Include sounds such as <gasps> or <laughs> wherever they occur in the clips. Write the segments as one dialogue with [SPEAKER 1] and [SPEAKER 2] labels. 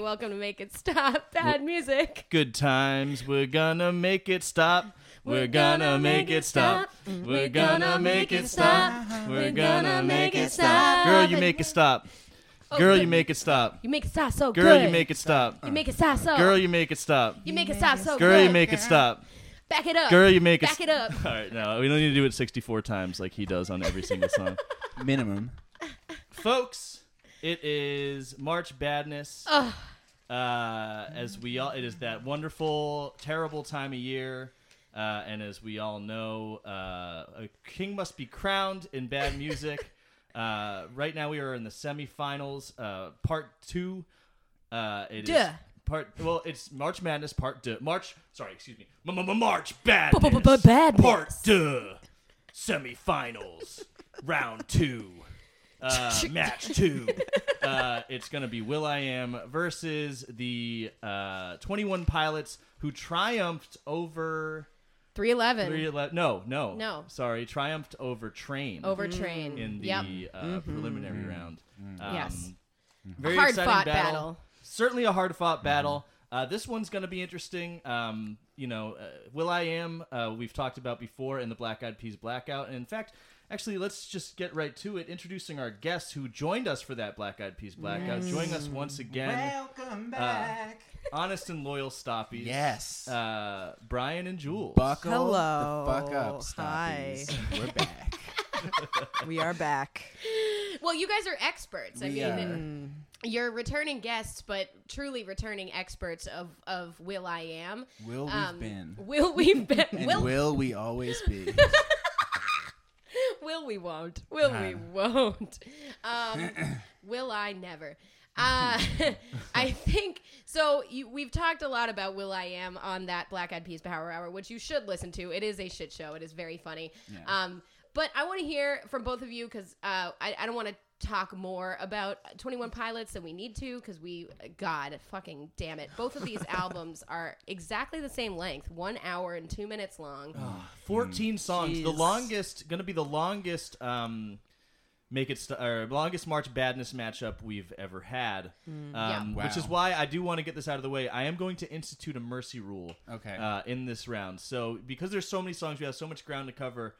[SPEAKER 1] welcome to Make It Stop. Bad music.
[SPEAKER 2] Good times, we're gonna make it stop. We're gonna make it stop. We're gonna make it stop. We're gonna make it stop. Girl, you make it stop. Girl, you make it stop.
[SPEAKER 1] Oh, You make it sound so
[SPEAKER 2] Girl,
[SPEAKER 1] good.
[SPEAKER 2] you make it stop.
[SPEAKER 1] You make it sound so.
[SPEAKER 2] Girl, you make it stop.
[SPEAKER 1] you make it sound so.
[SPEAKER 2] Girl, you
[SPEAKER 1] good.
[SPEAKER 2] make it stop.
[SPEAKER 1] Back it up.
[SPEAKER 2] Girl, you make it.
[SPEAKER 1] Back it up.
[SPEAKER 2] <laughs> All right, no, we don't need to do it 64 times like he does on every single <laughs> song.
[SPEAKER 3] Minimum.
[SPEAKER 2] Folks, it is March Badness.
[SPEAKER 1] Ugh.
[SPEAKER 2] Uh, as we all, it is that wonderful, terrible time of year. Uh, and as we all know, uh, a king must be crowned in bad music. uh, right now, we are in the semifinals, uh, part two. Uh, it is
[SPEAKER 1] Duh.
[SPEAKER 2] part. Well, it's March Madness, part two. March, sorry, excuse me, M- m- m- March Badness,
[SPEAKER 1] Badness.
[SPEAKER 2] part two, semifinals, round two, uh, match two. Uh, it's gonna be Will I Am versus the uh, Twenty One Pilots, who triumphed over.
[SPEAKER 1] Three
[SPEAKER 2] Three
[SPEAKER 1] eleven.
[SPEAKER 2] ele- no, no,
[SPEAKER 1] No.
[SPEAKER 2] Sorry, triumphed over Train
[SPEAKER 1] Over train.
[SPEAKER 2] in the
[SPEAKER 1] yep.
[SPEAKER 2] uh,
[SPEAKER 3] Mm-hmm.
[SPEAKER 2] preliminary round. Um,
[SPEAKER 1] Yes.
[SPEAKER 2] very
[SPEAKER 1] Hard
[SPEAKER 2] exciting
[SPEAKER 1] fought
[SPEAKER 2] battle.
[SPEAKER 1] battle.
[SPEAKER 2] Certainly a hard fought battle. Uh, this one's going to be interesting. Um, you know, uh, Will I Am, uh, we've talked about before in the Black Eyed Peas Blackout. And in fact, actually, let's just get right to it. Introducing our guests who joined us for that Black Eyed Peas Blackout. Joining us once again,
[SPEAKER 3] Welcome
[SPEAKER 1] Uh,
[SPEAKER 3] back.
[SPEAKER 2] honest and loyal Stoppies.
[SPEAKER 3] yes.
[SPEAKER 2] Uh, Brian and Jules.
[SPEAKER 3] Buckle
[SPEAKER 4] Hello.
[SPEAKER 3] the fuck up,
[SPEAKER 4] Hi.
[SPEAKER 3] stoppies.
[SPEAKER 1] <laughs>
[SPEAKER 3] We're back.
[SPEAKER 4] We are back.
[SPEAKER 1] Well, you guys are experts. I
[SPEAKER 3] We
[SPEAKER 1] mean,
[SPEAKER 3] are.
[SPEAKER 1] and you're returning guests, but truly returning experts of of Will I Am.
[SPEAKER 3] Will we've
[SPEAKER 1] Um,
[SPEAKER 3] been.
[SPEAKER 1] Will we
[SPEAKER 2] <laughs>
[SPEAKER 1] been?
[SPEAKER 3] And
[SPEAKER 1] will,
[SPEAKER 3] will we always
[SPEAKER 1] <laughs>
[SPEAKER 3] be?
[SPEAKER 1] will we won't? Will we won't? Um, <coughs> will I never? Uh, <laughs> I think so. You, we've talked a lot about Will I Am on that Black Eyed Peas Power Hour, which you should listen to. It is a shit show. It is very funny. Um, but I want to hear from both of you because uh, I, I don't want to talk more about 21 Pilots than we need to because we, God fucking damn it. Both of these albums are exactly the same length, one hour and two minutes long.
[SPEAKER 2] <sighs> 14 songs. The
[SPEAKER 4] Jeez.
[SPEAKER 2] longest, going to be the longest, um, make it st- or longest March Badness matchup we've ever had. Um,
[SPEAKER 1] Yeah.
[SPEAKER 2] Which is
[SPEAKER 3] Wow.
[SPEAKER 2] why I do want to get this out of the way. I am going to institute a mercy rule.
[SPEAKER 3] Okay.
[SPEAKER 2] Uh, in this round, so because there's so many songs, we have so much ground to cover.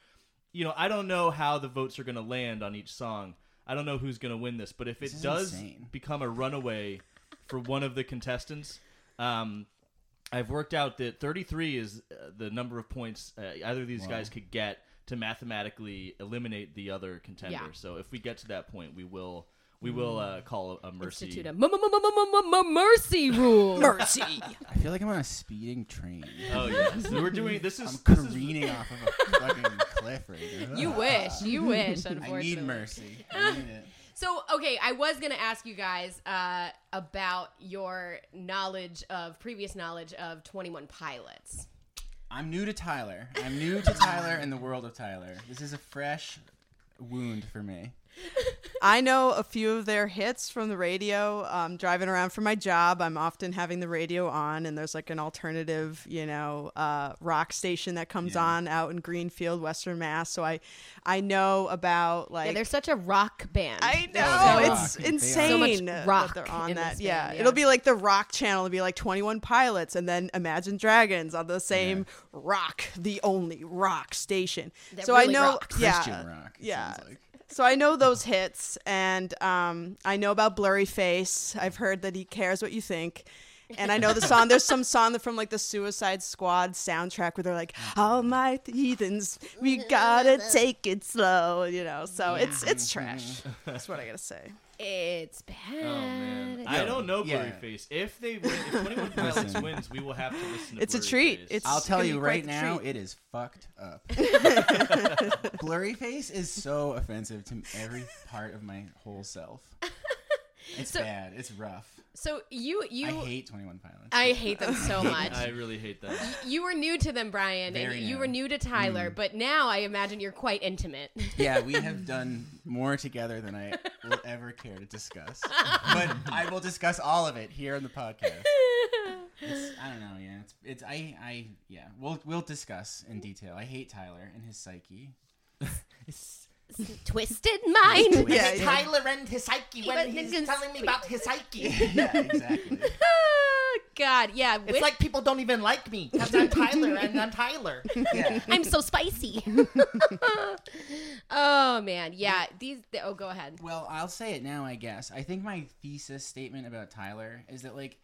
[SPEAKER 2] You know, I don't know how the votes are going to land on each song. I don't know who's going to win this, but if it
[SPEAKER 3] is
[SPEAKER 2] does
[SPEAKER 3] insane.
[SPEAKER 2] become a runaway for one of the contestants, um, I've worked out that 33 is uh, the number of points uh, either of these guys could get to mathematically eliminate the other contender.
[SPEAKER 1] Yeah.
[SPEAKER 2] So if we get to that point, we will we will
[SPEAKER 3] Mm.
[SPEAKER 2] uh, call a, a mercy.
[SPEAKER 1] Institute a m- m- m- m- m- m- mercy rule.
[SPEAKER 4] Mercy.
[SPEAKER 3] I feel like I'm on a speeding train.
[SPEAKER 1] Uh,
[SPEAKER 2] Oh yes, we're doing this
[SPEAKER 3] I'm
[SPEAKER 2] is this is
[SPEAKER 1] <laughs>
[SPEAKER 3] careening off of a fucking cliff right
[SPEAKER 1] <laughs>
[SPEAKER 3] now.
[SPEAKER 1] You wish. <laughs> You wish,
[SPEAKER 3] I
[SPEAKER 1] unfortunately. <laughs>
[SPEAKER 3] need mercy. I need it.
[SPEAKER 1] So, okay, I was going to ask you guys uh, about your knowledge of, previous knowledge of 21 Pilots.
[SPEAKER 3] I'm new to Tyler. I'm new to Tyler and the world of Tyler. This is a fresh wound for me.
[SPEAKER 4] I know a few of their hits from the radio. Um, driving around for my job, I'm often having the radio on, and there's like an alternative, you know, uh, rock station that comes
[SPEAKER 3] Yeah.
[SPEAKER 4] on out in Greenfield, Western Mass. So I, I know about like.
[SPEAKER 1] Yeah, they're such a rock band.
[SPEAKER 4] I
[SPEAKER 1] They're
[SPEAKER 3] so
[SPEAKER 4] know
[SPEAKER 3] rock.
[SPEAKER 4] it's
[SPEAKER 3] They are.
[SPEAKER 4] insane.
[SPEAKER 3] So
[SPEAKER 1] much
[SPEAKER 4] that
[SPEAKER 1] rock
[SPEAKER 4] they're on
[SPEAKER 1] in
[SPEAKER 4] that.
[SPEAKER 1] this
[SPEAKER 4] yeah.
[SPEAKER 1] band, yeah.
[SPEAKER 4] it'll be like the rock channel. It'll be like Twenty One Pilots, and then Imagine Dragons on the same rock, the only rock station.
[SPEAKER 1] That
[SPEAKER 4] so
[SPEAKER 1] really
[SPEAKER 4] I know,
[SPEAKER 1] rocks.
[SPEAKER 4] yeah,
[SPEAKER 3] Christian rock. it
[SPEAKER 4] yeah.
[SPEAKER 3] sounds like.
[SPEAKER 4] So I know those hits, and um, I know about Blurry Face. I've heard that he cares what you think. And I know the song. There's some song from like the Suicide Squad soundtrack where they're like, "All my heathens, we
[SPEAKER 1] <laughs>
[SPEAKER 4] gotta take it slow," you know. So it's it's
[SPEAKER 3] <laughs>
[SPEAKER 4] trash. That's what I gotta say.
[SPEAKER 1] It's bad.
[SPEAKER 2] Oh man, I don't know
[SPEAKER 3] Yeah.
[SPEAKER 2] Blurry Face. If they win, if
[SPEAKER 3] <laughs>
[SPEAKER 2] 21 Pilots
[SPEAKER 3] Listen.
[SPEAKER 2] wins, we will have to listen. to
[SPEAKER 4] It's a
[SPEAKER 2] Blurry
[SPEAKER 4] treat.
[SPEAKER 2] Face.
[SPEAKER 4] It's-
[SPEAKER 3] I'll tell
[SPEAKER 4] gonna
[SPEAKER 3] you
[SPEAKER 4] be quite
[SPEAKER 3] right
[SPEAKER 4] the
[SPEAKER 3] now,
[SPEAKER 4] treat.
[SPEAKER 3] it is fucked up.
[SPEAKER 4] <laughs>
[SPEAKER 3] Blurry face is so offensive to every part of my whole
[SPEAKER 4] <laughs>
[SPEAKER 3] self. It's
[SPEAKER 1] So-
[SPEAKER 3] bad. It's rough.
[SPEAKER 1] So, you. you
[SPEAKER 3] I hate Twenty One Pilots.
[SPEAKER 1] I hate them so much.
[SPEAKER 2] <laughs> I really hate that.
[SPEAKER 1] you were new to them, Brian,
[SPEAKER 3] Very
[SPEAKER 1] and you
[SPEAKER 3] new.
[SPEAKER 1] were new to Tyler, but now I imagine you're quite intimate.
[SPEAKER 3] yeah, we have done more together than I will ever care to discuss. But I will discuss all of it here on the podcast. It's, I don't know. Yeah, it's, it's I I yeah. We'll we'll discuss in detail. I hate Tyler and his psyche.
[SPEAKER 1] <laughs> twisted mind.
[SPEAKER 4] <laughs> Yeah, yeah.
[SPEAKER 5] Tyler and Hisaki
[SPEAKER 1] But
[SPEAKER 5] when he's
[SPEAKER 1] it's-
[SPEAKER 5] telling me about Hisaki.
[SPEAKER 3] yeah, exactly.
[SPEAKER 1] Ah, <laughs> God, yeah.
[SPEAKER 5] It's
[SPEAKER 1] with-
[SPEAKER 5] like people don't even like
[SPEAKER 1] <laughs>
[SPEAKER 5] me because I'm Tyler and I'm Tyler.
[SPEAKER 3] Yeah.
[SPEAKER 1] I'm so spicy. <laughs> oh man, yeah. These. oh, go ahead.
[SPEAKER 3] Well, I'll say it now, I guess. I think my thesis statement about Tyler is that like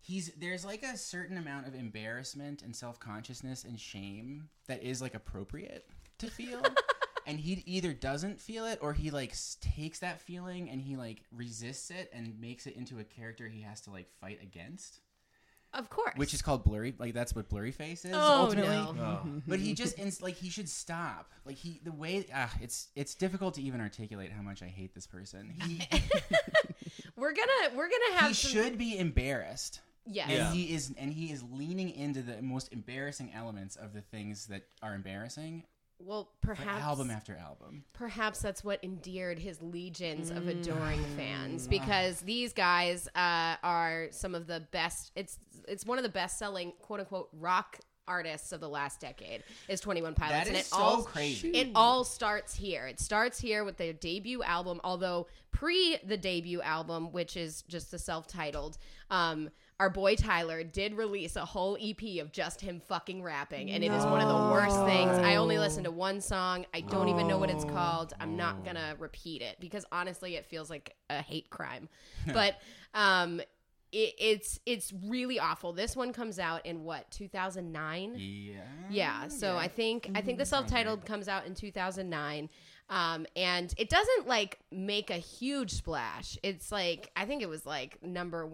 [SPEAKER 3] he's there's like a certain amount of embarrassment and self-consciousness and shame that is like appropriate to
[SPEAKER 1] <laughs>
[SPEAKER 3] feel. and he either doesn't feel it or he like s- takes that feeling and he like resists it and makes it into a character he has to like fight against,
[SPEAKER 1] Of course.
[SPEAKER 3] which is called blurry like that's what blurry face is
[SPEAKER 1] Oh
[SPEAKER 3] ultimately
[SPEAKER 1] no.
[SPEAKER 3] but he just inst- like he should stop like he the way ah, it's it's difficult to even articulate how much i hate this person he,
[SPEAKER 1] We're gonna we're gonna have
[SPEAKER 3] he
[SPEAKER 1] some-
[SPEAKER 3] should be embarrassed
[SPEAKER 1] Yes.
[SPEAKER 3] and
[SPEAKER 2] Yeah.
[SPEAKER 3] he is and he is leaning into the most embarrassing elements of the things that are embarrassing
[SPEAKER 1] Well,
[SPEAKER 3] but
[SPEAKER 1] perhaps
[SPEAKER 3] album after album
[SPEAKER 1] perhaps that's what endeared his legions of
[SPEAKER 3] Mm. <sighs>
[SPEAKER 1] adoring fans because these guys uh, are some of the best. It's it's one of the best selling quote unquote rock artists of the last decade is Twenty One Pilots,
[SPEAKER 3] That
[SPEAKER 1] and
[SPEAKER 3] is
[SPEAKER 1] it
[SPEAKER 3] so
[SPEAKER 1] all
[SPEAKER 3] crazy.
[SPEAKER 1] it all starts here. It starts here with their debut album, although pre the debut album, which is just the self titled. Um, our boy Tyler did release a whole EP of just him fucking rapping, and it is one of the worst things. I only listened to one song. I don't even know what it's called. I'm not gonna repeat it because honestly, it feels like a hate crime. but um, it, it's it's really awful. This one comes out in what 2009.
[SPEAKER 3] yeah Mm.
[SPEAKER 1] Yeah, so I think I think the self-titled comes out in 2009. Um, and it doesn't like make a huge splash. It's like I think it was like number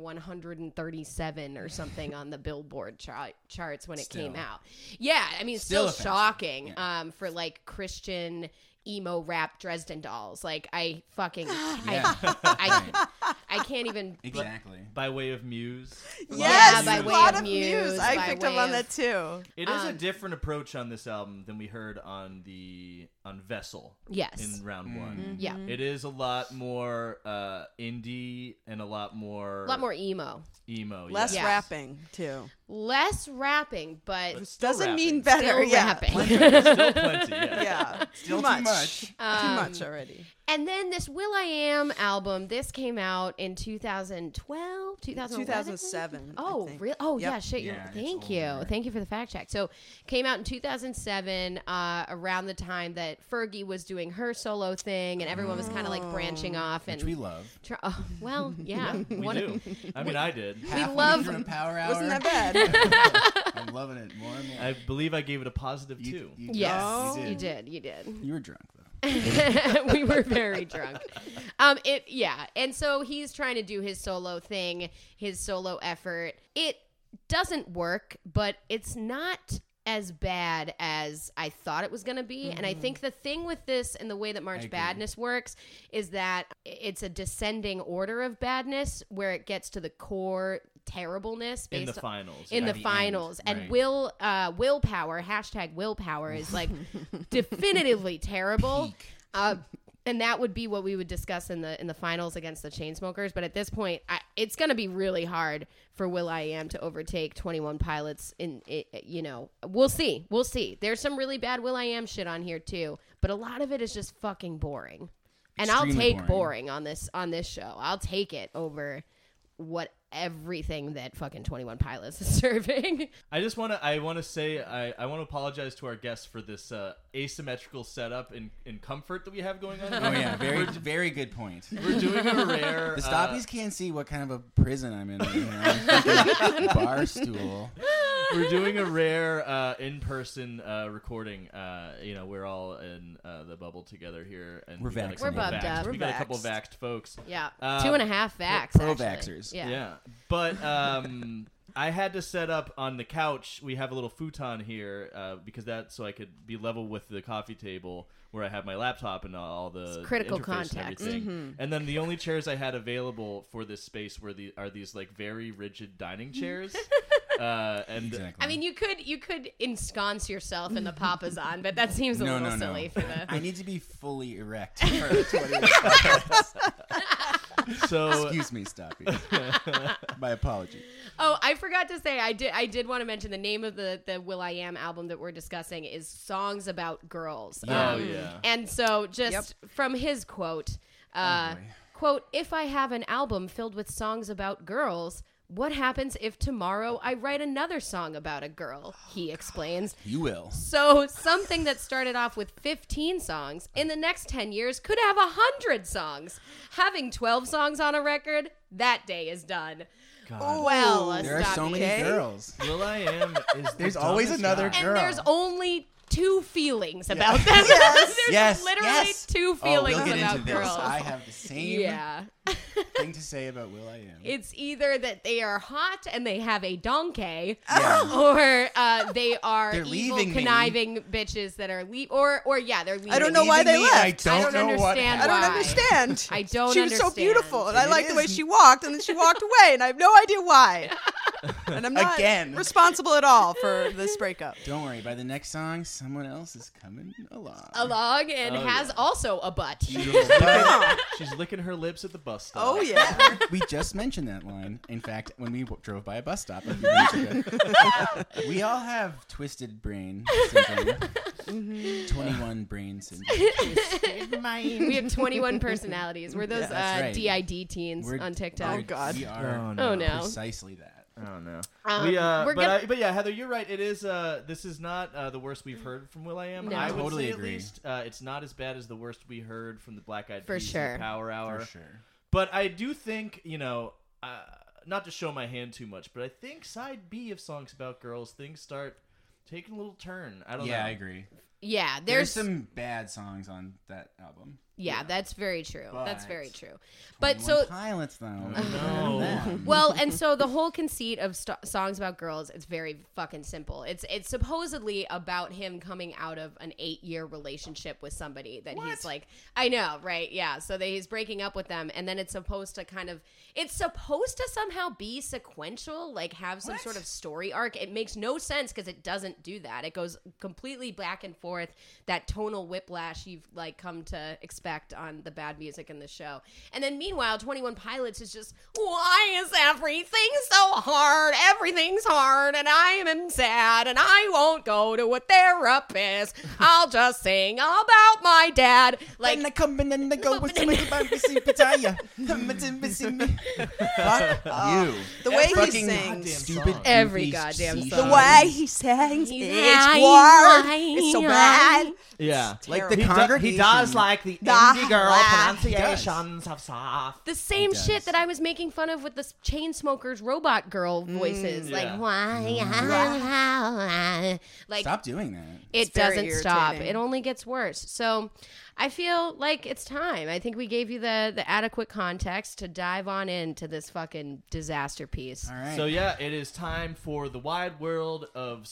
[SPEAKER 1] 137 or something on the Billboard char- charts when it came
[SPEAKER 3] Still.
[SPEAKER 1] out. Yeah, I mean,
[SPEAKER 3] Still
[SPEAKER 1] still,
[SPEAKER 3] offensive,
[SPEAKER 1] shocking um, for like Christian emo rap Dresden Dolls. Like I fucking
[SPEAKER 3] Yeah.
[SPEAKER 1] I, <laughs> I I can't even
[SPEAKER 3] exactly
[SPEAKER 2] by way of muse.
[SPEAKER 4] Yes,
[SPEAKER 2] by
[SPEAKER 4] a
[SPEAKER 2] way
[SPEAKER 4] lot
[SPEAKER 1] of
[SPEAKER 4] of muse.
[SPEAKER 1] Muse, by
[SPEAKER 4] I picked up
[SPEAKER 1] way
[SPEAKER 4] on
[SPEAKER 1] of-
[SPEAKER 4] that too.
[SPEAKER 2] It is a different approach on this album than we heard on the on Vessel
[SPEAKER 1] yes.
[SPEAKER 2] in round
[SPEAKER 3] Mm-hmm.
[SPEAKER 2] one.
[SPEAKER 1] yeah.
[SPEAKER 2] It is a lot more uh, indie and a lot more
[SPEAKER 1] A lot more emo.
[SPEAKER 2] emo.
[SPEAKER 4] Less
[SPEAKER 2] yes.
[SPEAKER 1] Yeah.
[SPEAKER 4] rapping too.
[SPEAKER 1] Less rapping, but
[SPEAKER 2] But still
[SPEAKER 4] Doesn't
[SPEAKER 2] rapping.
[SPEAKER 4] mean better.
[SPEAKER 1] still
[SPEAKER 4] yeah.
[SPEAKER 1] rapping.
[SPEAKER 2] Still plenty. Yeah.
[SPEAKER 4] <laughs> Yeah.
[SPEAKER 3] Still too much.
[SPEAKER 1] Um,
[SPEAKER 4] too much already.
[SPEAKER 1] And then this Will I Am album, this came out in 2012, 2011?
[SPEAKER 4] 2007, I
[SPEAKER 1] Oh,
[SPEAKER 4] think.
[SPEAKER 1] really? Oh,
[SPEAKER 4] Yep.
[SPEAKER 1] yeah, shit. you're
[SPEAKER 3] Yeah, it's
[SPEAKER 1] thank
[SPEAKER 3] older,
[SPEAKER 1] you.
[SPEAKER 3] right.
[SPEAKER 1] Thank you for the fact check. So, came out in 2007 uh, around the time that Fergie was doing her solo thing and everyone was kind of like
[SPEAKER 4] Oh.
[SPEAKER 1] branching off and
[SPEAKER 3] which we love
[SPEAKER 1] Tr- oh,
[SPEAKER 3] <laughs>
[SPEAKER 1] well, yeah.
[SPEAKER 2] We
[SPEAKER 1] One-
[SPEAKER 2] do. I mean, I did.
[SPEAKER 3] Halfway
[SPEAKER 1] love-
[SPEAKER 3] through power hour
[SPEAKER 4] Wasn't
[SPEAKER 1] <laughs>
[SPEAKER 4] that bad?
[SPEAKER 3] <laughs> i'm loving it more and more
[SPEAKER 2] I believe I gave it a positive
[SPEAKER 3] You-
[SPEAKER 2] two.
[SPEAKER 3] you-
[SPEAKER 1] Yes,
[SPEAKER 4] Oh.
[SPEAKER 1] you did. You did.
[SPEAKER 3] you were drunk though
[SPEAKER 1] <laughs> we were very drunk. Um, it yeah, and so he's trying to do his solo thing, his solo effort. It doesn't work, but it's not as bad as I thought it was going to be. And I
[SPEAKER 2] Mm-hmm.
[SPEAKER 1] think the thing with this and the way that March
[SPEAKER 3] agree.
[SPEAKER 1] Badness works is that it's a descending order of badness where it gets to the core terribleness
[SPEAKER 2] in the
[SPEAKER 1] based on-
[SPEAKER 2] finals.
[SPEAKER 1] in
[SPEAKER 2] yeah.
[SPEAKER 1] the,
[SPEAKER 3] the end,
[SPEAKER 1] finals
[SPEAKER 3] right.
[SPEAKER 1] and will uh willpower hashtag willpower is like definitively terrible uh and that would be what we would discuss in the in the finals against the Chainsmokers. But at this point, I, it's going to be really hard for Will I Am to overtake Twenty One Pilots. In it, you know, we'll see, we'll see. There's some really bad Will I Am shit on here too, but a lot of it is just fucking boring. And I'll
[SPEAKER 3] Extremely
[SPEAKER 1] take boring.
[SPEAKER 3] boring.
[SPEAKER 1] on this on this show. I'll take it over what everything that fucking Twenty One Pilots <laughs> is serving.
[SPEAKER 2] I just want to. I want to say. I, I want to apologize to our guests for this uh, asymmetrical setup and, and comfort that we have going on.
[SPEAKER 3] <laughs> oh yeah very very good point
[SPEAKER 2] We're doing a rare.
[SPEAKER 3] The
[SPEAKER 2] uh,
[SPEAKER 3] stoppies can't see what kind of a prison I'm in. Right now. Bar stool.
[SPEAKER 2] we're doing a rare uh, in-person uh, recording. Uh, you know, we're all in uh, the bubble together here, and
[SPEAKER 3] We're
[SPEAKER 2] we got a
[SPEAKER 3] vaxxed.
[SPEAKER 2] couple
[SPEAKER 1] We're bubbed
[SPEAKER 2] vaxxed-
[SPEAKER 1] up.
[SPEAKER 2] We got a couple
[SPEAKER 4] We're vaxxed.
[SPEAKER 2] vaxxed folks.
[SPEAKER 1] Yeah,
[SPEAKER 2] Uh,
[SPEAKER 1] two and a half vax.
[SPEAKER 3] pro
[SPEAKER 1] actually.
[SPEAKER 3] vaxxers.
[SPEAKER 1] Yeah.
[SPEAKER 2] Yeah. But um I had to set up on the couch. We have a little futon here uh, because that so I could be level with the coffee table where I have my laptop and all the
[SPEAKER 1] It's critical Mm-hmm.
[SPEAKER 2] interface and
[SPEAKER 1] contact.
[SPEAKER 2] everything. And then the only chairs I had available for this space were the are these like very rigid
[SPEAKER 1] <laughs>
[SPEAKER 2] dining chairs. uh, and
[SPEAKER 1] I mean, you could you could ensconce yourself in the papa's on, but that seems a
[SPEAKER 3] <laughs> no,
[SPEAKER 1] little
[SPEAKER 3] <laughs> no, no.
[SPEAKER 1] silly for the.
[SPEAKER 3] <laughs> I need to be fully erect for 20 minutes.
[SPEAKER 2] So
[SPEAKER 3] Excuse me, <laughs> Stoppy. My apology.
[SPEAKER 1] Oh, I forgot to say I did I did want to mention the name of the the Will I Am album that we're discussing is Songs About Girls.
[SPEAKER 2] Oh,
[SPEAKER 3] Um,
[SPEAKER 2] yeah.
[SPEAKER 1] And so just from his quote, uh,
[SPEAKER 3] Oh, boy.
[SPEAKER 1] quote, if I have an album filled with songs about girls, what happens if tomorrow I write another song about a girl?
[SPEAKER 3] Oh,
[SPEAKER 1] He explains.
[SPEAKER 3] You will.
[SPEAKER 1] So something that started off with 15 songs in the next 10 years could have 100 songs. Having 12 songs on a record, that day is done.
[SPEAKER 3] Oh,
[SPEAKER 1] Well, uh,
[SPEAKER 3] There are so
[SPEAKER 1] Stoppy.
[SPEAKER 3] many
[SPEAKER 4] Okay.
[SPEAKER 3] girls.
[SPEAKER 2] Will I am is the
[SPEAKER 3] There's always
[SPEAKER 2] dumbest
[SPEAKER 3] another
[SPEAKER 2] guy.
[SPEAKER 3] girl.
[SPEAKER 1] And there's only two feelings about
[SPEAKER 3] <laughs>
[SPEAKER 1] them. there's
[SPEAKER 3] Yes,
[SPEAKER 1] literally
[SPEAKER 3] yes.
[SPEAKER 1] two
[SPEAKER 3] Oh,
[SPEAKER 1] feelings
[SPEAKER 3] we'll get
[SPEAKER 1] about
[SPEAKER 3] into this.
[SPEAKER 1] girls.
[SPEAKER 3] I have the same
[SPEAKER 1] yeah.
[SPEAKER 3] thing to say about Will I Am.
[SPEAKER 1] It's either that they are hot and they have a donkey, <laughs> or uh, they are
[SPEAKER 3] They're
[SPEAKER 1] evil,
[SPEAKER 3] leaving me.
[SPEAKER 1] conniving bitches that are leave, or or yeah, they're leaving.
[SPEAKER 4] I don't know why they
[SPEAKER 3] Leaving me, I
[SPEAKER 4] left.
[SPEAKER 3] don't,
[SPEAKER 1] I don't
[SPEAKER 3] know what.
[SPEAKER 1] understand
[SPEAKER 4] I don't
[SPEAKER 1] why.
[SPEAKER 4] understand.
[SPEAKER 1] I don't
[SPEAKER 4] She was so
[SPEAKER 1] understand.
[SPEAKER 4] beautiful, and I
[SPEAKER 3] It
[SPEAKER 4] liked the way
[SPEAKER 3] is-
[SPEAKER 4] she walked, and then she walked away, and I have no idea why.
[SPEAKER 3] <laughs>
[SPEAKER 4] And I'm not
[SPEAKER 3] Again.
[SPEAKER 4] responsible at all for
[SPEAKER 3] <laughs>
[SPEAKER 4] this breakup.
[SPEAKER 3] Don't worry. By the next song, someone else is coming along.
[SPEAKER 1] Along and
[SPEAKER 2] Oh,
[SPEAKER 1] has
[SPEAKER 2] yeah.
[SPEAKER 1] also a
[SPEAKER 3] <laughs>
[SPEAKER 1] butt. <laughs>
[SPEAKER 3] But
[SPEAKER 2] She's licking her lips at the bus stop.
[SPEAKER 4] Oh yeah,
[SPEAKER 3] we just mentioned that line. In fact, when we w- drove by a bus stop, a few minutes ago.
[SPEAKER 1] <laughs>
[SPEAKER 3] we all have twisted brain syndrome.
[SPEAKER 1] Mm-hmm.
[SPEAKER 3] Twenty-one
[SPEAKER 1] <laughs>
[SPEAKER 3] brain syndrome.
[SPEAKER 5] Mine.
[SPEAKER 1] We have 21 personalities. We're those
[SPEAKER 3] that's
[SPEAKER 1] uh,
[SPEAKER 3] right.
[SPEAKER 1] DID teens
[SPEAKER 3] We're-
[SPEAKER 1] on TikTok.
[SPEAKER 4] Oh, God.
[SPEAKER 3] We are
[SPEAKER 2] Oh,
[SPEAKER 1] no. Oh, no.
[SPEAKER 3] precisely that.
[SPEAKER 2] Oh no.
[SPEAKER 1] Um,
[SPEAKER 2] we, uh,
[SPEAKER 1] we're
[SPEAKER 2] but,
[SPEAKER 1] gonna-
[SPEAKER 2] I, but yeah, Heather, you're right. It is. Uh, this is not uh, the worst we've heard from Will I Am.
[SPEAKER 1] Mm. No.
[SPEAKER 2] I would
[SPEAKER 3] Totally
[SPEAKER 2] say
[SPEAKER 3] agree.
[SPEAKER 2] at least uh, it's not as bad as the worst we heard from the Black Eyed
[SPEAKER 1] For
[SPEAKER 2] Peas and
[SPEAKER 1] sure.
[SPEAKER 2] Power Hour.
[SPEAKER 3] For sure.
[SPEAKER 2] But I do think you know. Uh, not to show my hand too much, but I think side B of songs about girls things start taking a little turn. I don't know.
[SPEAKER 3] Yeah, I
[SPEAKER 1] <laughs>
[SPEAKER 3] agree.
[SPEAKER 1] Yeah,
[SPEAKER 3] There's,
[SPEAKER 1] there's,
[SPEAKER 3] some bad songs on that album.
[SPEAKER 1] Yeah, that's very true. that's
[SPEAKER 3] But-
[SPEAKER 1] very true. But
[SPEAKER 3] 21
[SPEAKER 1] so
[SPEAKER 3] pilots though.
[SPEAKER 2] know.
[SPEAKER 3] Them.
[SPEAKER 1] well, and so the whole conceit of st- songs about girls it's very fucking simple. It's it's supposedly about him coming out of an eight year relationship with somebody that he's like, I know, right? Yeah. So that he's breaking up with them, and then it's supposed to kind of it's supposed to somehow be sequential, like have some sort of story arc. It makes no sense because it doesn't do that. It goes completely back and forth. That tonal whiplash you've like come to expect on the bad music in the show, and then meanwhile, Twenty One Pilots is just why is everything so hard? Everything's hard, and I am sad, and I won't go to a therapist. I'll just sing about my dad. <laughs> Like
[SPEAKER 3] and I come and then
[SPEAKER 1] <laughs>
[SPEAKER 3] I go with
[SPEAKER 1] Well, but-
[SPEAKER 3] somebody by the sea, but I, uh, come and then visit me. Fuck you.
[SPEAKER 4] the way he
[SPEAKER 3] Fucking
[SPEAKER 4] sings,
[SPEAKER 3] Stupid.
[SPEAKER 1] Every
[SPEAKER 3] goofy
[SPEAKER 1] goddamn
[SPEAKER 3] sea
[SPEAKER 1] song.
[SPEAKER 4] the
[SPEAKER 1] goddamn-
[SPEAKER 4] way he sings,
[SPEAKER 1] He's
[SPEAKER 4] it's
[SPEAKER 1] lying,
[SPEAKER 4] hard,
[SPEAKER 1] lying,
[SPEAKER 4] it's so bad.
[SPEAKER 1] lying.
[SPEAKER 2] Yeah.
[SPEAKER 3] Like the
[SPEAKER 5] He, do, he
[SPEAKER 3] congregation.
[SPEAKER 5] does like the indie girl
[SPEAKER 4] laugh.
[SPEAKER 5] pronunciations of soft.
[SPEAKER 1] the same
[SPEAKER 3] does.
[SPEAKER 1] shit that I was making fun of with the s- chain smokers robot girl voices.
[SPEAKER 2] yeah.
[SPEAKER 1] Like why like
[SPEAKER 3] Stop doing that.
[SPEAKER 1] it
[SPEAKER 4] very
[SPEAKER 1] doesn't stop.
[SPEAKER 4] irritating.
[SPEAKER 1] It only gets worse. So I feel like it's time. I think we gave you the the adequate context to dive on into this fucking disaster piece.
[SPEAKER 3] All right.
[SPEAKER 2] So yeah, it is time for the wide world of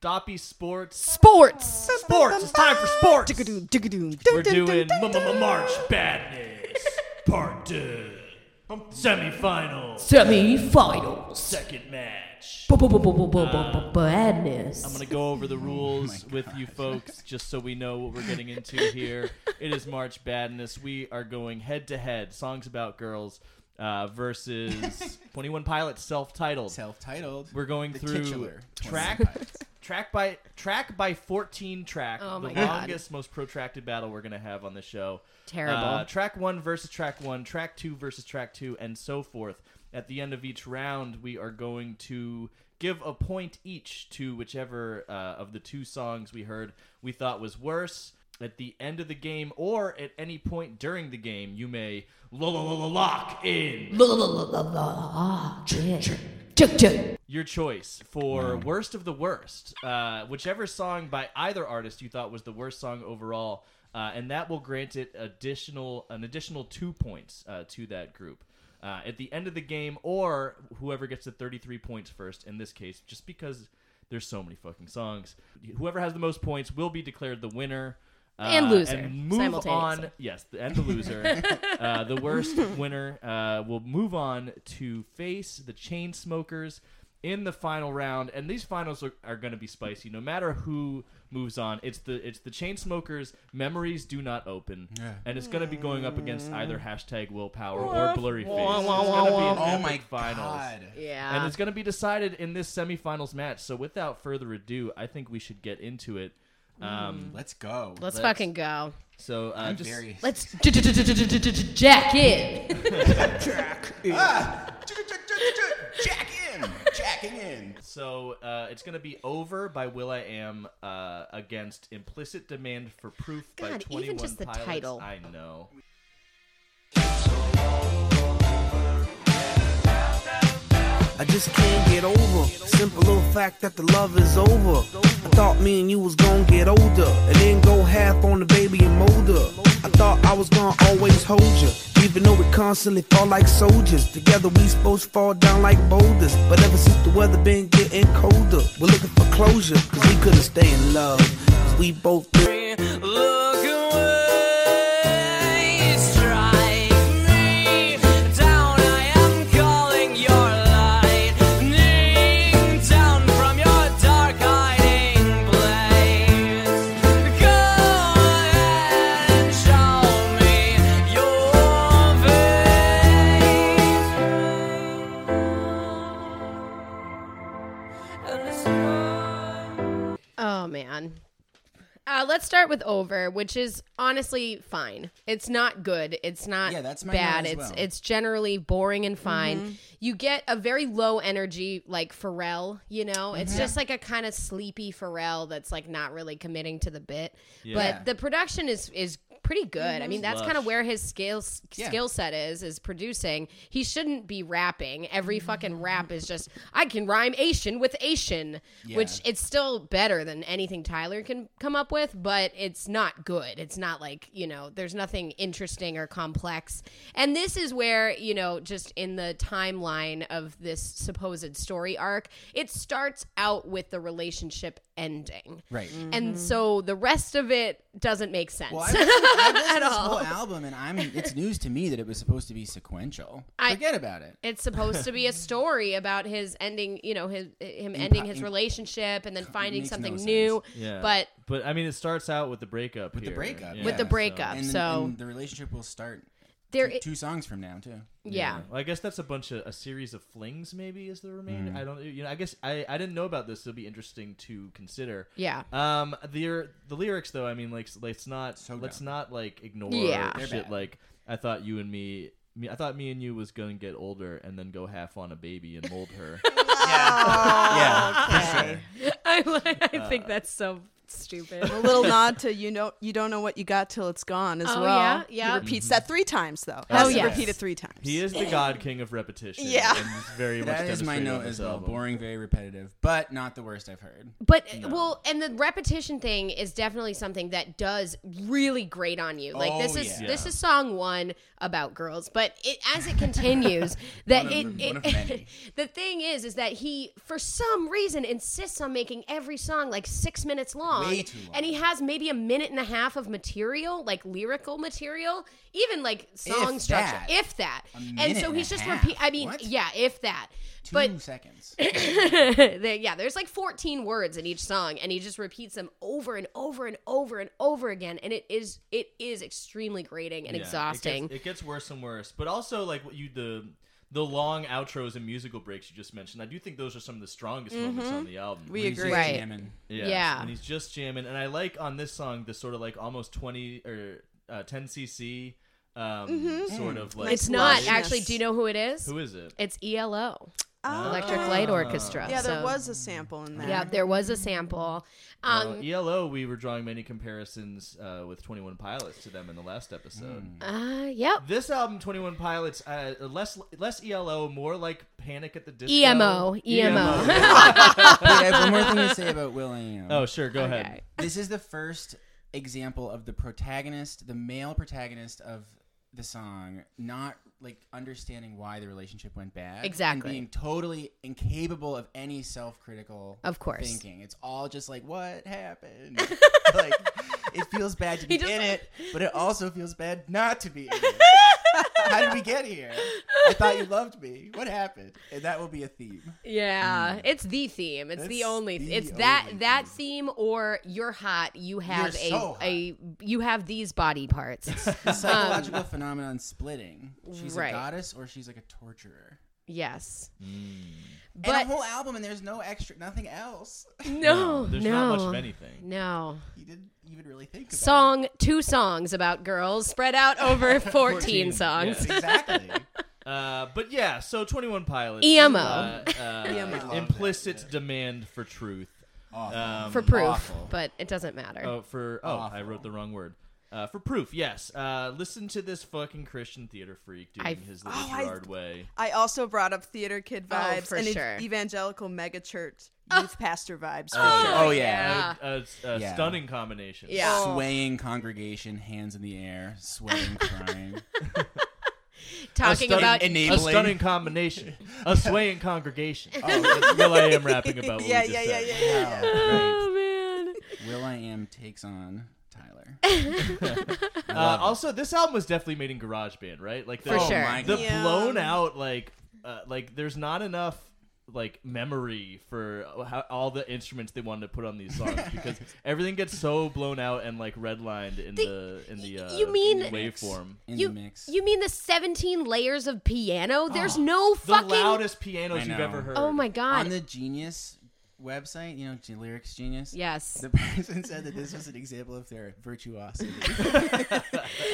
[SPEAKER 2] Stoppy Sports.
[SPEAKER 1] Sports.
[SPEAKER 2] Sports. It's time for sports.
[SPEAKER 4] Tick-a-doom, tick-a-doom,
[SPEAKER 2] We're
[SPEAKER 4] dun, dun,
[SPEAKER 2] doing
[SPEAKER 4] dun,
[SPEAKER 2] M-
[SPEAKER 4] dun,
[SPEAKER 2] M-
[SPEAKER 4] dun.
[SPEAKER 2] March Badness Part 2. Semifinal.
[SPEAKER 1] Semi-finals.
[SPEAKER 2] Second match.
[SPEAKER 1] Badness.
[SPEAKER 2] I'm going to go over the rules with you folks just so we know what we're getting into here. it is March Badness. We are going head to head. Songs about girls uh, <laughs> versus 21 Pilots self titled.
[SPEAKER 3] Self-titled.
[SPEAKER 2] We're going
[SPEAKER 3] the
[SPEAKER 2] through
[SPEAKER 3] titular
[SPEAKER 2] <laughs> track
[SPEAKER 3] 21 Pilots.
[SPEAKER 2] track by track by 14 track
[SPEAKER 1] Oh
[SPEAKER 2] the
[SPEAKER 1] my God.
[SPEAKER 2] longest most protracted battle we're going to have on the show
[SPEAKER 1] Terrible.
[SPEAKER 2] Uh, track 1 versus track 1 track 2 versus track 2 and so forth at the end of each round we are going to give a point each to whichever uh, of the two songs we heard we thought was worse at the end of the game or at any point during the game you may lo- lo- lo- lo- lock in your choice for worst of the worst, uh, whichever song by either artist you thought was the worst song overall, uh, and that will grant it additional an additional two points uh, to that group uh, at the end of the game, or whoever gets the thirty three points first. In this case, just because there's so many fucking songs, whoever has the most points will be declared the winner. Uh,
[SPEAKER 1] And loser,
[SPEAKER 2] and move
[SPEAKER 1] simultaneously.
[SPEAKER 2] on Yes, the- and the
[SPEAKER 5] <laughs>
[SPEAKER 2] loser, uh, the worst winner, uh, will move on to face the chain smokers. in the final round, and these finals are, are going to be spicy. No matter who moves on, it's the it's the chain smokers. Memories do not open,
[SPEAKER 3] Yeah.
[SPEAKER 2] and it's going to be going up against either hashtag willpower or blurry face. It's
[SPEAKER 5] wah,
[SPEAKER 2] going to be an
[SPEAKER 3] <laughs> Oh
[SPEAKER 2] epic
[SPEAKER 3] my
[SPEAKER 2] finals.
[SPEAKER 3] god.
[SPEAKER 1] Yeah.
[SPEAKER 2] And it's going to be decided in this semifinals match. So, without further ado, I think we should get into it. Um,
[SPEAKER 3] Let's go.
[SPEAKER 1] let's,
[SPEAKER 2] let's-
[SPEAKER 1] fucking go.
[SPEAKER 2] so, uh,
[SPEAKER 3] I'm
[SPEAKER 2] just
[SPEAKER 3] very.
[SPEAKER 1] <laughs> Let's jack in.
[SPEAKER 3] Ah! Jack in. Jacking in.
[SPEAKER 2] So uh, it's going to be over by Will I Am uh, against Implicit Demand for Proof by
[SPEAKER 1] God,
[SPEAKER 2] 21
[SPEAKER 1] even just the
[SPEAKER 2] Pilots.
[SPEAKER 1] title.
[SPEAKER 2] I know.
[SPEAKER 6] I just can't get over. Simple little fact that the love is over. I thought me and you was gonna get older and then go half on the baby and mold her. I thought I was gonna always hold you, even though we constantly fall like soldiers. Together we supposed to fall down like boulders, but ever since the weather been getting colder, we're looking for closure. Cause we couldn't stay in love. 'Cause we both been look away. Strike me down. I am calling your lightning down from your dark hiding place. Go ahead and show me your face.
[SPEAKER 1] Oh man. Uh, let's start with over, which is honestly fine. It's not good. It's not
[SPEAKER 3] Yeah, that's my note
[SPEAKER 1] bad.
[SPEAKER 3] as
[SPEAKER 1] It's
[SPEAKER 3] well. Mm-hmm.
[SPEAKER 1] it's generally boring and fine. You get a very low energy like Pharrell, you know.
[SPEAKER 3] Mm-hmm.
[SPEAKER 1] It's just like a kind of sleepy Pharrell that's like not really committing to the bit.
[SPEAKER 2] Yeah.
[SPEAKER 1] But the production is is pretty good. I mean, that's
[SPEAKER 2] Lush.
[SPEAKER 1] kind of where his skill
[SPEAKER 3] Mm-hmm. Yeah.
[SPEAKER 1] skill set is is producing. He shouldn't be rapping. Every
[SPEAKER 3] Mm-hmm.
[SPEAKER 1] fucking rap is just I can rhyme Asian with Asian, which
[SPEAKER 3] Yeah.
[SPEAKER 1] it's still better than anything Tyler can come up with, but it's not good. It's not like, you know, there's nothing interesting or complex. And this is where, you know, just in the timeline of this supposed story arc, it starts out with the relationship ending.
[SPEAKER 3] Right.
[SPEAKER 1] And so the rest of it doesn't make sense.
[SPEAKER 3] Well, I listened, I listened
[SPEAKER 1] <laughs> At
[SPEAKER 3] to this
[SPEAKER 1] all.
[SPEAKER 3] whole album, and I'm. It's news to me that it was supposed to be sequential.
[SPEAKER 1] I-
[SPEAKER 3] Forget about it.
[SPEAKER 1] it's supposed to be a story about his ending, you know, his him ending his
[SPEAKER 3] in-
[SPEAKER 1] relationship and then finding
[SPEAKER 3] makes no
[SPEAKER 1] something
[SPEAKER 3] sense.
[SPEAKER 1] new.
[SPEAKER 2] Yeah.
[SPEAKER 1] But
[SPEAKER 2] but I mean, it starts out with the breakup. With
[SPEAKER 3] the breakup,
[SPEAKER 1] with the
[SPEAKER 3] Yeah, so-
[SPEAKER 1] breakup,
[SPEAKER 3] And,
[SPEAKER 1] so
[SPEAKER 3] and the relationship will start
[SPEAKER 1] there,
[SPEAKER 3] two, two songs from now too.
[SPEAKER 1] yeah.
[SPEAKER 2] Well, I guess that's a bunch of a series of flings. Maybe is the remainder. I don't. You know. I guess I, I didn't know about this. It'll be interesting to consider.
[SPEAKER 1] Yeah.
[SPEAKER 2] Um. The the lyrics though. I mean, like let's not
[SPEAKER 3] So
[SPEAKER 2] let's
[SPEAKER 3] dumb.
[SPEAKER 2] not like ignore
[SPEAKER 1] Yeah.
[SPEAKER 3] They're
[SPEAKER 2] shit.
[SPEAKER 3] bad.
[SPEAKER 2] Like I thought you and me. me- I thought me and you was gonna get older and then go half on a baby and mold
[SPEAKER 1] <laughs>
[SPEAKER 2] her.
[SPEAKER 1] Ah,
[SPEAKER 3] Yeah.
[SPEAKER 4] Okay.
[SPEAKER 1] I, li-
[SPEAKER 3] <laughs> Uh,
[SPEAKER 1] I think that's so stupid.
[SPEAKER 4] A
[SPEAKER 1] <laughs>
[SPEAKER 4] little nod to you know you don't know what you got till it's gone as
[SPEAKER 1] Oh,
[SPEAKER 4] well.
[SPEAKER 1] yeah, yeah.
[SPEAKER 4] He
[SPEAKER 3] Mm-hmm.
[SPEAKER 4] repeats that three times though.
[SPEAKER 3] Oh,
[SPEAKER 4] Has to
[SPEAKER 1] yes.
[SPEAKER 4] repeat it three times.
[SPEAKER 2] He is the god king of repetition.
[SPEAKER 4] Yeah.
[SPEAKER 2] and he's very much
[SPEAKER 3] That is my
[SPEAKER 2] demonstrated on
[SPEAKER 3] note
[SPEAKER 2] this
[SPEAKER 3] as well.
[SPEAKER 2] album.
[SPEAKER 3] Boring, very repetitive, but not the worst I've heard.
[SPEAKER 1] But well, and the repetition thing is definitely something that does really great on you. Like this
[SPEAKER 3] Oh,
[SPEAKER 1] is
[SPEAKER 3] yeah.
[SPEAKER 1] this is song one about girls, but it as it
[SPEAKER 3] <laughs>
[SPEAKER 1] continues that
[SPEAKER 3] One of
[SPEAKER 1] it,
[SPEAKER 3] them-
[SPEAKER 1] it
[SPEAKER 3] one of many.
[SPEAKER 1] <laughs> the thing is is that he for some reason insists on making every song like six minutes long,
[SPEAKER 3] Way too long.
[SPEAKER 1] and he has maybe a minute and a half of material, like lyrical material, even like song
[SPEAKER 3] If
[SPEAKER 1] structure,
[SPEAKER 3] that.
[SPEAKER 1] if that. And
[SPEAKER 3] minute
[SPEAKER 1] so
[SPEAKER 3] and
[SPEAKER 1] he's
[SPEAKER 3] a
[SPEAKER 1] just
[SPEAKER 3] half.
[SPEAKER 1] repeat. I mean,
[SPEAKER 3] What?
[SPEAKER 1] yeah, if that.
[SPEAKER 3] Two
[SPEAKER 1] But <laughs>
[SPEAKER 3] seconds.
[SPEAKER 1] There- yeah, there's like 14 words in each song, and he just repeats them over and over and over and over again, and it is it is extremely grating and
[SPEAKER 2] Yeah,
[SPEAKER 1] exhausting.
[SPEAKER 2] It gets, it gets worse and worse. But also, like what you the the long outros and musical breaks you just mentioned, I do think those are some of the strongest
[SPEAKER 1] Mm-hmm.
[SPEAKER 2] moments on the album.
[SPEAKER 4] We
[SPEAKER 3] He's
[SPEAKER 4] agree.
[SPEAKER 3] just
[SPEAKER 1] Right.
[SPEAKER 3] jamming.
[SPEAKER 2] yeah,
[SPEAKER 1] Yeah.
[SPEAKER 2] and he's just jamming. And I like on this song the sort of like almost twenty or uh, ten cc um, sort of like.
[SPEAKER 1] Mm-hmm. it's not
[SPEAKER 4] Yes.
[SPEAKER 1] actually. Do you know who it is?
[SPEAKER 2] Who is it?
[SPEAKER 1] it's ELO,
[SPEAKER 4] Oh.
[SPEAKER 1] Electric Light Orchestra.
[SPEAKER 4] Yeah, there
[SPEAKER 1] so-
[SPEAKER 4] was a sample in there.
[SPEAKER 1] Yeah, there was a sample.
[SPEAKER 2] Well,
[SPEAKER 1] Um,
[SPEAKER 2] ELO. E We were drawing many comparisons uh, with Twenty One Pilots to them in the last episode.
[SPEAKER 1] uh, yep.
[SPEAKER 2] This album, Twenty One Pilots, uh, less less ELO, more like Panic at the Disco.
[SPEAKER 1] E
[SPEAKER 2] E
[SPEAKER 1] EMO, <laughs> EMO.
[SPEAKER 3] Wait, I have one more thing to
[SPEAKER 1] <laughs>
[SPEAKER 3] say about Will I Am.
[SPEAKER 2] oh, sure. Go ahead.
[SPEAKER 1] Okay.
[SPEAKER 3] This is the first example of the protagonist, the male protagonist of the song, not like understanding why the relationship went bad.
[SPEAKER 1] Exactly.
[SPEAKER 3] And being totally incapable of any self critical
[SPEAKER 1] Of course.
[SPEAKER 3] thinking. It's all just like,
[SPEAKER 1] <laughs>
[SPEAKER 3] what happened? like it feels bad to be
[SPEAKER 1] just- <laughs>
[SPEAKER 3] in it, but it also feels bad not to be in it. How did we get here? I thought you loved me. What happened? And that will be a theme.
[SPEAKER 1] Yeah, it's the theme. It's the
[SPEAKER 3] It's
[SPEAKER 1] only.
[SPEAKER 3] the
[SPEAKER 1] it's that
[SPEAKER 3] only
[SPEAKER 1] that theme or you're hot. You have
[SPEAKER 3] You're
[SPEAKER 1] a
[SPEAKER 3] so hot.
[SPEAKER 1] a you have these body parts. <laughs>
[SPEAKER 3] The psychological phenomenon splitting. She's
[SPEAKER 1] Um, right.
[SPEAKER 3] a goddess or she's like a torturer.
[SPEAKER 1] yes,
[SPEAKER 3] But
[SPEAKER 1] but
[SPEAKER 3] and a whole album and there's no extra, nothing else. <laughs>
[SPEAKER 1] no,
[SPEAKER 2] There's
[SPEAKER 1] no,
[SPEAKER 2] not much of anything.
[SPEAKER 1] no.
[SPEAKER 3] He didn't even really think about
[SPEAKER 1] Song two songs about girls spread out
[SPEAKER 3] <laughs>
[SPEAKER 1] over fourteen,
[SPEAKER 2] 14,
[SPEAKER 1] songs.
[SPEAKER 3] it. Exactly.
[SPEAKER 2] Uh, but yeah, so 21 Pilots.
[SPEAKER 1] EMO.
[SPEAKER 2] Uh, uh,
[SPEAKER 4] EMO.
[SPEAKER 2] Implicit demand for truth.
[SPEAKER 3] Awful.
[SPEAKER 2] Um,
[SPEAKER 1] for proof,
[SPEAKER 3] Awful.
[SPEAKER 1] but it doesn't matter.
[SPEAKER 3] <laughs>
[SPEAKER 2] Oh, for oh, I
[SPEAKER 3] Awful.
[SPEAKER 2] wrote the wrong word. Uh, for proof, yes. Uh, listen to this fucking Christian theater freak doing
[SPEAKER 1] I've-
[SPEAKER 2] his little
[SPEAKER 4] Oh, I-
[SPEAKER 2] Gerard way.
[SPEAKER 4] I also brought up theater kid
[SPEAKER 1] Oh,
[SPEAKER 4] vibes
[SPEAKER 1] for
[SPEAKER 4] and ev-
[SPEAKER 1] sure. Ah.
[SPEAKER 4] evangelical megachurch youth pastor vibes. for
[SPEAKER 2] Oh,
[SPEAKER 4] sure.
[SPEAKER 3] oh, yeah.
[SPEAKER 1] yeah.
[SPEAKER 2] A, Uh, a, a
[SPEAKER 3] Yeah.
[SPEAKER 2] stunning combination.
[SPEAKER 1] Yeah. Oh.
[SPEAKER 3] Swaying congregation, hands in the air, swaying, crying.
[SPEAKER 1] Talking
[SPEAKER 2] stunning-
[SPEAKER 1] about
[SPEAKER 3] enabling.
[SPEAKER 2] A stunning combination. A swaying
[SPEAKER 3] <laughs>
[SPEAKER 2] congregation. Will I am rapping about what
[SPEAKER 4] yeah,
[SPEAKER 2] we
[SPEAKER 4] yeah,
[SPEAKER 2] just
[SPEAKER 4] yeah,
[SPEAKER 2] said.
[SPEAKER 4] yeah, yeah.
[SPEAKER 3] Wow.
[SPEAKER 1] oh
[SPEAKER 3] Great. <laughs> Will I am takes on Tyler.
[SPEAKER 2] Uh, also, this album was definitely made in GarageBand, right? Like the,
[SPEAKER 1] For
[SPEAKER 3] oh
[SPEAKER 1] sure.
[SPEAKER 3] my
[SPEAKER 2] the
[SPEAKER 3] god.
[SPEAKER 4] Yeah.
[SPEAKER 2] blown out, like, uh, like there's not enough like memory for how, all the instruments they wanted to put
[SPEAKER 1] <laughs>
[SPEAKER 2] on these songs because everything gets so blown out and like redlined in the, in the uh,
[SPEAKER 1] you mean-
[SPEAKER 2] waveform.
[SPEAKER 3] in
[SPEAKER 1] you
[SPEAKER 3] the mix.
[SPEAKER 1] you mean the seventeen layers of piano?
[SPEAKER 3] <gasps>
[SPEAKER 1] There's no fucking.
[SPEAKER 2] the loudest pianos
[SPEAKER 3] I
[SPEAKER 2] you've
[SPEAKER 3] know.
[SPEAKER 2] ever heard.
[SPEAKER 1] oh my god.
[SPEAKER 3] on the Genius website, you know, G- Lyrics Genius.
[SPEAKER 1] yes.
[SPEAKER 3] The <laughs> person said that this was an example of their virtuosity. <laughs>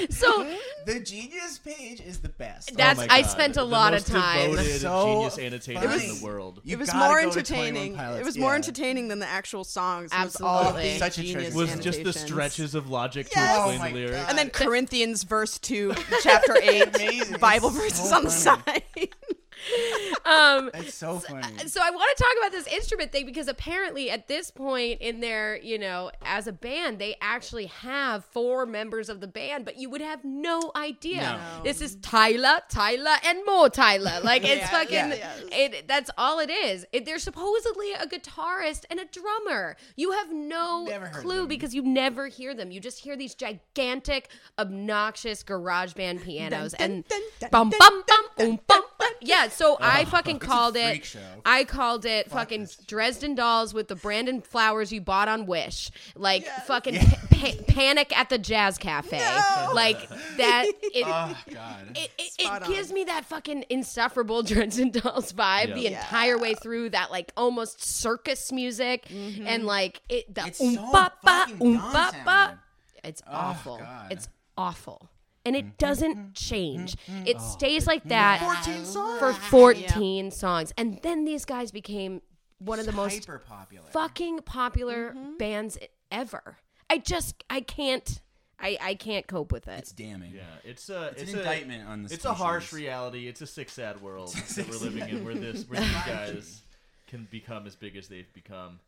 [SPEAKER 1] so <laughs>
[SPEAKER 3] the Genius page is the best.
[SPEAKER 1] That's-
[SPEAKER 2] my
[SPEAKER 1] I
[SPEAKER 2] God.
[SPEAKER 1] spent a
[SPEAKER 2] The
[SPEAKER 1] lot
[SPEAKER 2] most
[SPEAKER 1] of time.
[SPEAKER 2] Devoted
[SPEAKER 3] So
[SPEAKER 2] genius annotator
[SPEAKER 3] funny.
[SPEAKER 2] in the world.
[SPEAKER 3] Oh, You
[SPEAKER 4] it was
[SPEAKER 3] gotta
[SPEAKER 4] more
[SPEAKER 3] go to 21
[SPEAKER 4] entertaining.
[SPEAKER 3] Pilots,
[SPEAKER 4] It was more
[SPEAKER 3] yeah.
[SPEAKER 4] entertaining than the actual songs. It was
[SPEAKER 1] Absolutely.
[SPEAKER 4] all
[SPEAKER 3] Such a
[SPEAKER 4] genius
[SPEAKER 3] treasure.
[SPEAKER 2] was
[SPEAKER 3] His
[SPEAKER 2] just the
[SPEAKER 4] annotations.
[SPEAKER 2] stretches of logic
[SPEAKER 4] Yes.
[SPEAKER 2] to
[SPEAKER 4] Oh
[SPEAKER 2] explain
[SPEAKER 3] my
[SPEAKER 2] the lyrics.
[SPEAKER 1] <laughs>
[SPEAKER 3] God.
[SPEAKER 4] And then Corinthians verse 2, chapter 8,
[SPEAKER 3] Amazing.
[SPEAKER 4] Bible
[SPEAKER 3] It's
[SPEAKER 4] verses
[SPEAKER 3] so
[SPEAKER 4] on the side.
[SPEAKER 1] um
[SPEAKER 3] That's so funny.
[SPEAKER 1] so I want to talk about this instrument thing because apparently at this point in their, you know, as a band, they actually have four members of the band, but you would have no idea.
[SPEAKER 3] No.
[SPEAKER 1] This is Tyler, Tyler, and more Tyler. Like it's
[SPEAKER 4] Yeah,
[SPEAKER 1] fucking
[SPEAKER 4] yeah.
[SPEAKER 1] it that's all it is. It, they're supposedly a guitarist and a drummer. You have no
[SPEAKER 3] Never heard of
[SPEAKER 1] clue
[SPEAKER 3] them.
[SPEAKER 1] because you never hear them. You just hear these gigantic, obnoxious garage band pianos and
[SPEAKER 4] dun, dun,
[SPEAKER 1] bum
[SPEAKER 4] dun,
[SPEAKER 1] bum bum boom bum bum. Yeah, so I fucking
[SPEAKER 3] It's a
[SPEAKER 1] called
[SPEAKER 3] freak
[SPEAKER 1] it.
[SPEAKER 3] show.
[SPEAKER 1] I called it fucking
[SPEAKER 3] this.
[SPEAKER 1] Dresden Dolls with the Brandon Flowers you bought on Wish, like fucking pa- pa- Panic at the Jazz Cafe, like that. It,
[SPEAKER 3] oh god.
[SPEAKER 1] it, it,
[SPEAKER 4] Spot
[SPEAKER 1] it
[SPEAKER 4] on.
[SPEAKER 1] gives me that fucking insufferable <laughs> Dresden Dolls vibe
[SPEAKER 2] Yeah.
[SPEAKER 1] the
[SPEAKER 2] Yeah.
[SPEAKER 1] entire way through. That like almost circus music and like it. The
[SPEAKER 3] Mm-hmm. It's
[SPEAKER 1] oom
[SPEAKER 3] so
[SPEAKER 1] ba ba,
[SPEAKER 3] fucking
[SPEAKER 1] oom
[SPEAKER 3] dumb
[SPEAKER 1] ba ba.
[SPEAKER 3] sounding.
[SPEAKER 1] It's awful.
[SPEAKER 3] God. Mm-hmm.
[SPEAKER 1] It's awful. And it doesn't change. It stays like that for 14 songs. And then these guys became one of the most
[SPEAKER 3] hyper popular.
[SPEAKER 1] fucking popular bands ever. I just I can't I I can't cope with it.
[SPEAKER 3] It's damning.
[SPEAKER 2] Yeah, it's a it's,
[SPEAKER 3] It's
[SPEAKER 2] a,
[SPEAKER 3] an indictment on this.
[SPEAKER 2] It's a harsh reality. It's a sick sad world that we're living in, where this
[SPEAKER 3] <laughs>
[SPEAKER 2] where these guys can become as big as they've become.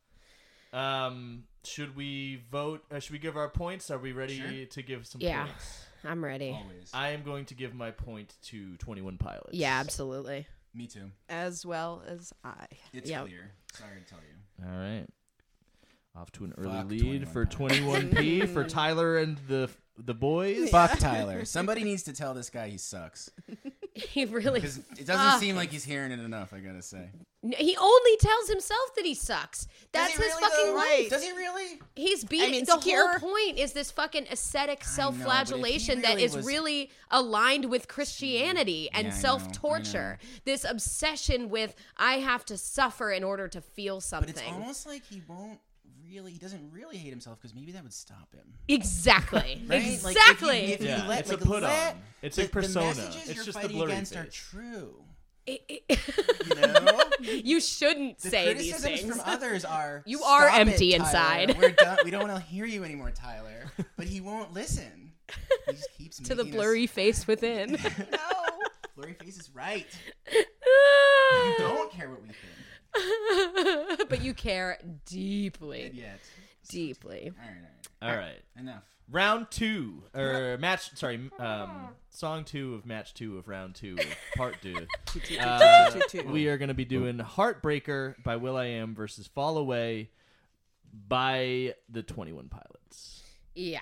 [SPEAKER 2] Um, should we vote? Uh, should we give our points? Are we ready to give some
[SPEAKER 1] Yeah.
[SPEAKER 2] points?
[SPEAKER 1] I'm ready.
[SPEAKER 3] Always.
[SPEAKER 2] I am going to give my point to Twenty One Pilots.
[SPEAKER 1] Yeah, absolutely.
[SPEAKER 3] Me too.
[SPEAKER 4] As well as I.
[SPEAKER 3] It's
[SPEAKER 1] Yep.
[SPEAKER 3] clear. Sorry to tell
[SPEAKER 1] <laughs>
[SPEAKER 3] you.
[SPEAKER 2] All right. Off to an early
[SPEAKER 3] Fuck
[SPEAKER 2] lead
[SPEAKER 3] 21
[SPEAKER 2] for Twenty One P for Tyler and the
[SPEAKER 1] <laughs>
[SPEAKER 2] the boys.
[SPEAKER 3] Fuck Tyler. Somebody needs to tell this guy he sucks
[SPEAKER 1] He really
[SPEAKER 3] because it
[SPEAKER 1] Ah.
[SPEAKER 3] doesn't seem like he's hearing it enough. I gotta say.
[SPEAKER 1] <laughs> he only tells himself that he sucks. That's
[SPEAKER 3] Does he
[SPEAKER 1] his
[SPEAKER 3] really,
[SPEAKER 1] fucking
[SPEAKER 3] though?
[SPEAKER 1] life.
[SPEAKER 3] Does he really?
[SPEAKER 1] He's beating
[SPEAKER 4] I mean,
[SPEAKER 1] the
[SPEAKER 4] secure.
[SPEAKER 1] whole point is this fucking ascetic self-flagellation that
[SPEAKER 3] really
[SPEAKER 1] is
[SPEAKER 3] was-
[SPEAKER 1] really aligned with Christianity and
[SPEAKER 3] Yeah, I know, I
[SPEAKER 1] self-torture. This obsession with I have to suffer in order to feel
[SPEAKER 3] But
[SPEAKER 1] something.
[SPEAKER 3] it's almost like he won't really. He doesn't really hate himself because maybe that would stop him.
[SPEAKER 1] exactly.
[SPEAKER 3] <laughs> Right? Like, if you-
[SPEAKER 1] Exactly.
[SPEAKER 3] if you
[SPEAKER 2] Yeah,
[SPEAKER 3] let-
[SPEAKER 2] it's a
[SPEAKER 3] like,
[SPEAKER 2] put
[SPEAKER 3] let
[SPEAKER 2] on. It's a persona.
[SPEAKER 3] The messages
[SPEAKER 2] It's
[SPEAKER 3] you're
[SPEAKER 2] just the
[SPEAKER 3] fighting
[SPEAKER 2] blurry
[SPEAKER 3] against are
[SPEAKER 2] face.
[SPEAKER 3] true.
[SPEAKER 1] It- it- <laughs>
[SPEAKER 2] <laughs>
[SPEAKER 3] You know.
[SPEAKER 1] you shouldn't
[SPEAKER 3] The
[SPEAKER 1] say these
[SPEAKER 3] criticisms
[SPEAKER 1] things.
[SPEAKER 3] from others are
[SPEAKER 1] <laughs> You are
[SPEAKER 3] "Stop
[SPEAKER 1] empty
[SPEAKER 3] it, Tyler.
[SPEAKER 1] inside."
[SPEAKER 3] We're done. We
[SPEAKER 1] <laughs>
[SPEAKER 3] don't want to hear you anymore, Tyler. But he won't listen.
[SPEAKER 1] <laughs>
[SPEAKER 3] He just keeps
[SPEAKER 1] to the
[SPEAKER 3] <laughs> making us-
[SPEAKER 1] blurry face
[SPEAKER 3] <laughs>
[SPEAKER 1] within. <laughs>
[SPEAKER 3] blurry face is right.
[SPEAKER 1] Ah.
[SPEAKER 3] Don't care what we think.
[SPEAKER 1] but you care deeply,
[SPEAKER 3] And yet,
[SPEAKER 1] deeply.
[SPEAKER 3] all right, all right,
[SPEAKER 2] All right.
[SPEAKER 3] enough.
[SPEAKER 2] round two or match sorry
[SPEAKER 1] Oh.
[SPEAKER 2] um song two of match two of round two of
[SPEAKER 1] <laughs>
[SPEAKER 2] part two Uh, we are going to be doing heartbreaker by will i am versus fall away by the 21 pilots
[SPEAKER 1] Yeah.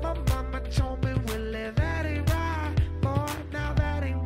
[SPEAKER 7] My mama told me, Willie, that ain't right, boy.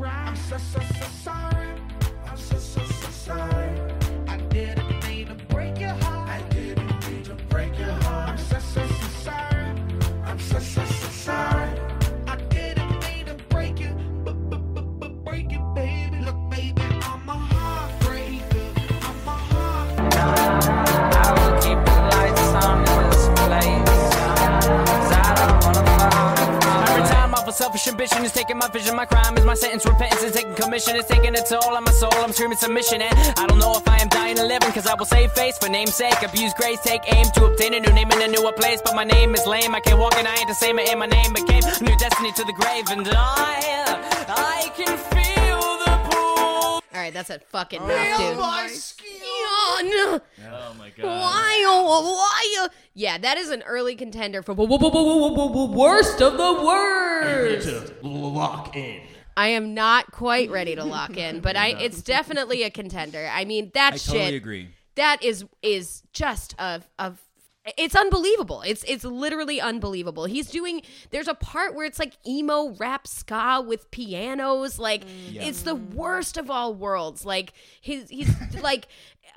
[SPEAKER 7] selfish ambition is taking my vision. My crime is my sentence. Repentance is taking commission. It's taking a toll on my soul. I'm screaming submission. And I don't know if I am dying or living. Cause I will save face for namesake. Abuse grace. Take aim to obtain a new name in a newer place. But my name is lame. I can't walk and I ain't the same. And my name became a new destiny to the grave. And I, I can feel the pull.
[SPEAKER 1] All right, that's a fucking mouth, dude. Oh, no.
[SPEAKER 2] Oh my god.
[SPEAKER 1] Why? oh, Why? Yeah, that is an early contender for wo- wo- wo- wo- wo- wo- wo- worst of the worst.
[SPEAKER 2] To lock in.
[SPEAKER 1] I am not quite ready to lock in, but I it's definitely a contender. I mean that shit that is is just a a it's unbelievable. It's it's literally unbelievable. He's doing there's a part where it's like emo rap ska with pianos. Like
[SPEAKER 3] Mm.
[SPEAKER 1] it's the worst of all worlds. Like his he's <laughs> like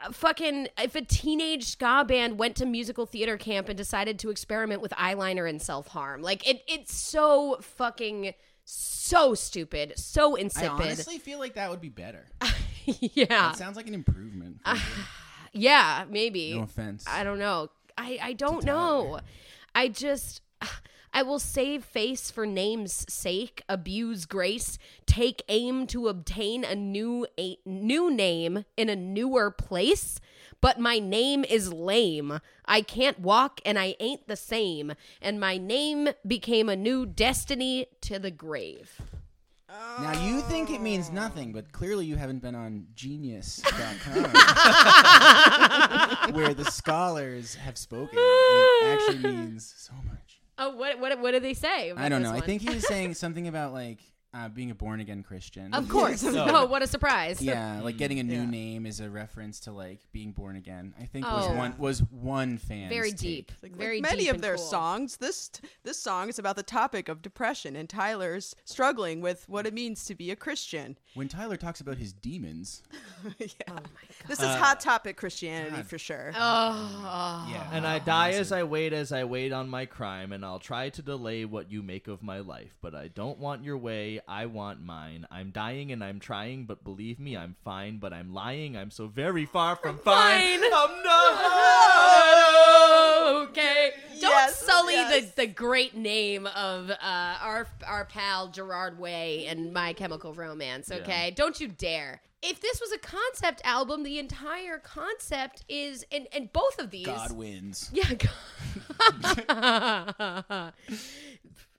[SPEAKER 1] uh, fucking if a teenage ska band went to musical theater camp and decided to experiment with eyeliner and self-harm. Like it it's so fucking so stupid, so
[SPEAKER 3] I
[SPEAKER 1] insipid.
[SPEAKER 3] honestly feel like that would be better.
[SPEAKER 1] <laughs> Ah. yeah.
[SPEAKER 3] That sounds like an improvement. for you.
[SPEAKER 1] Yeah, maybe.
[SPEAKER 3] No offense.
[SPEAKER 1] I don't know. I, I don't know. I just I will save face for name's sake, abuse grace, take aim to obtain a new a new name in a newer place. But my name is lame. I can't walk and I ain't the same. And my name became a new destiny to the grave.
[SPEAKER 3] Now you think it means nothing, but clearly you haven't been on genius.com
[SPEAKER 1] <laughs>
[SPEAKER 3] where the scholars have spoken. It actually means so much.
[SPEAKER 1] Oh, what what what did they say? about
[SPEAKER 3] I don't
[SPEAKER 1] this
[SPEAKER 3] know. I
[SPEAKER 1] one?
[SPEAKER 3] think he
[SPEAKER 1] <laughs>
[SPEAKER 3] was saying something about like uh, being a born again Christian.
[SPEAKER 1] Of
[SPEAKER 3] <laughs>
[SPEAKER 1] course. Mm, oh, what a surprise.
[SPEAKER 3] Yeah, like getting a new name is a reference to like being born again. I think
[SPEAKER 1] Oh.
[SPEAKER 3] was one was one fan.
[SPEAKER 1] Very deep.
[SPEAKER 4] Like,
[SPEAKER 1] Very
[SPEAKER 4] like many
[SPEAKER 1] deep
[SPEAKER 4] of
[SPEAKER 1] and
[SPEAKER 4] their
[SPEAKER 1] cool.
[SPEAKER 4] songs, this this song is about the topic of depression and Tyler's struggling with what it means to be a Christian.
[SPEAKER 3] When Tyler talks about his demons,
[SPEAKER 4] yeah. This is hot topic Christianity for
[SPEAKER 1] Oh,
[SPEAKER 4] sure.
[SPEAKER 1] Ah.
[SPEAKER 3] yeah,
[SPEAKER 2] And I die as I wait, as I wait on my crime, and I'll try to delay what you make of my life. But I don't want your way, I want mine. I'm dying and I'm trying, but believe me, I'm fine. But I'm lying, I'm so very far from fine.
[SPEAKER 1] fine.
[SPEAKER 2] I'm not.
[SPEAKER 1] okay. Don't
[SPEAKER 4] Yes,
[SPEAKER 1] sully
[SPEAKER 4] yes.
[SPEAKER 1] the, the great name of uh, our our pal Gerard Way and My Chemical Romance. Okay, don't you dare. If this was a concept album, the entire concept is and and both of these. <laughs>
[SPEAKER 3] God wins.
[SPEAKER 1] Yeah. God.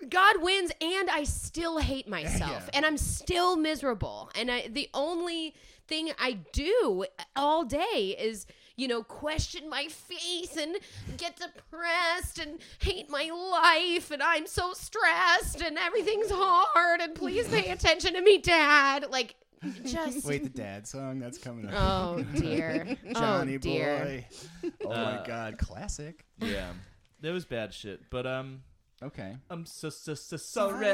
[SPEAKER 1] God wins, and I still hate myself, and I'm still miserable. And I, the only thing I do all day is, you know, question my face and get depressed and hate my life, and I'm so stressed, and everything's hard, and please
[SPEAKER 3] <laughs>
[SPEAKER 1] pay attention to me, Dad. Like, just.
[SPEAKER 3] Wait, the dad song that's coming up.
[SPEAKER 1] Oh dear.
[SPEAKER 3] <laughs> Johnny
[SPEAKER 1] oh dear.
[SPEAKER 3] boy. <laughs> Oh
[SPEAKER 2] Uh,
[SPEAKER 3] my god, classic.
[SPEAKER 2] yeah, that was bad shit. But um,
[SPEAKER 3] Okay.
[SPEAKER 2] I'm so so, so sorry.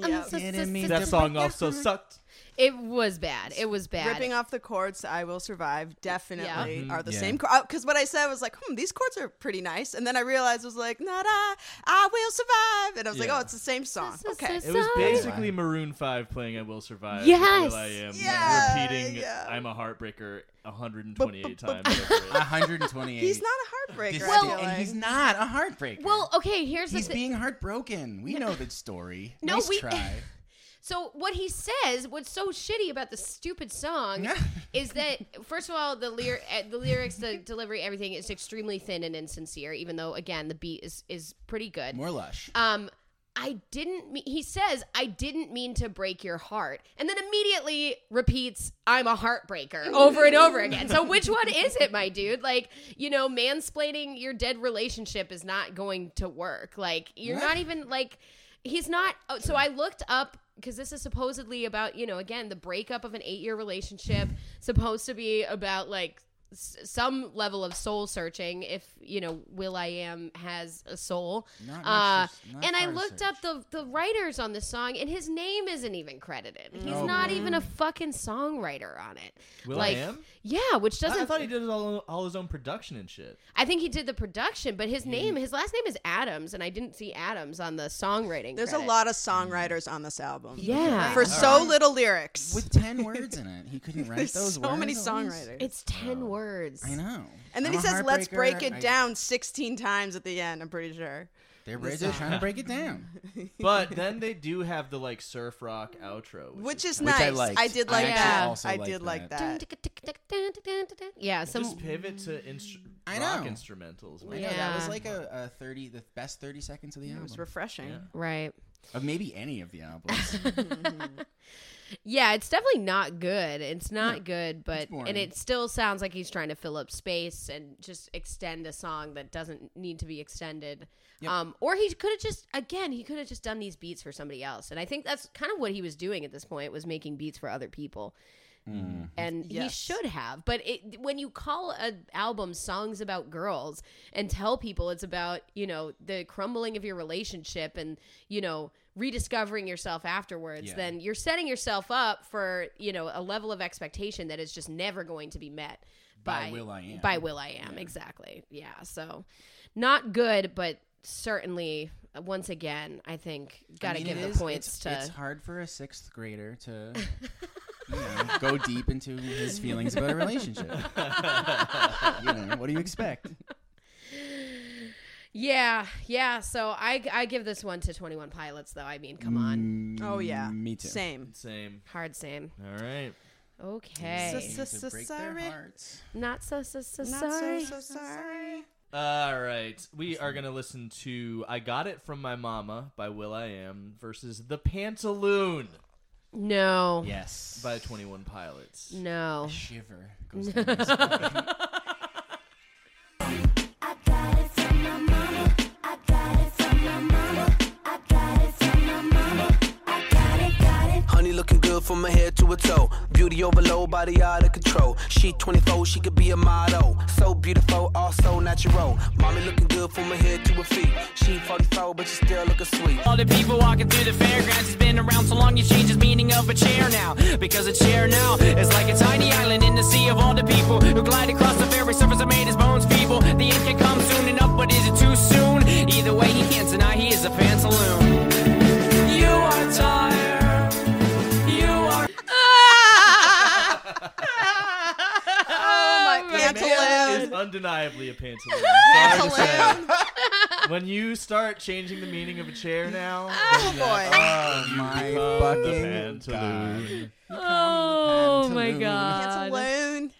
[SPEAKER 1] I'm
[SPEAKER 4] Yeah.
[SPEAKER 1] so-
[SPEAKER 3] Didn't
[SPEAKER 1] so-
[SPEAKER 3] mean
[SPEAKER 1] so-
[SPEAKER 2] That song also sucked.
[SPEAKER 1] It was bad. It was bad.
[SPEAKER 4] Ripping off the chords, to I will survive. Definitely are the
[SPEAKER 3] Yeah.
[SPEAKER 4] same. Because what I said was like, hmm, these chords are pretty nice, and then I realized it was like, not I, I will survive, and I was
[SPEAKER 2] Yeah.
[SPEAKER 4] like, oh, it's the same song. Okay,
[SPEAKER 2] It was
[SPEAKER 1] Sorry.
[SPEAKER 2] basically Maroon Five playing "I Will Survive." with
[SPEAKER 1] Yes.
[SPEAKER 2] Will I am
[SPEAKER 4] Yeah,
[SPEAKER 2] repeating
[SPEAKER 4] yeah.
[SPEAKER 2] "I'm a Heartbreaker" 128
[SPEAKER 4] Bu- bu- bu-
[SPEAKER 2] times. whatever it is.
[SPEAKER 3] 128.
[SPEAKER 4] he's not a heartbreaker. I
[SPEAKER 3] Well,
[SPEAKER 4] feel
[SPEAKER 3] and
[SPEAKER 4] like.
[SPEAKER 3] he's not a heartbreaker.
[SPEAKER 1] Well, okay, here's the
[SPEAKER 3] he's
[SPEAKER 1] thing.
[SPEAKER 3] being heartbroken. We know the story.
[SPEAKER 1] No,
[SPEAKER 3] nice
[SPEAKER 1] we-
[SPEAKER 3] try.
[SPEAKER 1] <laughs>
[SPEAKER 3] <laughs>
[SPEAKER 1] so what he says, what's so shitty about the stupid song <laughs> is that first of all, the lyr- eh, the lyrics, the delivery, everything is extremely thin and insincere even though again the beat is is pretty good.
[SPEAKER 3] More lush.
[SPEAKER 1] um I didn't mean he says I didn't mean to break your heart and then immediately repeats I'm a heartbreaker over and over again. So which one is it my dude? Like, you know, mansplaining your dead relationship is not going to work. Like you're not even like he's not oh, so I looked up because this is supposedly about, you know, again, the breakup of an 8-year relationship supposed to be about like s- some level of soul searching if you know will i am has a soul
[SPEAKER 3] Not
[SPEAKER 1] uh,
[SPEAKER 3] much is- not
[SPEAKER 1] and i
[SPEAKER 3] hard to
[SPEAKER 1] looked
[SPEAKER 3] search.
[SPEAKER 1] up the the writers on this song and his name isn't even credited he's
[SPEAKER 3] No
[SPEAKER 1] not
[SPEAKER 3] way.
[SPEAKER 1] even a fucking songwriter on it
[SPEAKER 2] Will I am?
[SPEAKER 1] yeah which doesn't
[SPEAKER 2] I thought he did it all, all his own production and
[SPEAKER 1] <laughs>
[SPEAKER 2] shit.
[SPEAKER 1] I think he did the production but his name his last name is adams and i didn't see adams on the songwriting
[SPEAKER 4] There's a
[SPEAKER 1] credit.
[SPEAKER 4] lot of
[SPEAKER 3] Mm-hmm.
[SPEAKER 4] songwriters on this album.
[SPEAKER 1] yeah
[SPEAKER 4] For so little lyrics. <laughs>
[SPEAKER 3] With 10 words in it. He couldn't write
[SPEAKER 4] There's
[SPEAKER 3] those
[SPEAKER 4] so
[SPEAKER 3] words.
[SPEAKER 4] many
[SPEAKER 3] at least?
[SPEAKER 4] songwriters.
[SPEAKER 1] it's 10 words.
[SPEAKER 3] I know.
[SPEAKER 4] And
[SPEAKER 3] I'm
[SPEAKER 4] then he
[SPEAKER 3] a
[SPEAKER 4] says, "Let's break
[SPEAKER 3] heartbreaker."
[SPEAKER 4] it
[SPEAKER 3] I-
[SPEAKER 4] down 16 times at the end." I'm pretty sure.
[SPEAKER 3] They're they're trying to break it
[SPEAKER 4] <laughs>
[SPEAKER 3] down.
[SPEAKER 2] But then they do have the like surf rock outro, which,
[SPEAKER 4] Which is
[SPEAKER 3] Which I
[SPEAKER 4] nice. I,
[SPEAKER 3] liked.
[SPEAKER 4] did
[SPEAKER 3] I
[SPEAKER 4] like
[SPEAKER 1] actually
[SPEAKER 4] that.
[SPEAKER 3] also
[SPEAKER 4] I
[SPEAKER 3] liked
[SPEAKER 4] did like
[SPEAKER 3] that.
[SPEAKER 4] that.
[SPEAKER 1] Yeah,
[SPEAKER 2] just
[SPEAKER 1] some
[SPEAKER 2] pivot to instru-
[SPEAKER 3] I
[SPEAKER 2] rock
[SPEAKER 3] know.
[SPEAKER 2] instrumentals.
[SPEAKER 3] I
[SPEAKER 2] man.
[SPEAKER 3] know, that was
[SPEAKER 1] Yeah.
[SPEAKER 3] like a, a thirty, the best thirty seconds of the
[SPEAKER 4] It
[SPEAKER 3] album,
[SPEAKER 4] was refreshing.
[SPEAKER 2] Yeah.
[SPEAKER 1] right.
[SPEAKER 3] of maybe any
[SPEAKER 4] <laughs>
[SPEAKER 3] of the albums.
[SPEAKER 1] Yeah, it's definitely not good. It's not good, but
[SPEAKER 3] boring.
[SPEAKER 1] and it still sounds like he's trying to fill up space and just extend a song that doesn't need to be extended. Um, or he could have just again, he could have just done these beats for somebody else. And I think that's kind of what he was doing at this point was making beats for other people. And he
[SPEAKER 4] Yes.
[SPEAKER 1] should have, but it, when you call an album "Songs About Girls" and tell people it's about you know the crumbling of your relationship and you know rediscovering yourself afterwards,
[SPEAKER 3] Yeah.
[SPEAKER 1] then you're setting yourself up for you know a level of expectation that is just never going to be met by,
[SPEAKER 3] By Will.i-am.
[SPEAKER 1] by will i am exactly yeah so not good but certainly uh, once again i think gotta
[SPEAKER 3] I mean,
[SPEAKER 1] give
[SPEAKER 3] it
[SPEAKER 1] the
[SPEAKER 3] is-
[SPEAKER 1] points
[SPEAKER 3] it's,
[SPEAKER 1] to
[SPEAKER 3] It's hard for a sixth grader
[SPEAKER 4] <laughs>
[SPEAKER 3] to you know, go deep into his feelings about a
[SPEAKER 4] <laughs>
[SPEAKER 3] relationship. you know, what do you expect?
[SPEAKER 1] yeah yeah so i i give this one to 21 pilots though i mean
[SPEAKER 3] Mm,
[SPEAKER 1] come on
[SPEAKER 4] Oh yeah.
[SPEAKER 3] Me too.
[SPEAKER 4] Same.
[SPEAKER 2] Same.
[SPEAKER 1] hard same
[SPEAKER 2] All right.
[SPEAKER 1] okay
[SPEAKER 4] So- so
[SPEAKER 3] To break their
[SPEAKER 4] sorry.
[SPEAKER 3] hearts.
[SPEAKER 1] not so so so
[SPEAKER 4] Not
[SPEAKER 1] sorry
[SPEAKER 4] so, so sorry.
[SPEAKER 2] All right. We are going to listen to I Got It From My Mama by Will I Am versus The Pantaloon
[SPEAKER 1] no
[SPEAKER 3] Yes.
[SPEAKER 2] by 21
[SPEAKER 1] <laughs>
[SPEAKER 2] Pilots.
[SPEAKER 1] no
[SPEAKER 3] shiver goes down my spine.
[SPEAKER 6] Honey looking good from her head to her toe. Beauty overload, body out of control. She 24, she could be a model. So beautiful, also natural. Mommy looking good from her head to her feet. She 44, but she still looking sweet.
[SPEAKER 7] All the people walking through the fairgrounds has been around so long you change the meaning of a chair now. Because a chair now is like a tiny island in the sea of all the people who glide across the very surface that made his bones feeble. The end can come soon enough, but is it too soon? Either way, he can't deny he is a pantaloon. You are tired. You are.
[SPEAKER 4] Oh
[SPEAKER 1] <laughs>
[SPEAKER 4] my
[SPEAKER 2] Man
[SPEAKER 4] pantaloon.
[SPEAKER 2] is undeniably a pantaloon. Sorry to say.
[SPEAKER 4] Pantaloon.
[SPEAKER 2] When you start changing the meaning of a chair now,
[SPEAKER 4] <laughs> Oh
[SPEAKER 1] Ah!
[SPEAKER 2] uh,
[SPEAKER 4] boy.
[SPEAKER 2] you
[SPEAKER 3] My
[SPEAKER 2] become the
[SPEAKER 3] fucking
[SPEAKER 2] pantaloon.
[SPEAKER 1] oh my
[SPEAKER 3] Pantaloon.
[SPEAKER 1] god
[SPEAKER 4] Pantaloon.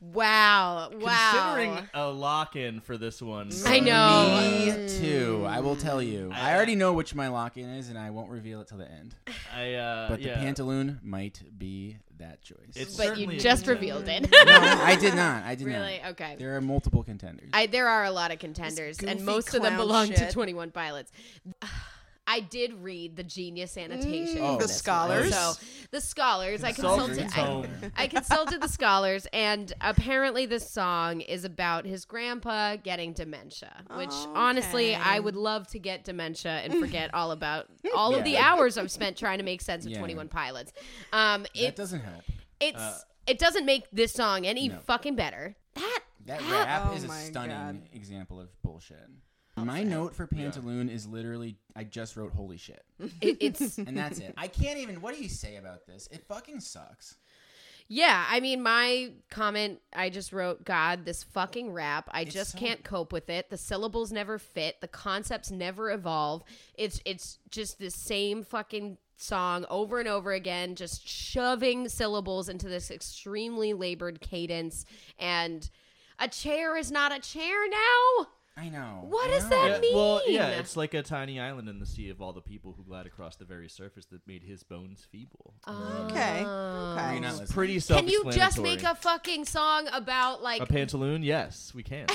[SPEAKER 1] wow wow
[SPEAKER 2] Considering a lock in for this one.
[SPEAKER 1] I know.
[SPEAKER 3] Me too. I will tell you. I already know which my lock-in is, and I won't reveal it till the end.
[SPEAKER 2] I, uh,
[SPEAKER 3] But
[SPEAKER 2] yeah.
[SPEAKER 3] the pantaloon might be that choice.
[SPEAKER 2] It's
[SPEAKER 1] But
[SPEAKER 2] certainly
[SPEAKER 1] you
[SPEAKER 2] a
[SPEAKER 1] just
[SPEAKER 2] contender.
[SPEAKER 1] revealed it. <laughs>
[SPEAKER 3] no, I did not. I did
[SPEAKER 1] really?
[SPEAKER 3] not.
[SPEAKER 1] Okay.
[SPEAKER 3] There are multiple contenders.
[SPEAKER 1] I, there are a lot of contenders, and
[SPEAKER 4] goofy
[SPEAKER 1] most of them
[SPEAKER 4] clown
[SPEAKER 1] belong to
[SPEAKER 4] shit.
[SPEAKER 1] 21 Pilots. <sighs> I did read the Genius annotation.
[SPEAKER 3] Oh,
[SPEAKER 1] for this
[SPEAKER 3] the
[SPEAKER 1] one.
[SPEAKER 4] scholars.
[SPEAKER 1] So the scholars. I
[SPEAKER 2] Consulted
[SPEAKER 1] consulted. I,
[SPEAKER 2] tone.
[SPEAKER 1] I consulted the scholars, and apparently this song is about his grandpa getting dementia. Which honestly,
[SPEAKER 4] Okay.
[SPEAKER 1] I would love to get dementia and forget all about all of the
[SPEAKER 3] Yeah.
[SPEAKER 1] hours I've spent trying to make sense of
[SPEAKER 3] Yeah.
[SPEAKER 1] 21 Pilots. Um,
[SPEAKER 3] that
[SPEAKER 1] it
[SPEAKER 3] doesn't help.
[SPEAKER 1] it's it doesn't make this song any
[SPEAKER 3] No.
[SPEAKER 1] fucking better. That
[SPEAKER 3] That rap
[SPEAKER 4] Oh
[SPEAKER 3] is a
[SPEAKER 4] my
[SPEAKER 3] stunning
[SPEAKER 4] God.
[SPEAKER 3] example of bullshit. My note for Pantaloon is literally, I just wrote holy shit.
[SPEAKER 1] it, it's
[SPEAKER 3] And
[SPEAKER 1] <laughs>
[SPEAKER 3] that's it. I can't even, what do you say about this? It fucking sucks.
[SPEAKER 1] Yeah, I mean, my comment I just wrote, God, this fucking rap. I just
[SPEAKER 3] so-
[SPEAKER 1] can't cope with it. The syllables never fit. The concepts never evolve. It's it's just the same fucking song over and over again, just shoving syllables into this extremely labored cadence. And a chair is not a chair now.
[SPEAKER 3] I know.
[SPEAKER 1] What
[SPEAKER 3] I
[SPEAKER 1] does
[SPEAKER 3] know.
[SPEAKER 1] that
[SPEAKER 2] Yeah, well, yeah,
[SPEAKER 1] mean?
[SPEAKER 2] it's like a tiny island in the sea of all the people who glide across the very surface that made his bones feeble.
[SPEAKER 3] Are
[SPEAKER 4] Okay.
[SPEAKER 3] you
[SPEAKER 4] Okay.
[SPEAKER 3] not
[SPEAKER 2] It's
[SPEAKER 3] listening?
[SPEAKER 1] Oh.
[SPEAKER 2] pretty
[SPEAKER 1] Can you
[SPEAKER 2] self-explanatory.
[SPEAKER 1] just make a fucking song about like
[SPEAKER 2] a pantaloon? Yes,
[SPEAKER 1] <laughs>
[SPEAKER 2] we can.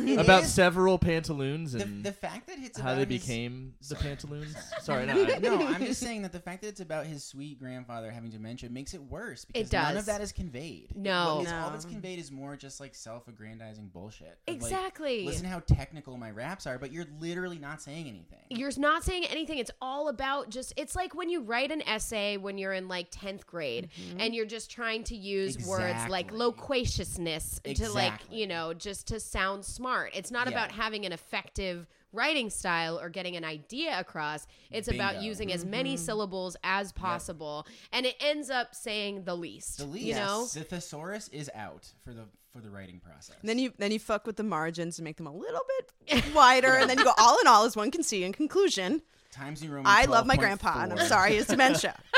[SPEAKER 3] It
[SPEAKER 2] About
[SPEAKER 3] is-
[SPEAKER 2] several pantaloons
[SPEAKER 3] the,
[SPEAKER 2] and
[SPEAKER 3] the fact that it's
[SPEAKER 2] how
[SPEAKER 3] about
[SPEAKER 2] they
[SPEAKER 3] his-
[SPEAKER 2] became
[SPEAKER 1] <laughs>
[SPEAKER 2] the pantaloons. Sorry, no, I-
[SPEAKER 3] <laughs> no, I'm just saying that the fact that it's about his sweet grandfather having dementia makes it worse because none
[SPEAKER 1] does.
[SPEAKER 3] of that is conveyed.
[SPEAKER 1] No.
[SPEAKER 3] What is- all
[SPEAKER 4] No.
[SPEAKER 3] that's conveyed is more just like self-aggrandizing bullshit. of, like,
[SPEAKER 1] Exactly.
[SPEAKER 3] Listen how technical my raps are, but you're literally not saying anything.
[SPEAKER 1] you're not saying anything. It's all about just, it's like when you write an essay when you're in like 10th grade and you're just trying to use words like
[SPEAKER 3] Mm-hmm. Exactly.
[SPEAKER 1] loquaciousness to like,
[SPEAKER 3] Exactly.
[SPEAKER 1] you know, just to sound smart. It's not
[SPEAKER 3] Yeah.
[SPEAKER 1] about having an effective writing style or getting an idea across. It's about
[SPEAKER 3] Bingo. Mm-hmm.
[SPEAKER 1] using as many syllables as possible, and it ends up saying the least.
[SPEAKER 3] The least,
[SPEAKER 1] you know,
[SPEAKER 3] the thesaurus is out for the for the writing process.
[SPEAKER 4] And then you then you fuck with the margins and make them a little bit <laughs> wider, and then you go all in all, as one can see. In
[SPEAKER 3] Mm,
[SPEAKER 4] conclusion,
[SPEAKER 3] Times New Roman.
[SPEAKER 4] I love my
[SPEAKER 3] 12.4.
[SPEAKER 4] grandpa, and I'm sorry, it's dementia.
[SPEAKER 3] <laughs>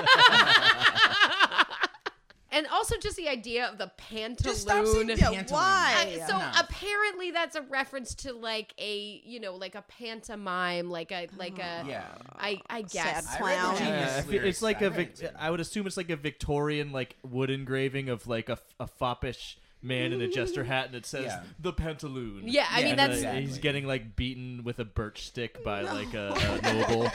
[SPEAKER 1] and also just the idea of the pantaloon.
[SPEAKER 4] Just stop saying, yeah,
[SPEAKER 3] Pantaloon.
[SPEAKER 4] why?
[SPEAKER 1] I- so
[SPEAKER 3] No.
[SPEAKER 1] apparently that's a reference to like a you know like a pantomime like a like a
[SPEAKER 3] Yeah.
[SPEAKER 1] I I guess
[SPEAKER 4] Sad
[SPEAKER 3] I read the
[SPEAKER 4] Clown.
[SPEAKER 3] genius
[SPEAKER 2] Uh,
[SPEAKER 3] lyrics
[SPEAKER 2] it's like a
[SPEAKER 3] back
[SPEAKER 2] Vic-
[SPEAKER 3] then.
[SPEAKER 2] I would assume it's like a Victorian like wood engraving of like a, a foppish man in a jester hat and it says
[SPEAKER 3] Yeah.
[SPEAKER 2] the pantaloon.
[SPEAKER 1] Yeah, I
[SPEAKER 3] Yeah,
[SPEAKER 1] mean
[SPEAKER 2] And,
[SPEAKER 1] that's
[SPEAKER 2] uh, he's
[SPEAKER 3] Exactly.
[SPEAKER 2] getting like beaten with a birch stick by like
[SPEAKER 1] <laughs>
[SPEAKER 2] a, a noble.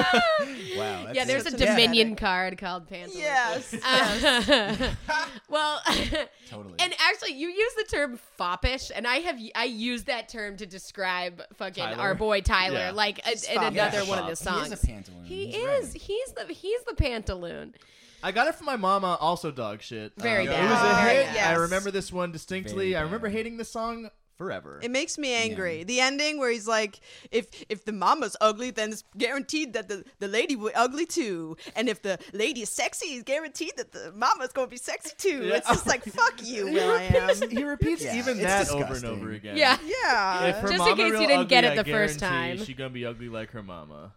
[SPEAKER 3] wow.
[SPEAKER 1] yeah.
[SPEAKER 3] that's-
[SPEAKER 1] There's a
[SPEAKER 4] such a
[SPEAKER 1] Dominion
[SPEAKER 4] pathetic-
[SPEAKER 1] card called Pantaloon.
[SPEAKER 4] Yes.
[SPEAKER 1] Uh, <laughs> well, <laughs>
[SPEAKER 3] Totally.
[SPEAKER 1] and actually, you use the term foppish, and I have I used that term to describe fucking
[SPEAKER 2] Tyler.
[SPEAKER 1] our boy Tyler,
[SPEAKER 2] Yeah.
[SPEAKER 1] like a, in
[SPEAKER 4] foppish.
[SPEAKER 1] another
[SPEAKER 3] Yeah.
[SPEAKER 1] one of the
[SPEAKER 3] He
[SPEAKER 1] songs.
[SPEAKER 3] is a pantaloon.
[SPEAKER 1] He
[SPEAKER 3] He's
[SPEAKER 1] is.
[SPEAKER 3] right.
[SPEAKER 1] He's the he's the pantaloon.
[SPEAKER 2] I got it from my mama, also dog shit.
[SPEAKER 1] Very
[SPEAKER 2] Um,
[SPEAKER 1] bad.
[SPEAKER 2] It was a
[SPEAKER 4] Oh,
[SPEAKER 2] hit.
[SPEAKER 4] yes.
[SPEAKER 2] I remember this one distinctly.
[SPEAKER 3] Very
[SPEAKER 2] I remember
[SPEAKER 3] bad.
[SPEAKER 2] hating this song forever.
[SPEAKER 4] It makes me angry. The ending where he's like, if if the mama's ugly, then it's guaranteed that the, the lady will be ugly too. And if the lady is sexy, it's guaranteed that the mama's gonna be sexy too.
[SPEAKER 2] Yeah.
[SPEAKER 4] It's just like fuck <laughs> you, Will I am.
[SPEAKER 2] he repeats
[SPEAKER 3] Yeah,
[SPEAKER 2] even
[SPEAKER 3] it's
[SPEAKER 2] that over
[SPEAKER 3] disgusting.
[SPEAKER 2] and over again.
[SPEAKER 1] Yeah.
[SPEAKER 2] If her
[SPEAKER 4] Yeah.
[SPEAKER 1] Just in
[SPEAKER 2] mama
[SPEAKER 1] case you
[SPEAKER 2] real
[SPEAKER 1] didn't
[SPEAKER 2] ugly,
[SPEAKER 1] get it
[SPEAKER 2] I
[SPEAKER 1] the first
[SPEAKER 2] guarantee
[SPEAKER 1] time.
[SPEAKER 2] she gonna be ugly like her mama.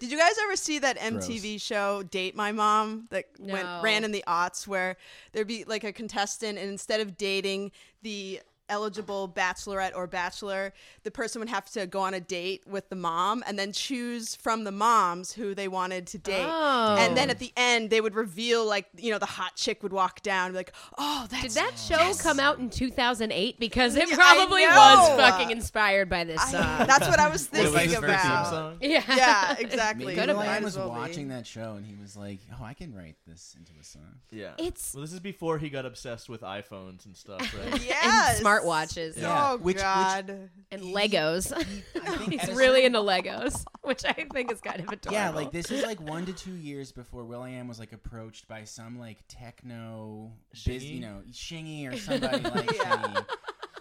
[SPEAKER 4] Did you guys ever see that MTV show Date My Mom that went
[SPEAKER 1] No.
[SPEAKER 4] ran in the aughts where there'd be like a contestant and instead of dating the eligible bachelorette or bachelor, the person would have to go on a date with the mom and then choose from the moms who they wanted to date.
[SPEAKER 1] Oh.
[SPEAKER 4] And then at the end they would reveal like, you know, the hot chick would walk down and be like, "Oh, that's
[SPEAKER 1] Did that show come out in 200008? Because it
[SPEAKER 4] Yeah, I
[SPEAKER 1] probably
[SPEAKER 4] know.
[SPEAKER 1] was fucking inspired by this song.
[SPEAKER 4] I- <laughs> that's what I was
[SPEAKER 2] It was
[SPEAKER 4] thinking
[SPEAKER 2] his first theme
[SPEAKER 4] about."
[SPEAKER 2] song.
[SPEAKER 1] <laughs> yeah.
[SPEAKER 4] Yeah, exactly.
[SPEAKER 3] Maybe
[SPEAKER 1] Could have been.
[SPEAKER 4] Might
[SPEAKER 3] Ryan
[SPEAKER 4] as
[SPEAKER 3] was
[SPEAKER 4] well be.
[SPEAKER 3] watching that show and he was like, "Oh, I can write this into a song."
[SPEAKER 2] Yeah.
[SPEAKER 1] It's-
[SPEAKER 2] well, this is before he got obsessed with iPhones
[SPEAKER 1] <laughs>
[SPEAKER 2] and stuff, right?
[SPEAKER 4] Yes.
[SPEAKER 1] And smartwatches
[SPEAKER 3] Yeah.
[SPEAKER 4] Oh
[SPEAKER 3] Which- which-
[SPEAKER 4] god.
[SPEAKER 1] and Legos.
[SPEAKER 3] I
[SPEAKER 1] <laughs>
[SPEAKER 3] think
[SPEAKER 1] He's
[SPEAKER 3] Edison-
[SPEAKER 1] really into Legos, which I think is kind of adorable.
[SPEAKER 3] Yeah, like this is like one to two years before William was like approached by some like techno, biz,
[SPEAKER 2] Shingy?
[SPEAKER 3] you know, Shingy or somebody
[SPEAKER 1] <laughs>
[SPEAKER 3] like
[SPEAKER 4] Yeah.
[SPEAKER 3] Shingy,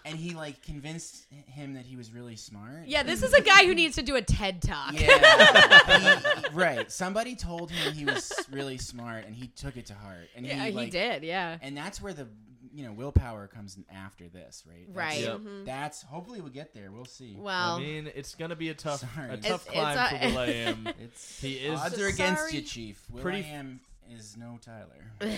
[SPEAKER 3] and he like convinced him that he was really smart.
[SPEAKER 1] Yeah, this is a guy who needs to do a TED talk. <laughs>
[SPEAKER 3] Yeah, he- right. Somebody told him he was really smart, and he took it to heart. And
[SPEAKER 1] Yeah,
[SPEAKER 3] he,
[SPEAKER 1] he
[SPEAKER 3] like-
[SPEAKER 1] did. Yeah.
[SPEAKER 3] And that's where the you know willpower comes in after this, right? That's-
[SPEAKER 1] Right. Mm-hmm.
[SPEAKER 2] Yep.
[SPEAKER 3] That's hopefully we'll get there. We'll see.
[SPEAKER 1] Well,
[SPEAKER 2] I mean, it's gonna be a tough,
[SPEAKER 3] Sorry.
[SPEAKER 2] a
[SPEAKER 3] It's-
[SPEAKER 2] tough
[SPEAKER 1] it's
[SPEAKER 2] climb
[SPEAKER 1] a-
[SPEAKER 2] for Will I
[SPEAKER 1] <laughs>
[SPEAKER 2] Am.
[SPEAKER 3] it's
[SPEAKER 2] He is
[SPEAKER 3] odds are against
[SPEAKER 4] Sorry.
[SPEAKER 3] you, Chief. Will
[SPEAKER 2] Pretty-
[SPEAKER 3] I am is no
[SPEAKER 1] <laughs>
[SPEAKER 3] Tyler.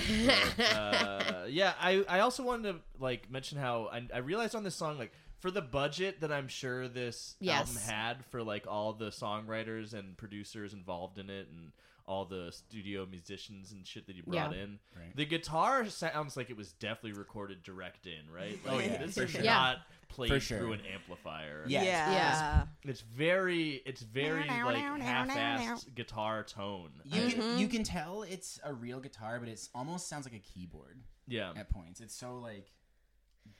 [SPEAKER 2] uh, yeah, I, I also wanted to like mention how I, I realized on this song like for the budget that I'm sure this album
[SPEAKER 1] Yes.
[SPEAKER 2] had for like all the songwriters and producers involved in it and all the studio musicians and shit that you brought
[SPEAKER 1] Yeah.
[SPEAKER 2] in.
[SPEAKER 3] Right.
[SPEAKER 2] The guitar sounds like it was definitely recorded direct in, right? Like,
[SPEAKER 3] Oh, yeah,
[SPEAKER 2] this
[SPEAKER 3] for
[SPEAKER 2] is
[SPEAKER 3] sure.
[SPEAKER 1] Yeah.
[SPEAKER 2] not played
[SPEAKER 3] For sure.
[SPEAKER 2] through an amplifier.
[SPEAKER 3] Yeah.
[SPEAKER 4] Yeah.
[SPEAKER 1] Yeah.
[SPEAKER 2] It's very it's very like half-assed guitar tone.
[SPEAKER 3] You can
[SPEAKER 1] Mm-hmm.
[SPEAKER 3] you can tell it's a real guitar, but it's almost sounds like a keyboard
[SPEAKER 2] Yeah.
[SPEAKER 3] at points. It's so like,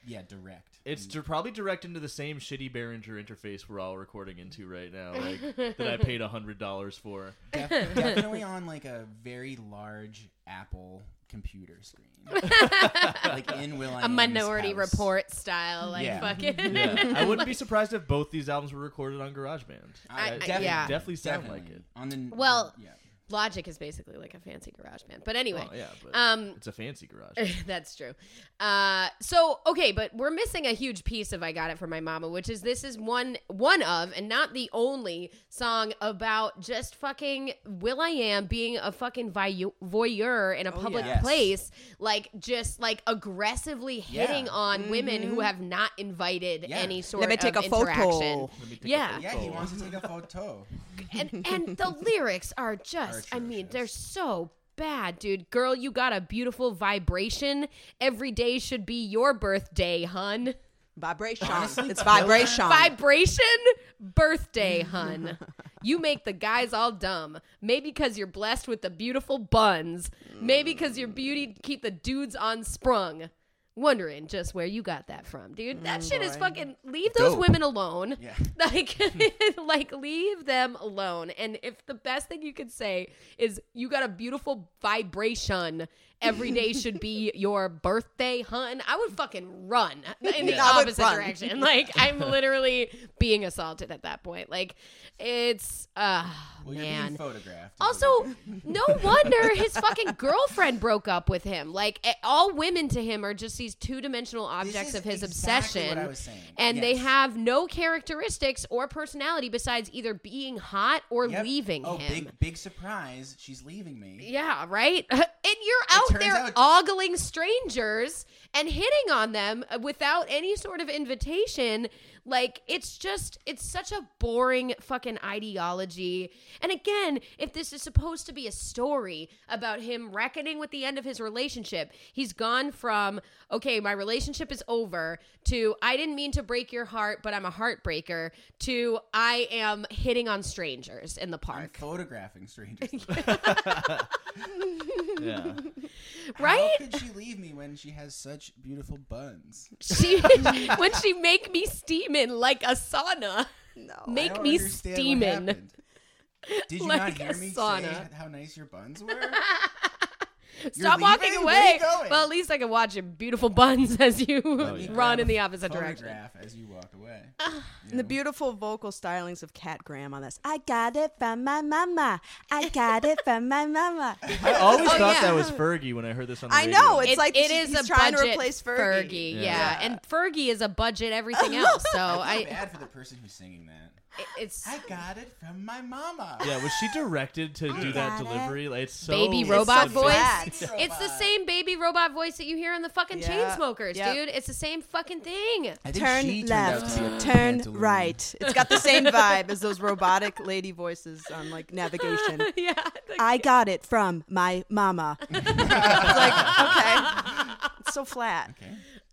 [SPEAKER 3] yeah, direct. Mm.
[SPEAKER 2] It's di- probably direct into the same shitty Behringer interface we're all recording into right now, like that I paid hundred dollars
[SPEAKER 1] <laughs>
[SPEAKER 2] for.
[SPEAKER 3] Def- definitely on like a very large Apple computer
[SPEAKER 1] <laughs>
[SPEAKER 3] screen, like in Will I
[SPEAKER 1] a
[SPEAKER 3] Am's
[SPEAKER 1] Minority
[SPEAKER 3] house.
[SPEAKER 1] Report style, like
[SPEAKER 3] Yeah.
[SPEAKER 1] fucking.
[SPEAKER 2] Yeah, I wouldn't be surprised if both these albums were recorded on GarageBand.
[SPEAKER 1] I-
[SPEAKER 3] Uh,
[SPEAKER 1] I-
[SPEAKER 3] defi-
[SPEAKER 1] yeah.
[SPEAKER 2] Definitely sound like
[SPEAKER 3] definitely.
[SPEAKER 2] it.
[SPEAKER 3] On the
[SPEAKER 1] Well-
[SPEAKER 3] yeah.
[SPEAKER 1] <laughs> Logic is basically like a fancy garage band, but anyway,
[SPEAKER 3] Oh,
[SPEAKER 2] Well, Oh, yeah, but
[SPEAKER 1] um,
[SPEAKER 2] it's a fancy
[SPEAKER 1] <laughs>
[SPEAKER 2] garage.
[SPEAKER 1] That's true. Uh, so okay, but we're missing a huge piece of "I Got It from My Mama," which is this is one one of and not the only song about just fucking Will I Am being a fucking voyeu- voyeur in a public
[SPEAKER 3] yeah. Yes.
[SPEAKER 1] place, like just like aggressively hitting
[SPEAKER 3] Yeah.
[SPEAKER 1] on women who have not invited
[SPEAKER 3] Yeah.
[SPEAKER 1] any sort
[SPEAKER 4] Let me take
[SPEAKER 1] of
[SPEAKER 4] a photo.
[SPEAKER 1] um, interaction.
[SPEAKER 2] Let me take a
[SPEAKER 1] Yeah,
[SPEAKER 2] photo.
[SPEAKER 3] Yeah, he wants to take a photo.
[SPEAKER 1] and and the lyrics are just I mean, they're so bad, dude. Girl, you got a beautiful vibration. Every day should be your birthday, hun.
[SPEAKER 4] Vibration. it's vibration.
[SPEAKER 1] Vibration birthday, hun. You make the guys all dumb. Maybe because you're blessed with the beautiful buns. Maybe because your beauty keep the dudes on sprung. wondering just where you got that from, dude. That shit is
[SPEAKER 4] boy.
[SPEAKER 1] fucking leave those
[SPEAKER 3] Dope.
[SPEAKER 1] women alone.
[SPEAKER 3] Yeah.
[SPEAKER 1] <laughs> Like like leave them alone. And if the best thing you could say is you got a beautiful vibration, every day should be your birthday, hun, I would fucking run in the
[SPEAKER 4] Yeah. I would
[SPEAKER 1] opposite
[SPEAKER 4] run.
[SPEAKER 1] direction. Like I'm literally being assaulted at that point. Like it's uh
[SPEAKER 3] Well, you're being
[SPEAKER 1] man.
[SPEAKER 3] photographed.
[SPEAKER 1] Also, no wonder his fucking girlfriend broke up with him. Like eh, all women to him are just these two-dimensional
[SPEAKER 3] This
[SPEAKER 1] objects
[SPEAKER 3] is
[SPEAKER 1] of his
[SPEAKER 3] exactly
[SPEAKER 1] obsession.
[SPEAKER 3] What I was saying.
[SPEAKER 1] And they
[SPEAKER 3] Yes.
[SPEAKER 1] have no characteristics or personality besides either being hot or
[SPEAKER 3] Yep.
[SPEAKER 1] leaving
[SPEAKER 3] oh,
[SPEAKER 1] him.
[SPEAKER 3] big big surprise! She's leaving me.
[SPEAKER 1] Yeah, right? <laughs> and you're out
[SPEAKER 3] turns
[SPEAKER 1] there
[SPEAKER 3] out-
[SPEAKER 1] ogling strangers and hitting on them without any sort of invitation. Like, it's just, it's such a boring fucking ideology. And again, if this is supposed to be a story about him reckoning with the end of his relationship, he's gone from, okay, my relationship is over, to I didn't mean to break your heart, but I'm a heartbreaker, to I am hitting on strangers in the
[SPEAKER 3] I'm
[SPEAKER 1] park.
[SPEAKER 3] photographing strangers.
[SPEAKER 1] <laughs>
[SPEAKER 2] Yeah.
[SPEAKER 1] Right?
[SPEAKER 3] How could she leave me when she has such beautiful buns?
[SPEAKER 1] She <laughs> when she make me steaming like a sauna.
[SPEAKER 4] No.
[SPEAKER 3] I
[SPEAKER 1] Make
[SPEAKER 3] don't
[SPEAKER 1] me
[SPEAKER 3] understand what
[SPEAKER 1] steaming.
[SPEAKER 3] happened. Did
[SPEAKER 1] <laughs>
[SPEAKER 3] you
[SPEAKER 1] Like
[SPEAKER 3] not
[SPEAKER 1] a
[SPEAKER 3] hear me
[SPEAKER 1] sauna.
[SPEAKER 3] say how nice your
[SPEAKER 1] <laughs>
[SPEAKER 3] buns were?
[SPEAKER 1] Stop
[SPEAKER 3] leaving?
[SPEAKER 1] walking
[SPEAKER 3] Where
[SPEAKER 1] away.
[SPEAKER 3] you going?
[SPEAKER 1] Well, at least I can watch your beautiful buns <laughs> as you
[SPEAKER 3] Oh,
[SPEAKER 2] yeah.
[SPEAKER 1] run
[SPEAKER 3] Grab
[SPEAKER 1] in
[SPEAKER 3] a
[SPEAKER 1] the opposite direction.
[SPEAKER 3] photograph as you walk away.
[SPEAKER 4] And the beautiful vocal stylings of Cat Graham on this. I got it from my mama. I got it from my mama.
[SPEAKER 2] I always
[SPEAKER 1] Oh,
[SPEAKER 2] thought
[SPEAKER 1] yeah.
[SPEAKER 2] that was Fergie when I heard this on the
[SPEAKER 4] I
[SPEAKER 2] radio.
[SPEAKER 4] know, It's
[SPEAKER 1] It-
[SPEAKER 4] like
[SPEAKER 1] it
[SPEAKER 4] she-
[SPEAKER 1] is
[SPEAKER 4] he's
[SPEAKER 1] a
[SPEAKER 4] trying to
[SPEAKER 1] budget
[SPEAKER 4] replace Fergie.
[SPEAKER 1] Yeah.
[SPEAKER 2] Yeah.
[SPEAKER 1] and Fergie is a budget everything else. So
[SPEAKER 3] I feel
[SPEAKER 1] Oh, I,
[SPEAKER 3] bad for the person who's singing that.
[SPEAKER 1] it's
[SPEAKER 3] I got it from my <laughs> mama.
[SPEAKER 2] Yeah, was she directed to do that
[SPEAKER 4] got it.
[SPEAKER 2] delivery? Like, it's so
[SPEAKER 1] Baby
[SPEAKER 2] it's
[SPEAKER 1] robot
[SPEAKER 2] so
[SPEAKER 1] voice?
[SPEAKER 2] bad.
[SPEAKER 4] It's
[SPEAKER 1] it's the
[SPEAKER 3] robot.
[SPEAKER 1] same baby robot voice that you hear in the fucking
[SPEAKER 4] Yeah.
[SPEAKER 1] Chainsmokers,
[SPEAKER 4] Yep.
[SPEAKER 1] dude. It's the same fucking thing. <laughs>
[SPEAKER 3] I think she
[SPEAKER 4] Turn
[SPEAKER 3] turned out to be a
[SPEAKER 4] left, turn
[SPEAKER 3] pantaloon.
[SPEAKER 4] right. It's got the same vibe as those robotic lady voices on like navigation.
[SPEAKER 1] yeah,
[SPEAKER 4] I got it from my mama. it's like, okay. It's so flat.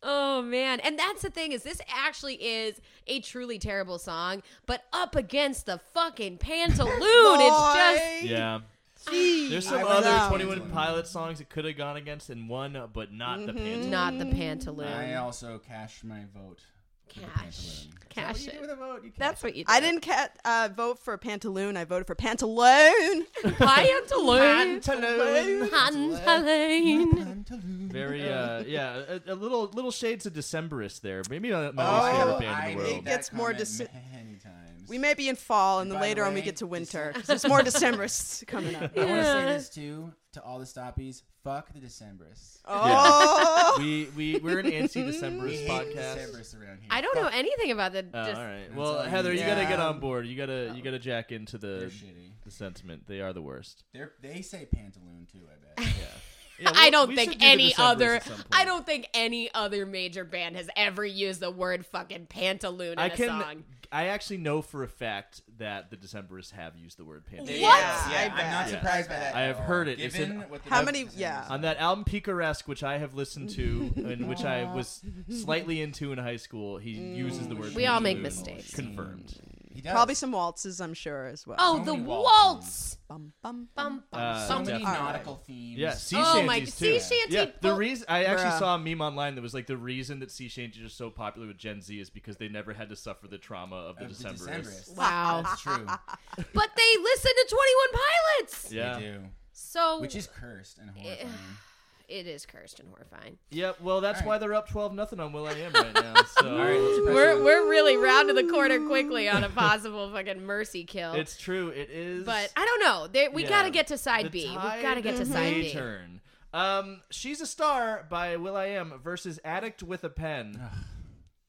[SPEAKER 1] Oh man, and that's the thing is this actually is a truly terrible song, but up against the fucking pantaloon, it's just
[SPEAKER 2] Yeah. There's
[SPEAKER 3] I
[SPEAKER 2] some
[SPEAKER 3] love
[SPEAKER 2] other
[SPEAKER 4] that.
[SPEAKER 2] 21 Pilot songs it could have gone against and won, uh, but not
[SPEAKER 3] Mm-hmm.
[SPEAKER 2] the Pantaloon.
[SPEAKER 1] not the pantaloon.
[SPEAKER 3] I also cashed my vote. for the
[SPEAKER 1] Cash,
[SPEAKER 3] pantaloon. What
[SPEAKER 1] cash
[SPEAKER 3] do you do
[SPEAKER 1] it.
[SPEAKER 3] with a vote? You cash
[SPEAKER 1] That's
[SPEAKER 3] it.
[SPEAKER 1] what you. Did.
[SPEAKER 4] I didn't ca- uh, vote for Pantaloon. I voted for Pantaloon.
[SPEAKER 1] pantaloon.
[SPEAKER 2] Pantaloon.
[SPEAKER 1] Pantaloon.
[SPEAKER 3] Pantaloon.
[SPEAKER 2] Very,
[SPEAKER 3] <laughs>
[SPEAKER 2] uh, yeah, a, a little little shades of Decemberist there. Maybe not my
[SPEAKER 3] Oh,
[SPEAKER 2] least favorite band
[SPEAKER 3] I
[SPEAKER 2] in the
[SPEAKER 3] made
[SPEAKER 2] world.
[SPEAKER 4] think that- gets
[SPEAKER 3] that
[SPEAKER 4] more
[SPEAKER 3] comment
[SPEAKER 4] dis-
[SPEAKER 3] many times.
[SPEAKER 4] We may be in fall, and then
[SPEAKER 3] By the
[SPEAKER 4] later on we
[SPEAKER 3] way,
[SPEAKER 4] get to
[SPEAKER 3] you
[SPEAKER 4] winter.
[SPEAKER 3] said-
[SPEAKER 4] 'cause There's more Decemberists coming up.
[SPEAKER 3] I want to say
[SPEAKER 1] Yeah.
[SPEAKER 3] this too to all the stoppies. Fuck the Decemberists.
[SPEAKER 4] Oh,
[SPEAKER 2] we, we, we're an
[SPEAKER 3] <laughs> We
[SPEAKER 2] anti-Decemberist
[SPEAKER 3] hate
[SPEAKER 2] podcast.
[SPEAKER 3] Decemberists around here.
[SPEAKER 1] I don't know anything about the.
[SPEAKER 2] Oh,
[SPEAKER 1] just-
[SPEAKER 2] all right.
[SPEAKER 3] That's
[SPEAKER 2] Well,
[SPEAKER 3] all you
[SPEAKER 2] Heather,
[SPEAKER 3] need. Oh.
[SPEAKER 2] you gotta get
[SPEAKER 4] Yeah.
[SPEAKER 2] on board. You gotta you gotta jack into
[SPEAKER 3] They're
[SPEAKER 2] the
[SPEAKER 3] shitty.
[SPEAKER 2] the sentiment. They are the worst.
[SPEAKER 3] They're, they say pantaloon too.
[SPEAKER 1] <laughs>
[SPEAKER 3] I bet.
[SPEAKER 2] Yeah,
[SPEAKER 1] I
[SPEAKER 2] we-
[SPEAKER 1] don't
[SPEAKER 2] we
[SPEAKER 1] think
[SPEAKER 2] should do the
[SPEAKER 1] any
[SPEAKER 2] Decemberists
[SPEAKER 1] other.
[SPEAKER 2] at some point.
[SPEAKER 1] I don't think any other major band has ever used the word fucking pantaloon in
[SPEAKER 2] I
[SPEAKER 1] a
[SPEAKER 2] can.
[SPEAKER 1] song.
[SPEAKER 2] I actually know for a fact that the Decemberists have used the word pantaloon.
[SPEAKER 4] What?
[SPEAKER 3] Yeah,
[SPEAKER 4] I bet.
[SPEAKER 3] I'm not
[SPEAKER 2] Yeah.
[SPEAKER 3] surprised by that.
[SPEAKER 2] I
[SPEAKER 3] at
[SPEAKER 2] have
[SPEAKER 3] all,
[SPEAKER 2] heard it. It's
[SPEAKER 3] Given
[SPEAKER 2] in-
[SPEAKER 3] what the
[SPEAKER 4] How
[SPEAKER 3] Decemberists
[SPEAKER 4] many-
[SPEAKER 3] are
[SPEAKER 4] yeah.
[SPEAKER 2] On that album Picaresque, which I have
[SPEAKER 1] <laughs>
[SPEAKER 2] listened to and which I was slightly into in high school, he uses the word.
[SPEAKER 1] Mm. We all make
[SPEAKER 2] pantaloon.
[SPEAKER 1] mistakes. Mm.
[SPEAKER 2] Confirmed.
[SPEAKER 3] He does.
[SPEAKER 4] probably some waltzes, I'm sure as well.
[SPEAKER 1] Oh,
[SPEAKER 3] Only
[SPEAKER 1] the
[SPEAKER 3] waltz.
[SPEAKER 1] waltz.
[SPEAKER 4] Bum, bum, bum.
[SPEAKER 1] Bum, bum,
[SPEAKER 2] Uh,
[SPEAKER 3] so
[SPEAKER 1] bum,
[SPEAKER 3] many
[SPEAKER 2] definitely.
[SPEAKER 3] nautical themes.
[SPEAKER 2] Yeah,
[SPEAKER 3] <laughs>
[SPEAKER 2] sea
[SPEAKER 1] Oh my-
[SPEAKER 2] shanties
[SPEAKER 1] sea
[SPEAKER 2] too.
[SPEAKER 1] shanty
[SPEAKER 2] Yeah, the
[SPEAKER 1] folk-
[SPEAKER 2] reason I actually
[SPEAKER 4] Bruh.
[SPEAKER 2] saw a meme online that was like the reason that sea shanties are so popular with Gen Z is because they never had to suffer the trauma of the
[SPEAKER 3] Of the
[SPEAKER 2] Decemberists.
[SPEAKER 3] Decemberists.
[SPEAKER 1] Wow.
[SPEAKER 3] That's true.
[SPEAKER 1] but they listen to 21 Pilots.
[SPEAKER 2] Yeah.
[SPEAKER 3] They do.
[SPEAKER 1] So
[SPEAKER 3] Which is cursed and horrifying.
[SPEAKER 1] it is cursed and horrifying.
[SPEAKER 2] Yeah, well, that's
[SPEAKER 3] All right.
[SPEAKER 2] why they're up 12 nothing on Will I Am
[SPEAKER 1] <laughs>
[SPEAKER 2] right now. So
[SPEAKER 3] All right, let's press
[SPEAKER 1] We're
[SPEAKER 3] on.
[SPEAKER 1] we're really round to the corner quickly on a <laughs> possible fucking mercy kill.
[SPEAKER 2] it's true. It is.
[SPEAKER 1] but I don't know. There, we
[SPEAKER 2] yeah.
[SPEAKER 1] gotta get to side
[SPEAKER 2] The
[SPEAKER 1] B. We
[SPEAKER 2] tide
[SPEAKER 1] gotta get to
[SPEAKER 2] may
[SPEAKER 1] side B.
[SPEAKER 2] Turn. Um, She's a Star by Will I Am versus Addict with a Pen.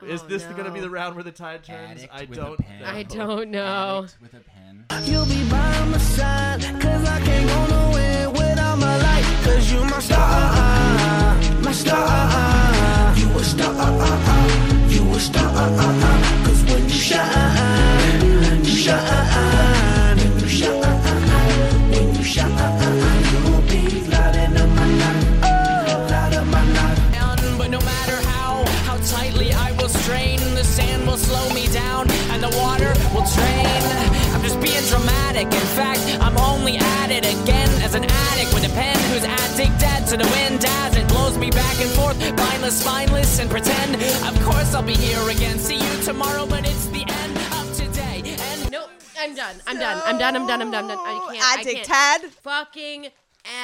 [SPEAKER 2] is
[SPEAKER 1] Oh,
[SPEAKER 2] this going to
[SPEAKER 1] no.
[SPEAKER 2] be the round where the tide turns?
[SPEAKER 3] Addict
[SPEAKER 2] I
[SPEAKER 3] with a
[SPEAKER 2] don't.
[SPEAKER 3] pen.
[SPEAKER 2] know.
[SPEAKER 1] I don't know.
[SPEAKER 3] Addict with a pen.
[SPEAKER 6] You'll be by my side, cause I can't go nowhere without my light. Cause you my star, my star. You a star, you a star. Cause when you shine, you shine, you shine. When you shine, you'll be lighting up my life, oh, light up my life.
[SPEAKER 7] down, but no matter how, how tightly I will strain, the sand will slow me down and the water will drain. I'm just being dramatic. In fact, I'm only at it again as an addict with a pen who's addicted to the wind as it blows me back and forth forth, mindless, spineless, and pretend. Of course, I'll be here again. See you tomorrow, but it's the end of today. And
[SPEAKER 1] Nope. I'm done. I'm done. I'm done. I'm done. I'm done. I'm done. I can't. I
[SPEAKER 4] Addict,
[SPEAKER 1] can't.
[SPEAKER 4] Tad.
[SPEAKER 1] Fucking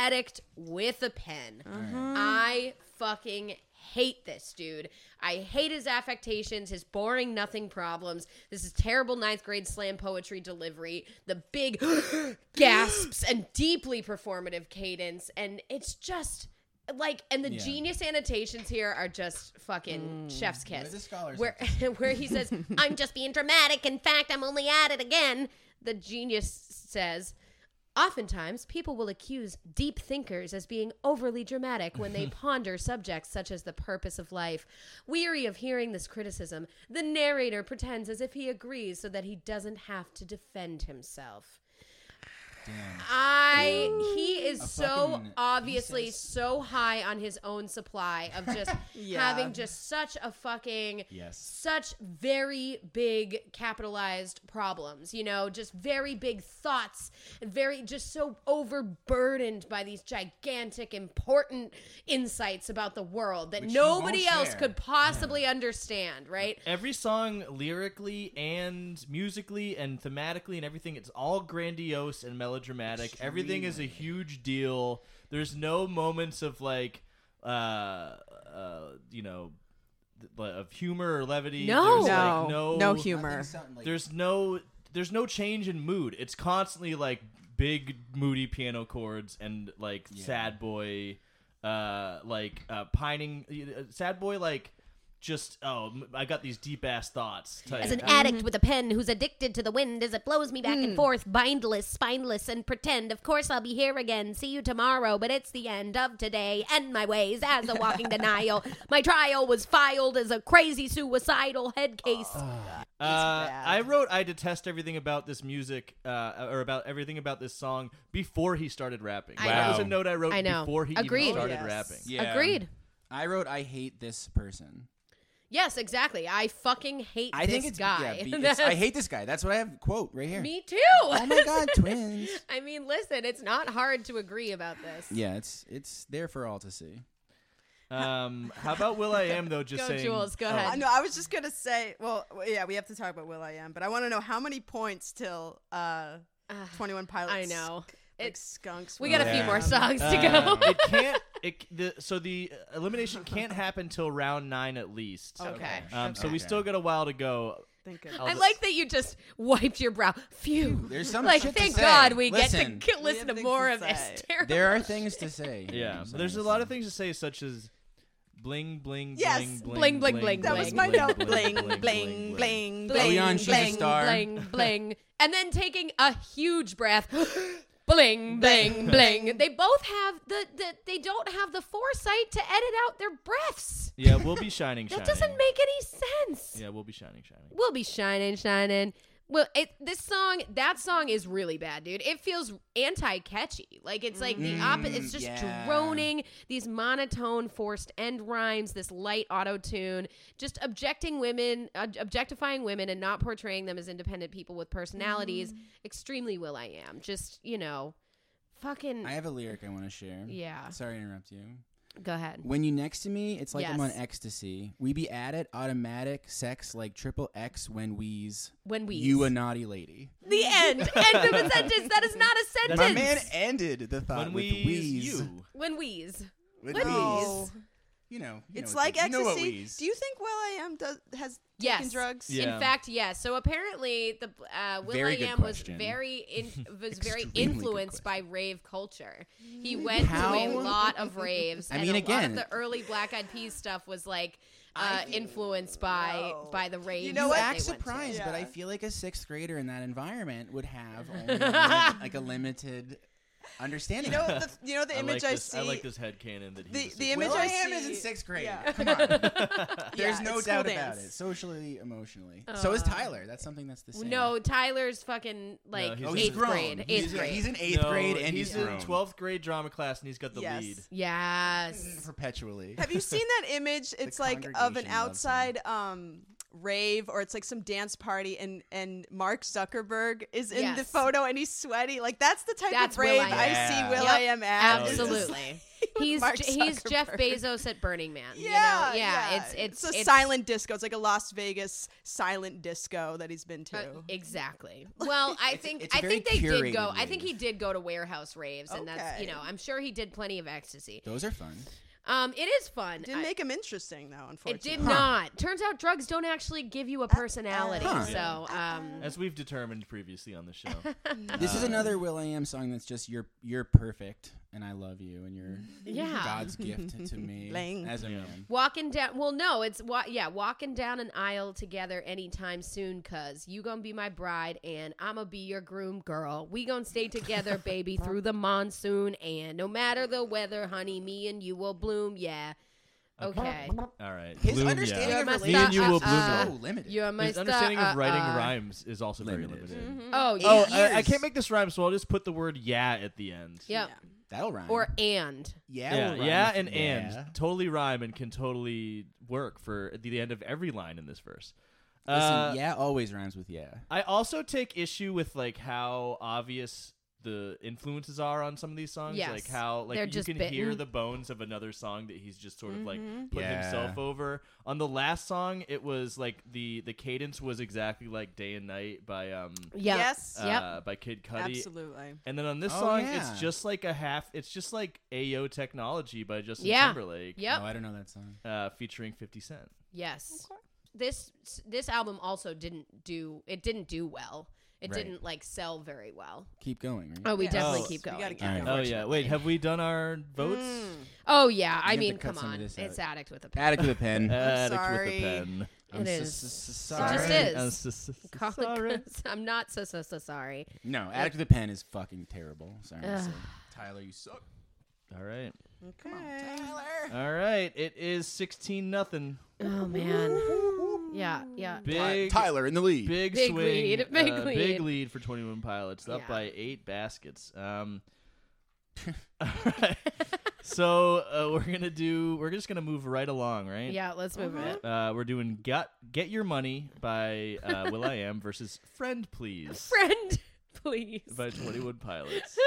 [SPEAKER 1] addict with a pen. I fucking hate this dude. I hate his affectations, his boring nothing problems. This is terrible ninth grade slam poetry delivery, the big <gasps> gasps and deeply performative cadence, and it's just like and the genius annotations here are just fucking chef's kiss.
[SPEAKER 3] the scholars
[SPEAKER 1] Where <laughs> where he says, "I'm just being dramatic. In fact, I'm only at it again." The genius says, Oftentimes, people will accuse deep thinkers as being overly dramatic when
[SPEAKER 3] <laughs>
[SPEAKER 1] they ponder subjects such as the purpose of life. Weary of hearing this criticism, the narrator pretends as if he agrees so that he doesn't have to defend himself. I he is so
[SPEAKER 3] fucking
[SPEAKER 1] obviously
[SPEAKER 3] thesis.
[SPEAKER 1] so high on his own supply of
[SPEAKER 3] <laughs>
[SPEAKER 1] just
[SPEAKER 4] Yeah.
[SPEAKER 1] having just such a fucking
[SPEAKER 3] Yes.
[SPEAKER 1] such very big capitalized problems, you know, just very big thoughts, and very just so overburdened by these gigantic important insights about the world that
[SPEAKER 3] Which he won't
[SPEAKER 1] nobody else
[SPEAKER 3] share.
[SPEAKER 1] could possibly understand, right?
[SPEAKER 2] Every song, lyrically and musically and thematically and everything, it's all grandiose and melodramatic. Everything is a huge deal. There's no moments of like, uh, uh you know, th- of humor or levity.
[SPEAKER 1] No.
[SPEAKER 2] There's,
[SPEAKER 4] No,
[SPEAKER 2] like, no,
[SPEAKER 4] no humor.
[SPEAKER 3] Something like-
[SPEAKER 2] There's no, there's no change in mood. It's constantly like big moody piano chords and like sad boy, uh, like uh, pining, uh, sad boy like. Just oh, m- I got these deep ass thoughts. Type. Uh,
[SPEAKER 1] As an
[SPEAKER 2] I-
[SPEAKER 3] Mm-hmm.
[SPEAKER 1] addict with a pen who's addicted to the wind as it blows me back
[SPEAKER 3] Mm.
[SPEAKER 1] and forth, bindless, spineless, and pretend. Of course, I'll be here again. See you tomorrow, but it's the end of today. End my ways as a
[SPEAKER 3] <laughs>
[SPEAKER 1] walking denial. My trial was filed as a crazy suicidal head case.
[SPEAKER 2] Uh,
[SPEAKER 4] bad.
[SPEAKER 2] I wrote I detest everything about this music uh, or about everything about this song before he started rapping.
[SPEAKER 1] I
[SPEAKER 2] That
[SPEAKER 1] know.
[SPEAKER 2] was a note I wrote
[SPEAKER 1] I know.
[SPEAKER 2] before he
[SPEAKER 1] Agreed.
[SPEAKER 2] even started
[SPEAKER 4] Yes.
[SPEAKER 2] rapping.
[SPEAKER 3] Yeah.
[SPEAKER 1] Agreed.
[SPEAKER 3] I wrote, I hate this person.
[SPEAKER 1] Yes, exactly. I fucking hate
[SPEAKER 3] I
[SPEAKER 1] this
[SPEAKER 3] think it's
[SPEAKER 1] guy. <laughs>
[SPEAKER 3] Yeah, be- it's, I hate this guy. That's what I have quote right here.
[SPEAKER 1] Me too.
[SPEAKER 3] Oh my
[SPEAKER 1] <laughs>
[SPEAKER 3] god, twins.
[SPEAKER 1] I mean, listen, it's not hard to agree about this.
[SPEAKER 3] Yeah, it's it's there for all to see.
[SPEAKER 2] Um, how about Will I Am though? Just
[SPEAKER 1] Go,
[SPEAKER 2] saying,
[SPEAKER 1] Jules. Go
[SPEAKER 2] Oh,
[SPEAKER 1] ahead.
[SPEAKER 4] Uh, no, I was just gonna say. Well, w- yeah, we have to talk about Will I Am, but I want to know how many points till uh, Twenty One Pilots.
[SPEAKER 1] I know.
[SPEAKER 4] like
[SPEAKER 1] It's-
[SPEAKER 4] skunks.
[SPEAKER 1] We
[SPEAKER 3] Oh,
[SPEAKER 4] Will
[SPEAKER 1] got a
[SPEAKER 4] I
[SPEAKER 1] few
[SPEAKER 4] Am.
[SPEAKER 1] more songs to
[SPEAKER 2] Uh,
[SPEAKER 1] go. <laughs>
[SPEAKER 2] it can't. It, the, so the uh, elimination can't happen till round nine at least.
[SPEAKER 1] okay.
[SPEAKER 2] Um, so we still got a while to go.
[SPEAKER 4] Thank
[SPEAKER 2] I'll
[SPEAKER 4] goodness.
[SPEAKER 1] I
[SPEAKER 2] just-
[SPEAKER 1] like that you just wiped your brow. Phew.
[SPEAKER 3] There's some
[SPEAKER 1] like,
[SPEAKER 3] shit to
[SPEAKER 1] thank
[SPEAKER 3] say.
[SPEAKER 1] God we
[SPEAKER 3] Listen.
[SPEAKER 1] get to k- listen
[SPEAKER 4] have
[SPEAKER 1] to
[SPEAKER 4] things
[SPEAKER 1] more
[SPEAKER 4] to
[SPEAKER 1] of this.
[SPEAKER 4] say.
[SPEAKER 1] Terrible.
[SPEAKER 3] There are things to <laughs> say. you know what
[SPEAKER 2] Yeah,
[SPEAKER 3] I'm saying?
[SPEAKER 2] there's a lot of things to say, such as bling bling
[SPEAKER 4] Yes,
[SPEAKER 2] bling
[SPEAKER 1] bling, bling, bling,
[SPEAKER 4] That was my
[SPEAKER 1] Bling,
[SPEAKER 4] note. Bling, bling, bling, bling.
[SPEAKER 3] Leon, she's a
[SPEAKER 4] bling.
[SPEAKER 3] star. <laughs>
[SPEAKER 1] bling, bling, and then taking a huge breath. <gasps> Bling,
[SPEAKER 3] <laughs>
[SPEAKER 1] bling, bling. They both have the, the. They don't have the foresight to edit out their breaths.
[SPEAKER 2] Yeah, we'll be shining.
[SPEAKER 1] That
[SPEAKER 2] shining.
[SPEAKER 1] doesn't make any sense.
[SPEAKER 2] Yeah, we'll be shining, shining.
[SPEAKER 1] we'll be shining, shining. Well, it, this song, that song is really bad, dude. It feels anti-catchy. Like it's like the opposite. It's just
[SPEAKER 3] Mm, yeah.
[SPEAKER 1] droning these monotone, forced end rhymes, this light auto tune, just objecting women, ob- objectifying women, and not portraying them as independent people with personalities.
[SPEAKER 3] Mm-hmm.
[SPEAKER 1] Extremely will I am. Just you know, fucking
[SPEAKER 3] I have a lyric I want to share.
[SPEAKER 1] Yeah.
[SPEAKER 3] Sorry to interrupt you.
[SPEAKER 1] go ahead.
[SPEAKER 3] When you next to me, it's like I'm on
[SPEAKER 1] Yes.
[SPEAKER 3] ecstasy. We be at it, automatic sex like triple X when we's.
[SPEAKER 1] When we
[SPEAKER 3] You a naughty lady.
[SPEAKER 1] the
[SPEAKER 3] <laughs>
[SPEAKER 1] end, end of a sentence. That is not a sentence.
[SPEAKER 3] My man ended the thought
[SPEAKER 2] When
[SPEAKER 3] with
[SPEAKER 2] we
[SPEAKER 3] wheeze.
[SPEAKER 2] you.
[SPEAKER 1] when we's.
[SPEAKER 3] With
[SPEAKER 1] When
[SPEAKER 3] wheeze.
[SPEAKER 4] No.
[SPEAKER 3] You know. you
[SPEAKER 4] It's
[SPEAKER 3] know
[SPEAKER 4] like
[SPEAKER 3] you know what
[SPEAKER 4] ecstasy.
[SPEAKER 3] wheeze.
[SPEAKER 4] Do you think Will I Am does has
[SPEAKER 1] yes.
[SPEAKER 4] taken drugs?
[SPEAKER 2] Yeah.
[SPEAKER 1] In fact, yes. So apparently, the uh, Will
[SPEAKER 3] Very
[SPEAKER 1] I
[SPEAKER 3] good
[SPEAKER 1] Am was
[SPEAKER 3] question.
[SPEAKER 1] very
[SPEAKER 3] <laughs>
[SPEAKER 1] in, was very
[SPEAKER 3] Extremely good
[SPEAKER 1] influenced by rave culture. He went to a
[SPEAKER 3] How?
[SPEAKER 1] lot of raves.
[SPEAKER 3] <laughs> I
[SPEAKER 1] and
[SPEAKER 3] mean,
[SPEAKER 1] a
[SPEAKER 3] again-
[SPEAKER 1] lot of the early Black Eyed Peas stuff was like uh, influenced by
[SPEAKER 4] no.
[SPEAKER 1] by the rave.
[SPEAKER 4] know
[SPEAKER 3] you
[SPEAKER 4] what?
[SPEAKER 3] act
[SPEAKER 4] they
[SPEAKER 3] surprised, but I
[SPEAKER 4] Yeah.
[SPEAKER 3] feel like a sixth grader in that environment would have only limit- like a limited understanding.
[SPEAKER 4] You
[SPEAKER 2] <laughs>
[SPEAKER 4] know the you know the
[SPEAKER 2] I like
[SPEAKER 4] image I
[SPEAKER 2] this.
[SPEAKER 4] see.
[SPEAKER 2] I like this headcanon that
[SPEAKER 4] The
[SPEAKER 2] he's
[SPEAKER 4] the
[SPEAKER 2] <laughs>
[SPEAKER 4] image
[SPEAKER 3] Will I
[SPEAKER 4] I
[SPEAKER 3] am
[SPEAKER 4] see
[SPEAKER 3] is in sixth grade.
[SPEAKER 4] Yeah.
[SPEAKER 3] Come on. There's
[SPEAKER 4] Yeah,
[SPEAKER 3] no
[SPEAKER 4] it's school
[SPEAKER 3] doubt about
[SPEAKER 4] dance.
[SPEAKER 3] it. Socially, emotionally. so is Tyler. That's something that's the same.
[SPEAKER 1] No, Tyler's fucking like
[SPEAKER 2] he's- Oh, he's
[SPEAKER 1] eighth grade. Eighth
[SPEAKER 3] he's,
[SPEAKER 1] grade.
[SPEAKER 3] He's in eighth
[SPEAKER 2] No,
[SPEAKER 3] grade and
[SPEAKER 2] he's,
[SPEAKER 3] he's,
[SPEAKER 2] in
[SPEAKER 3] grown.
[SPEAKER 2] twelfth grade drama class and he's got the
[SPEAKER 4] Yes.
[SPEAKER 2] lead.
[SPEAKER 1] yes.
[SPEAKER 3] perpetually.
[SPEAKER 2] <laughs>
[SPEAKER 4] Have you seen that image? It's like of an
[SPEAKER 3] congregation loves him.
[SPEAKER 4] outside um rave or it's like some dance party and and Mark Zuckerberg is in the
[SPEAKER 1] Yes.
[SPEAKER 4] photo and he's sweaty. Like that's the type
[SPEAKER 1] That's
[SPEAKER 4] of rave
[SPEAKER 1] Will.i.am.
[SPEAKER 4] I see
[SPEAKER 3] Yeah.
[SPEAKER 4] Will
[SPEAKER 1] Yep,
[SPEAKER 4] I am at. It's just
[SPEAKER 3] Oh,
[SPEAKER 4] like-
[SPEAKER 1] Absolutely.
[SPEAKER 4] <laughs>
[SPEAKER 1] He's
[SPEAKER 4] Mark
[SPEAKER 1] Je- he's Jeff
[SPEAKER 4] Zuckerberg.
[SPEAKER 1] Bezos at Burning Man. you know?
[SPEAKER 4] Yeah,
[SPEAKER 1] yeah, It's it's
[SPEAKER 4] a silent disco. It's like a Las Vegas silent disco that he's been to.
[SPEAKER 1] Uh, exactly. Well, I think
[SPEAKER 3] <laughs> it's a
[SPEAKER 1] I
[SPEAKER 3] very
[SPEAKER 1] think they did
[SPEAKER 3] curated
[SPEAKER 1] go. I think
[SPEAKER 3] rave.
[SPEAKER 1] he did go to warehouse raves, and that's you
[SPEAKER 4] Okay.
[SPEAKER 1] know I'm sure he did plenty of ecstasy.
[SPEAKER 3] <laughs> Those are fun.
[SPEAKER 1] Um, it is fun.
[SPEAKER 4] Didn't
[SPEAKER 1] I-
[SPEAKER 4] make him interesting though,
[SPEAKER 1] it
[SPEAKER 4] unfortunately.
[SPEAKER 1] did not. Turns out drugs don't actually give you a personality.
[SPEAKER 4] Huh.
[SPEAKER 1] So um,
[SPEAKER 2] As we've determined previously on the show.
[SPEAKER 4] <laughs>
[SPEAKER 3] This is another Will I Am song that's just you're you're perfect and I love you and you're
[SPEAKER 1] Yeah.
[SPEAKER 3] God's gift to me
[SPEAKER 4] Lang.
[SPEAKER 3] as a
[SPEAKER 2] Yeah.
[SPEAKER 3] man.
[SPEAKER 1] walking down. Well, no, it's wa- yeah, walking down an aisle together anytime soon. Cause you gonna be my bride, and I'ma be your groom, girl. We gonna stay together, baby, through the monsoon, and no matter the weather, honey, me and you will bloom. Yeah. Okay.
[SPEAKER 2] All right.
[SPEAKER 3] His
[SPEAKER 2] Bloom, yeah.
[SPEAKER 3] understanding
[SPEAKER 1] You're
[SPEAKER 3] of
[SPEAKER 1] my
[SPEAKER 3] relationships
[SPEAKER 2] Me and you will
[SPEAKER 3] is
[SPEAKER 2] bloom, yeah.
[SPEAKER 3] so limited.
[SPEAKER 1] You're my
[SPEAKER 2] His
[SPEAKER 1] star,
[SPEAKER 2] understanding of
[SPEAKER 1] uh,
[SPEAKER 2] writing
[SPEAKER 1] uh.
[SPEAKER 2] rhymes is also very
[SPEAKER 3] Limited.
[SPEAKER 2] limited.
[SPEAKER 4] Mm-hmm.
[SPEAKER 1] Oh yeah.
[SPEAKER 2] Oh, I, I
[SPEAKER 3] years.
[SPEAKER 2] can't make this rhyme, so I'll just put the word "yeah" at the end.
[SPEAKER 1] yeah.
[SPEAKER 3] That'll rhyme.
[SPEAKER 1] Or and.
[SPEAKER 3] yeah,
[SPEAKER 2] Yeah,
[SPEAKER 3] will
[SPEAKER 2] yeah,
[SPEAKER 3] rhyme with
[SPEAKER 2] and
[SPEAKER 3] yeah.
[SPEAKER 2] and totally rhyme and can totally work for the end of every line in this verse.
[SPEAKER 3] Listen,
[SPEAKER 2] Uh,
[SPEAKER 3] yeah always rhymes with yeah.
[SPEAKER 2] I also take issue with like how obvious the influences are on some of these songs.
[SPEAKER 1] Yes.
[SPEAKER 2] Like how like
[SPEAKER 1] They're
[SPEAKER 2] you
[SPEAKER 1] just
[SPEAKER 2] can
[SPEAKER 1] bitten. Mm-hmm.
[SPEAKER 2] hear the bones of another song that he's just sort of like put
[SPEAKER 3] Yeah.
[SPEAKER 2] himself over. On the last song, it was like the the cadence was exactly like "Day and Night" by um
[SPEAKER 1] Yeah.
[SPEAKER 4] Yes.
[SPEAKER 2] uh,
[SPEAKER 1] Yep.
[SPEAKER 2] by Kid Cudi.
[SPEAKER 4] Absolutely.
[SPEAKER 2] And then on this
[SPEAKER 3] Oh,
[SPEAKER 2] song,
[SPEAKER 3] yeah.
[SPEAKER 2] it's just like a half. It's just like "Ayo Technology" by Justin
[SPEAKER 1] Yeah.
[SPEAKER 2] Timberlake,
[SPEAKER 1] Yep.
[SPEAKER 3] Oh, I don't know that song.
[SPEAKER 2] uh, featuring Fifty Cent.
[SPEAKER 1] Yes. This this album also didn't do it didn't do well. It
[SPEAKER 3] Right.
[SPEAKER 1] didn't like sell very well.
[SPEAKER 3] Keep going, right?
[SPEAKER 1] Oh, we
[SPEAKER 4] Yes.
[SPEAKER 1] definitely
[SPEAKER 2] Oh.
[SPEAKER 1] keep
[SPEAKER 4] We
[SPEAKER 1] going.
[SPEAKER 4] gotta keep
[SPEAKER 3] All right.
[SPEAKER 4] going.
[SPEAKER 2] Oh
[SPEAKER 4] Mm.
[SPEAKER 2] yeah, wait, have we done our votes?
[SPEAKER 1] oh yeah, I
[SPEAKER 3] have to
[SPEAKER 1] mean,
[SPEAKER 3] cut
[SPEAKER 1] come
[SPEAKER 3] some of
[SPEAKER 1] on,
[SPEAKER 3] this
[SPEAKER 1] it's addict with a pen.
[SPEAKER 3] <laughs> Addict with a
[SPEAKER 2] <laughs>
[SPEAKER 3] pen.
[SPEAKER 2] Addict with
[SPEAKER 4] sorry.
[SPEAKER 2] a pen.
[SPEAKER 3] I'm
[SPEAKER 1] Oh. It
[SPEAKER 3] s-
[SPEAKER 1] is.
[SPEAKER 3] s- s-
[SPEAKER 1] It
[SPEAKER 3] Sorry.
[SPEAKER 1] just is.
[SPEAKER 2] I'm so- so- so
[SPEAKER 1] Colin <laughs>
[SPEAKER 2] sorry.
[SPEAKER 1] Kurtz- I'm not so so so sorry.
[SPEAKER 3] No, Addict with a pen is fucking terrible. Sorry. to
[SPEAKER 1] <sighs>
[SPEAKER 3] say. Tyler, you suck.
[SPEAKER 2] All right,
[SPEAKER 4] Okay.
[SPEAKER 2] all right. It is sixteen nothing.
[SPEAKER 1] Oh man, yeah yeah.
[SPEAKER 2] Big
[SPEAKER 3] Tyler in the lead.
[SPEAKER 2] big,
[SPEAKER 1] Big
[SPEAKER 2] swing,
[SPEAKER 1] lead,
[SPEAKER 2] uh,
[SPEAKER 1] big lead.
[SPEAKER 2] big lead for Twenty One Pilots, up
[SPEAKER 1] Yeah.
[SPEAKER 2] by eight baskets.
[SPEAKER 1] <laughs>
[SPEAKER 2] Um, <laughs> all right. so uh, we're gonna do. We're just gonna move right along, right?
[SPEAKER 1] Yeah, let's move it. <laughs>
[SPEAKER 2] Uh, we're doing "Got Get Your Money" by uh, Will I Am versus "Friend Please"
[SPEAKER 1] <laughs> Friend, please.
[SPEAKER 2] by Twenty One Pilots.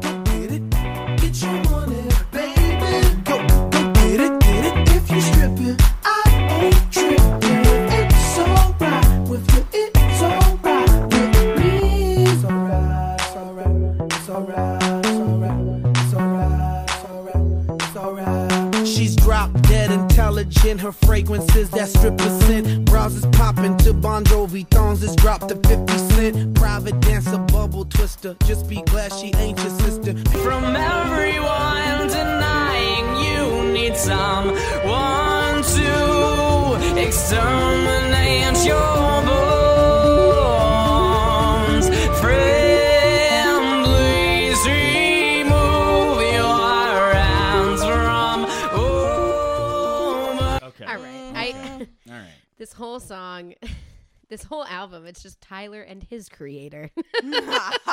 [SPEAKER 6] Get it, get your money, baby. Go, go get it, get it. If you stripping, I ain't tripping. It's alright with you, it's alright with me. It's alright, it's alright, it's alright, it's alright, it's alright, it's alright, it's alright. She's drop dead intelligent. Her fragrance is that stripper scent. Bras is popping to Bon Jovi thongs. It's dropped to 50 cent. Private dancer, bubble twister. Just be glad she ain't your sister.
[SPEAKER 7] From everyone denying you need someone to exterminate your bones. Friend, please remove your hands from over.
[SPEAKER 1] <laughs>
[SPEAKER 2] Okay.
[SPEAKER 1] All right, I
[SPEAKER 3] All
[SPEAKER 2] <laughs>
[SPEAKER 3] right.
[SPEAKER 1] <laughs> this whole song, <laughs> this whole album, it's just Tyler and his creator. <laughs> so bad.
[SPEAKER 4] <laughs>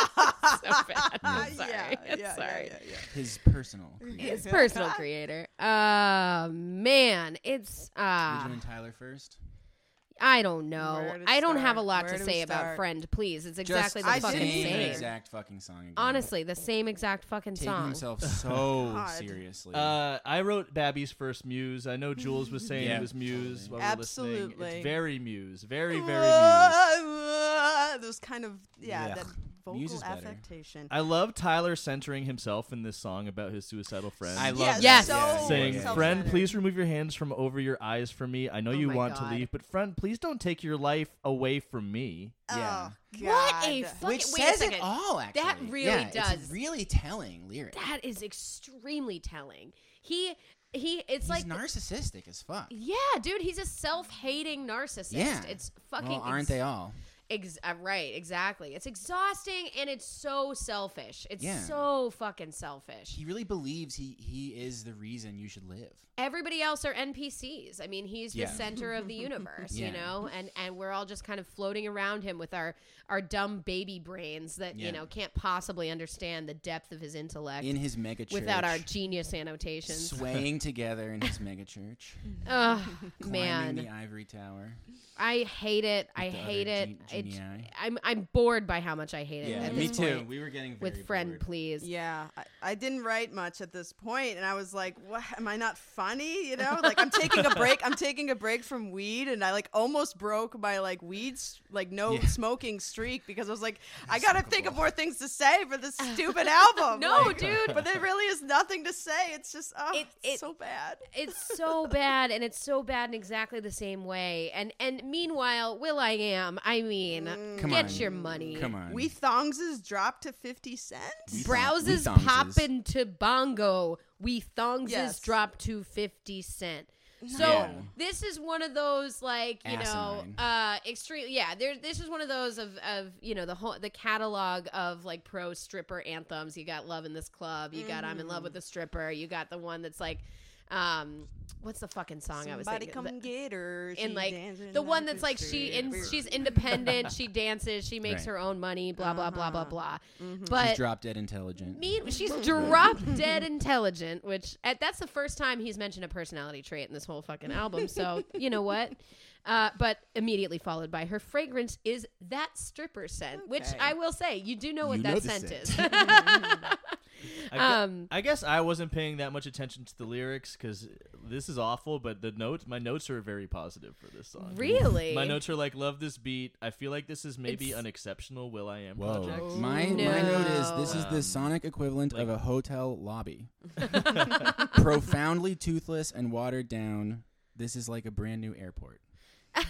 [SPEAKER 1] I'm sorry. I'm sorry.
[SPEAKER 4] yeah.
[SPEAKER 3] His personal. creation.
[SPEAKER 1] His personal creator. Uh man, it's
[SPEAKER 3] Did
[SPEAKER 1] uh
[SPEAKER 3] you and Tyler first?
[SPEAKER 1] I don't know.
[SPEAKER 4] Where to
[SPEAKER 1] I don't have
[SPEAKER 4] start?
[SPEAKER 1] a lot
[SPEAKER 4] Where
[SPEAKER 1] to
[SPEAKER 4] do we
[SPEAKER 1] say about
[SPEAKER 4] start?
[SPEAKER 1] friend, please. It's exactly the
[SPEAKER 4] I
[SPEAKER 1] fucking
[SPEAKER 4] didn't
[SPEAKER 1] same.
[SPEAKER 4] even
[SPEAKER 3] same
[SPEAKER 4] say.
[SPEAKER 3] exact fucking song. Again.
[SPEAKER 1] Honestly, the same exact fucking
[SPEAKER 3] taking
[SPEAKER 1] song.
[SPEAKER 2] <laughs>
[SPEAKER 3] himself so
[SPEAKER 4] God.
[SPEAKER 3] seriously.
[SPEAKER 2] Uh, I wrote Babby's first Muse. I know Jules was saying
[SPEAKER 3] Yeah.
[SPEAKER 2] it was Muse while we're listening.
[SPEAKER 4] Absolutely.
[SPEAKER 2] It's very Muse, very very Muse.
[SPEAKER 4] Whoa, whoa, Those kind of yeah,
[SPEAKER 3] Yuck.
[SPEAKER 4] that
[SPEAKER 3] Muse is
[SPEAKER 4] vocal
[SPEAKER 3] better.
[SPEAKER 4] affectation.
[SPEAKER 2] I love Tyler centering himself in this song about his suicidal friend.
[SPEAKER 3] I love that.
[SPEAKER 4] Yes,
[SPEAKER 1] so
[SPEAKER 3] Yeah, yeah,
[SPEAKER 2] saying,
[SPEAKER 3] yeah, yeah.
[SPEAKER 2] "Friend, please remove your hands from over your eyes for me. I know
[SPEAKER 1] Oh
[SPEAKER 2] you
[SPEAKER 1] my
[SPEAKER 2] want
[SPEAKER 1] God.
[SPEAKER 2] to leave, but friend, please don't take your life away from me."
[SPEAKER 3] Yeah.
[SPEAKER 4] Oh,
[SPEAKER 1] What a
[SPEAKER 4] God.
[SPEAKER 1] fucking
[SPEAKER 3] Which
[SPEAKER 1] wait a
[SPEAKER 3] says
[SPEAKER 1] second.
[SPEAKER 3] it all. Actually,
[SPEAKER 1] That really
[SPEAKER 3] Yeah, it's
[SPEAKER 1] does.
[SPEAKER 3] really telling lyric.
[SPEAKER 1] That is extremely telling. He he it's
[SPEAKER 3] He's
[SPEAKER 1] like
[SPEAKER 3] narcissistic as fuck.
[SPEAKER 1] yeah, dude, he's a self-hating narcissist.
[SPEAKER 3] Yeah.
[SPEAKER 1] It's fucking
[SPEAKER 3] Well, aren't
[SPEAKER 1] ex-
[SPEAKER 3] they all?
[SPEAKER 1] Ex- uh, right, exactly. It's exhausting and it's so selfish. It's
[SPEAKER 3] Yeah.
[SPEAKER 1] so fucking selfish.
[SPEAKER 3] He really believes he he is the reason you should live.
[SPEAKER 1] Everybody else are NPCs. I mean, he's the
[SPEAKER 3] Yeah.
[SPEAKER 1] center of the universe,
[SPEAKER 3] Yeah.
[SPEAKER 1] you know, and and we're all just kind of floating around him with our our dumb baby brains that
[SPEAKER 3] Yeah.
[SPEAKER 1] you know can't possibly understand the depth of his intellect
[SPEAKER 3] In his mega church.
[SPEAKER 1] without our genius annotations.
[SPEAKER 3] <laughs> swaying together in his mega church.
[SPEAKER 1] Ugh,
[SPEAKER 3] <laughs> climbing
[SPEAKER 1] man,
[SPEAKER 3] the ivory tower.
[SPEAKER 1] I hate it. I
[SPEAKER 3] the other
[SPEAKER 1] hate it.
[SPEAKER 3] gen-
[SPEAKER 1] It's-
[SPEAKER 3] genii.
[SPEAKER 1] I'm I'm bored by how much I hate it. at
[SPEAKER 3] me
[SPEAKER 1] this
[SPEAKER 3] too.
[SPEAKER 1] point.
[SPEAKER 3] We were getting very
[SPEAKER 1] With friend,
[SPEAKER 3] bored.
[SPEAKER 1] please.
[SPEAKER 4] Yeah, I, I didn't write much at this point, and I was like, "What? Am I not funny? You know, like I'm taking a break. I'm taking a break from weed, and I like almost broke my like weeds like no
[SPEAKER 3] Yeah.
[SPEAKER 4] smoking streak because I was like, I gotta think of more things to say for this stupid <laughs> album.
[SPEAKER 1] No,
[SPEAKER 4] Like,
[SPEAKER 1] dude.
[SPEAKER 4] but there really is nothing to say. It's just oh,
[SPEAKER 1] It-
[SPEAKER 4] it's
[SPEAKER 1] it-
[SPEAKER 4] so bad.
[SPEAKER 1] It's so bad, and it's so bad in exactly the same way. And and meanwhile, Will I Am, I mean,
[SPEAKER 3] Mm. Come
[SPEAKER 1] get
[SPEAKER 3] on.
[SPEAKER 1] your money.
[SPEAKER 3] Come on.
[SPEAKER 4] We thongs is dropped to fifty cents.
[SPEAKER 3] We
[SPEAKER 1] Browses
[SPEAKER 3] thongs is-
[SPEAKER 1] poppin' to bongo. We thongs
[SPEAKER 4] Yes.
[SPEAKER 1] is drop to 50 cent. So
[SPEAKER 3] Yeah.
[SPEAKER 1] this is one of those like, you
[SPEAKER 3] Asinine.
[SPEAKER 1] know, uh extreme yeah, there this is one of those of of, you know, the whole the catalog of like pro stripper anthems. You got Love in This Club, you got I'm in
[SPEAKER 4] Mm.
[SPEAKER 1] love with a stripper, you got the one that's like um what's the fucking song I was
[SPEAKER 4] Somebody
[SPEAKER 1] thinking?
[SPEAKER 4] come
[SPEAKER 1] The-
[SPEAKER 4] get her.
[SPEAKER 1] in
[SPEAKER 4] she
[SPEAKER 1] like
[SPEAKER 4] dancing
[SPEAKER 1] the one
[SPEAKER 4] on
[SPEAKER 1] that's like she in,
[SPEAKER 4] street.
[SPEAKER 1] she's independent, she dances, she makes
[SPEAKER 3] Right.
[SPEAKER 1] her own money, blah blah blah
[SPEAKER 4] Uh-huh.
[SPEAKER 1] blah blah.
[SPEAKER 4] Mm-hmm.
[SPEAKER 3] He's
[SPEAKER 1] But
[SPEAKER 3] drop dead intelligent.
[SPEAKER 1] mean she's drop dead intelligent, which at, that's the first time he's mentioned a personality trait in this whole fucking album. So you know what? Uh, but immediately followed by her fragrance is that stripper scent, which
[SPEAKER 4] Okay.
[SPEAKER 1] I will say you do know what
[SPEAKER 3] You
[SPEAKER 1] that
[SPEAKER 3] notice
[SPEAKER 1] scent
[SPEAKER 3] it.
[SPEAKER 1] is. <laughs>
[SPEAKER 2] I, gu-
[SPEAKER 1] um,
[SPEAKER 2] I guess I wasn't paying that much attention to the lyrics because this is awful. But the notes, my notes are very positive for this song.
[SPEAKER 1] really?
[SPEAKER 2] My notes are like, love this beat. I feel like this is maybe
[SPEAKER 1] Eh? It's-
[SPEAKER 2] an exceptional Will I Am
[SPEAKER 3] Whoa.
[SPEAKER 2] project.
[SPEAKER 3] My, my note is this is the
[SPEAKER 2] Um,
[SPEAKER 3] sonic equivalent of a hotel
[SPEAKER 4] <laughs>
[SPEAKER 3] lobby. Profoundly toothless and watered down. This is like a brand new airport.
[SPEAKER 1] Oh.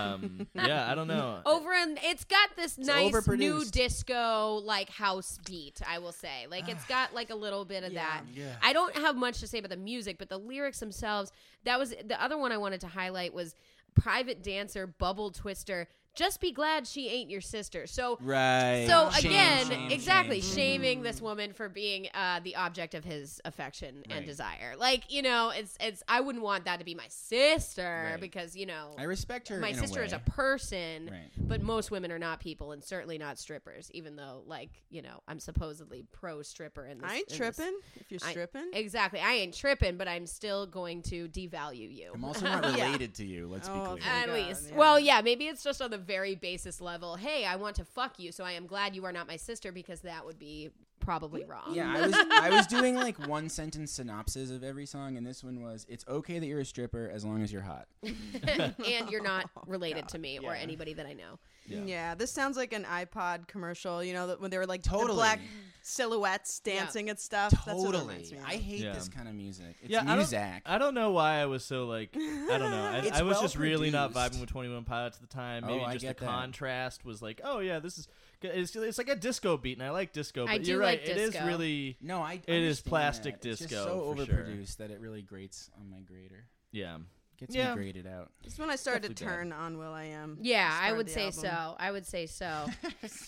[SPEAKER 2] Um, yeah, I don't know.
[SPEAKER 1] Over and it's got this nice new
[SPEAKER 3] overproduced.
[SPEAKER 1] disco like house beat. I will say, like it's got like a little bit of
[SPEAKER 4] Yeah.
[SPEAKER 1] that. I don't have much to say about the music, but the lyrics themselves. That was the other one I wanted to highlight was "Private Dancer," "Bubble Twister." Just be glad she ain't your sister. So.
[SPEAKER 3] Right.
[SPEAKER 1] So
[SPEAKER 4] Shame,
[SPEAKER 1] again,
[SPEAKER 4] shame,
[SPEAKER 1] exactly
[SPEAKER 3] Mm-hmm.
[SPEAKER 1] shaming this woman for being uh, the object of his affection and
[SPEAKER 3] Right.
[SPEAKER 1] desire. Like you know, it's it's I wouldn't want that to be my sister
[SPEAKER 3] Right.
[SPEAKER 1] because you know
[SPEAKER 3] I respect her.
[SPEAKER 1] my
[SPEAKER 3] in
[SPEAKER 1] sister
[SPEAKER 3] a
[SPEAKER 1] is a
[SPEAKER 3] way.
[SPEAKER 1] person,
[SPEAKER 3] Right.
[SPEAKER 1] but most women are not people, and certainly not strippers. Even though, like you know, I'm supposedly pro stripper in this.
[SPEAKER 4] I
[SPEAKER 1] in
[SPEAKER 4] ain't
[SPEAKER 1] this-
[SPEAKER 4] tripping. If you're
[SPEAKER 1] I-
[SPEAKER 4] stripping,
[SPEAKER 1] exactly. I ain't tripping, but I'm still going to devalue you.
[SPEAKER 3] I'm
[SPEAKER 1] <laughs>
[SPEAKER 3] also <laughs> not related to you. Let's
[SPEAKER 4] Oh,
[SPEAKER 3] be clear.
[SPEAKER 4] okay.
[SPEAKER 1] At
[SPEAKER 4] God,
[SPEAKER 1] least,
[SPEAKER 4] yeah.
[SPEAKER 1] well, yeah, maybe it's just on the very basis level. Hey, I want to fuck you, so I am glad you are not my sister because that would be probably
[SPEAKER 4] Mm-hmm.
[SPEAKER 1] wrong.
[SPEAKER 3] Yeah, I was I was doing like one sentence synopsis of every song, and this one was it's okay that you're a stripper as long as you're hot.
[SPEAKER 1] <laughs> and you're
[SPEAKER 3] <laughs>
[SPEAKER 1] not
[SPEAKER 3] Oh,
[SPEAKER 1] related to me or anybody that I know.
[SPEAKER 4] Yeah. this sounds like an iPod commercial. You know, that when they were like the
[SPEAKER 3] Totally.
[SPEAKER 4] black silhouettes
[SPEAKER 1] Yeah.
[SPEAKER 4] dancing and stuff. That's what it reminds me of.
[SPEAKER 3] I hate
[SPEAKER 2] Yeah.
[SPEAKER 3] this kind of music. It's
[SPEAKER 2] yeah, I don't,
[SPEAKER 3] music.
[SPEAKER 2] I don't know why I was so like I don't know. I,
[SPEAKER 3] It's
[SPEAKER 2] I was just really not
[SPEAKER 3] well-produced.
[SPEAKER 2] vibing with Twenty One Pilots at the time.
[SPEAKER 3] Oh,
[SPEAKER 2] Maybe
[SPEAKER 3] I
[SPEAKER 2] just the
[SPEAKER 3] get that.
[SPEAKER 2] contrast was like, oh yeah, this is it's, it's like a disco beat, and I like disco. But
[SPEAKER 1] I do
[SPEAKER 2] you're right,
[SPEAKER 1] like
[SPEAKER 2] it is
[SPEAKER 1] disco.
[SPEAKER 2] really
[SPEAKER 3] no, I.
[SPEAKER 2] It is
[SPEAKER 3] understand
[SPEAKER 2] plastic
[SPEAKER 3] that. It's just
[SPEAKER 2] disco,
[SPEAKER 3] so
[SPEAKER 2] for sure.
[SPEAKER 3] overproduced that it really grates on my grader.
[SPEAKER 2] yeah. Um,
[SPEAKER 3] Gets
[SPEAKER 2] Yeah.
[SPEAKER 3] me grated out.
[SPEAKER 4] That's when I started to
[SPEAKER 2] Definitely bad.
[SPEAKER 4] turn on Will I Am.
[SPEAKER 1] Yeah,
[SPEAKER 4] The
[SPEAKER 1] I
[SPEAKER 4] start
[SPEAKER 1] would
[SPEAKER 4] of
[SPEAKER 1] say
[SPEAKER 4] the album. <laughs>
[SPEAKER 1] so. I would say so.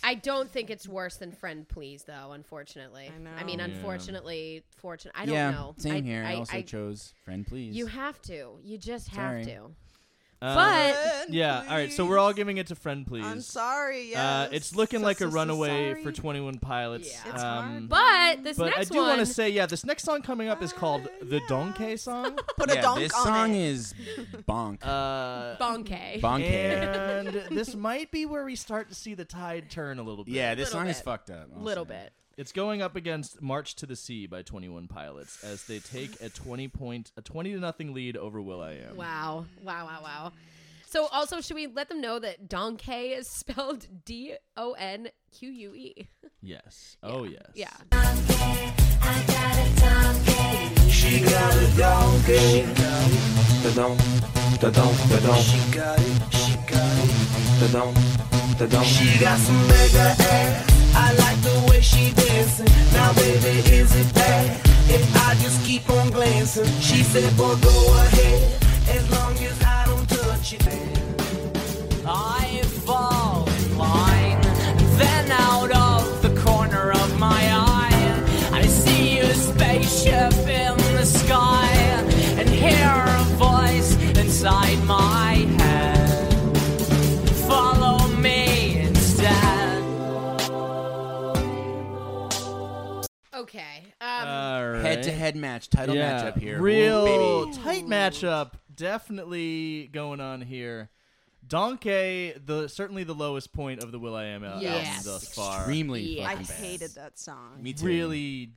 [SPEAKER 1] I don't think it's worse than Friend Please, though. Unfortunately,
[SPEAKER 4] I know.
[SPEAKER 1] mean,
[SPEAKER 2] Yeah.
[SPEAKER 1] unfortunately, fortunate. I don't
[SPEAKER 3] yeah,
[SPEAKER 1] know.
[SPEAKER 3] same
[SPEAKER 1] I,
[SPEAKER 3] here. I,
[SPEAKER 1] I-
[SPEAKER 3] also
[SPEAKER 1] I-
[SPEAKER 3] chose friend, please.
[SPEAKER 1] You have to. You just have
[SPEAKER 3] Sorry.
[SPEAKER 1] to.
[SPEAKER 2] Um,
[SPEAKER 1] but
[SPEAKER 4] Friend,
[SPEAKER 2] yeah, all right. So we're all giving it to friend, please.
[SPEAKER 4] please. I'm sorry. Yeah,
[SPEAKER 2] Uh, it's looking like a runaway for
[SPEAKER 4] twenty.
[SPEAKER 2] 21 Pilots.
[SPEAKER 1] Yeah.
[SPEAKER 4] It's
[SPEAKER 2] um,
[SPEAKER 4] hard.
[SPEAKER 1] but this
[SPEAKER 2] but I
[SPEAKER 1] next
[SPEAKER 2] do want
[SPEAKER 1] one. Ah,
[SPEAKER 2] to say, yeah, this next song coming up is called
[SPEAKER 4] Uh,
[SPEAKER 2] the
[SPEAKER 4] yeah.
[SPEAKER 1] <laughs>
[SPEAKER 2] Donkey Song.
[SPEAKER 4] Put a
[SPEAKER 3] yeah,
[SPEAKER 4] donk
[SPEAKER 3] this
[SPEAKER 4] on
[SPEAKER 3] song
[SPEAKER 4] it.
[SPEAKER 3] is bonk.
[SPEAKER 2] Uh,
[SPEAKER 1] Bonke. <laughs>
[SPEAKER 3] Bonkhead.
[SPEAKER 2] and this might be where we start to see the tide turn a little bit.
[SPEAKER 3] Yeah, this
[SPEAKER 1] Little
[SPEAKER 3] song is
[SPEAKER 1] bit.
[SPEAKER 3] fucked up. I'll
[SPEAKER 1] Little
[SPEAKER 3] say.
[SPEAKER 1] bit.
[SPEAKER 2] It's going up against March to the Sea by 21 Pilots as they take a 20 point a 20 to nothing lead over Will I Am.
[SPEAKER 1] Wow. Wow. Wow. Wow. So also, should we let them know that Donkey is spelled D O N Q U E?
[SPEAKER 2] Yes. Oh yes.
[SPEAKER 1] Yeah.
[SPEAKER 6] She got a donkey. The donk, the donk, the donk. She got it, she got it. The donk, the donk. She got some mega ass. I like the way she dancing. Now, baby, is it bad if I just keep on glancing? She said, "Well, go ahead, as long as I don't touch it."
[SPEAKER 7] I fall in love.
[SPEAKER 1] <laughs> Okay.
[SPEAKER 2] Uh,
[SPEAKER 1] Um,
[SPEAKER 2] All right.
[SPEAKER 3] Head to head match, title matchup here.
[SPEAKER 2] Real
[SPEAKER 3] Ooh, baby.
[SPEAKER 2] tight matchup, definitely going on here. Donkey, the certainly the lowest point of the Will I Am album
[SPEAKER 1] Yes.
[SPEAKER 2] thus far.
[SPEAKER 3] Extremely
[SPEAKER 1] Yeah.
[SPEAKER 4] I
[SPEAKER 3] fucking bad.
[SPEAKER 4] hated that song.
[SPEAKER 3] Me too.
[SPEAKER 2] Really,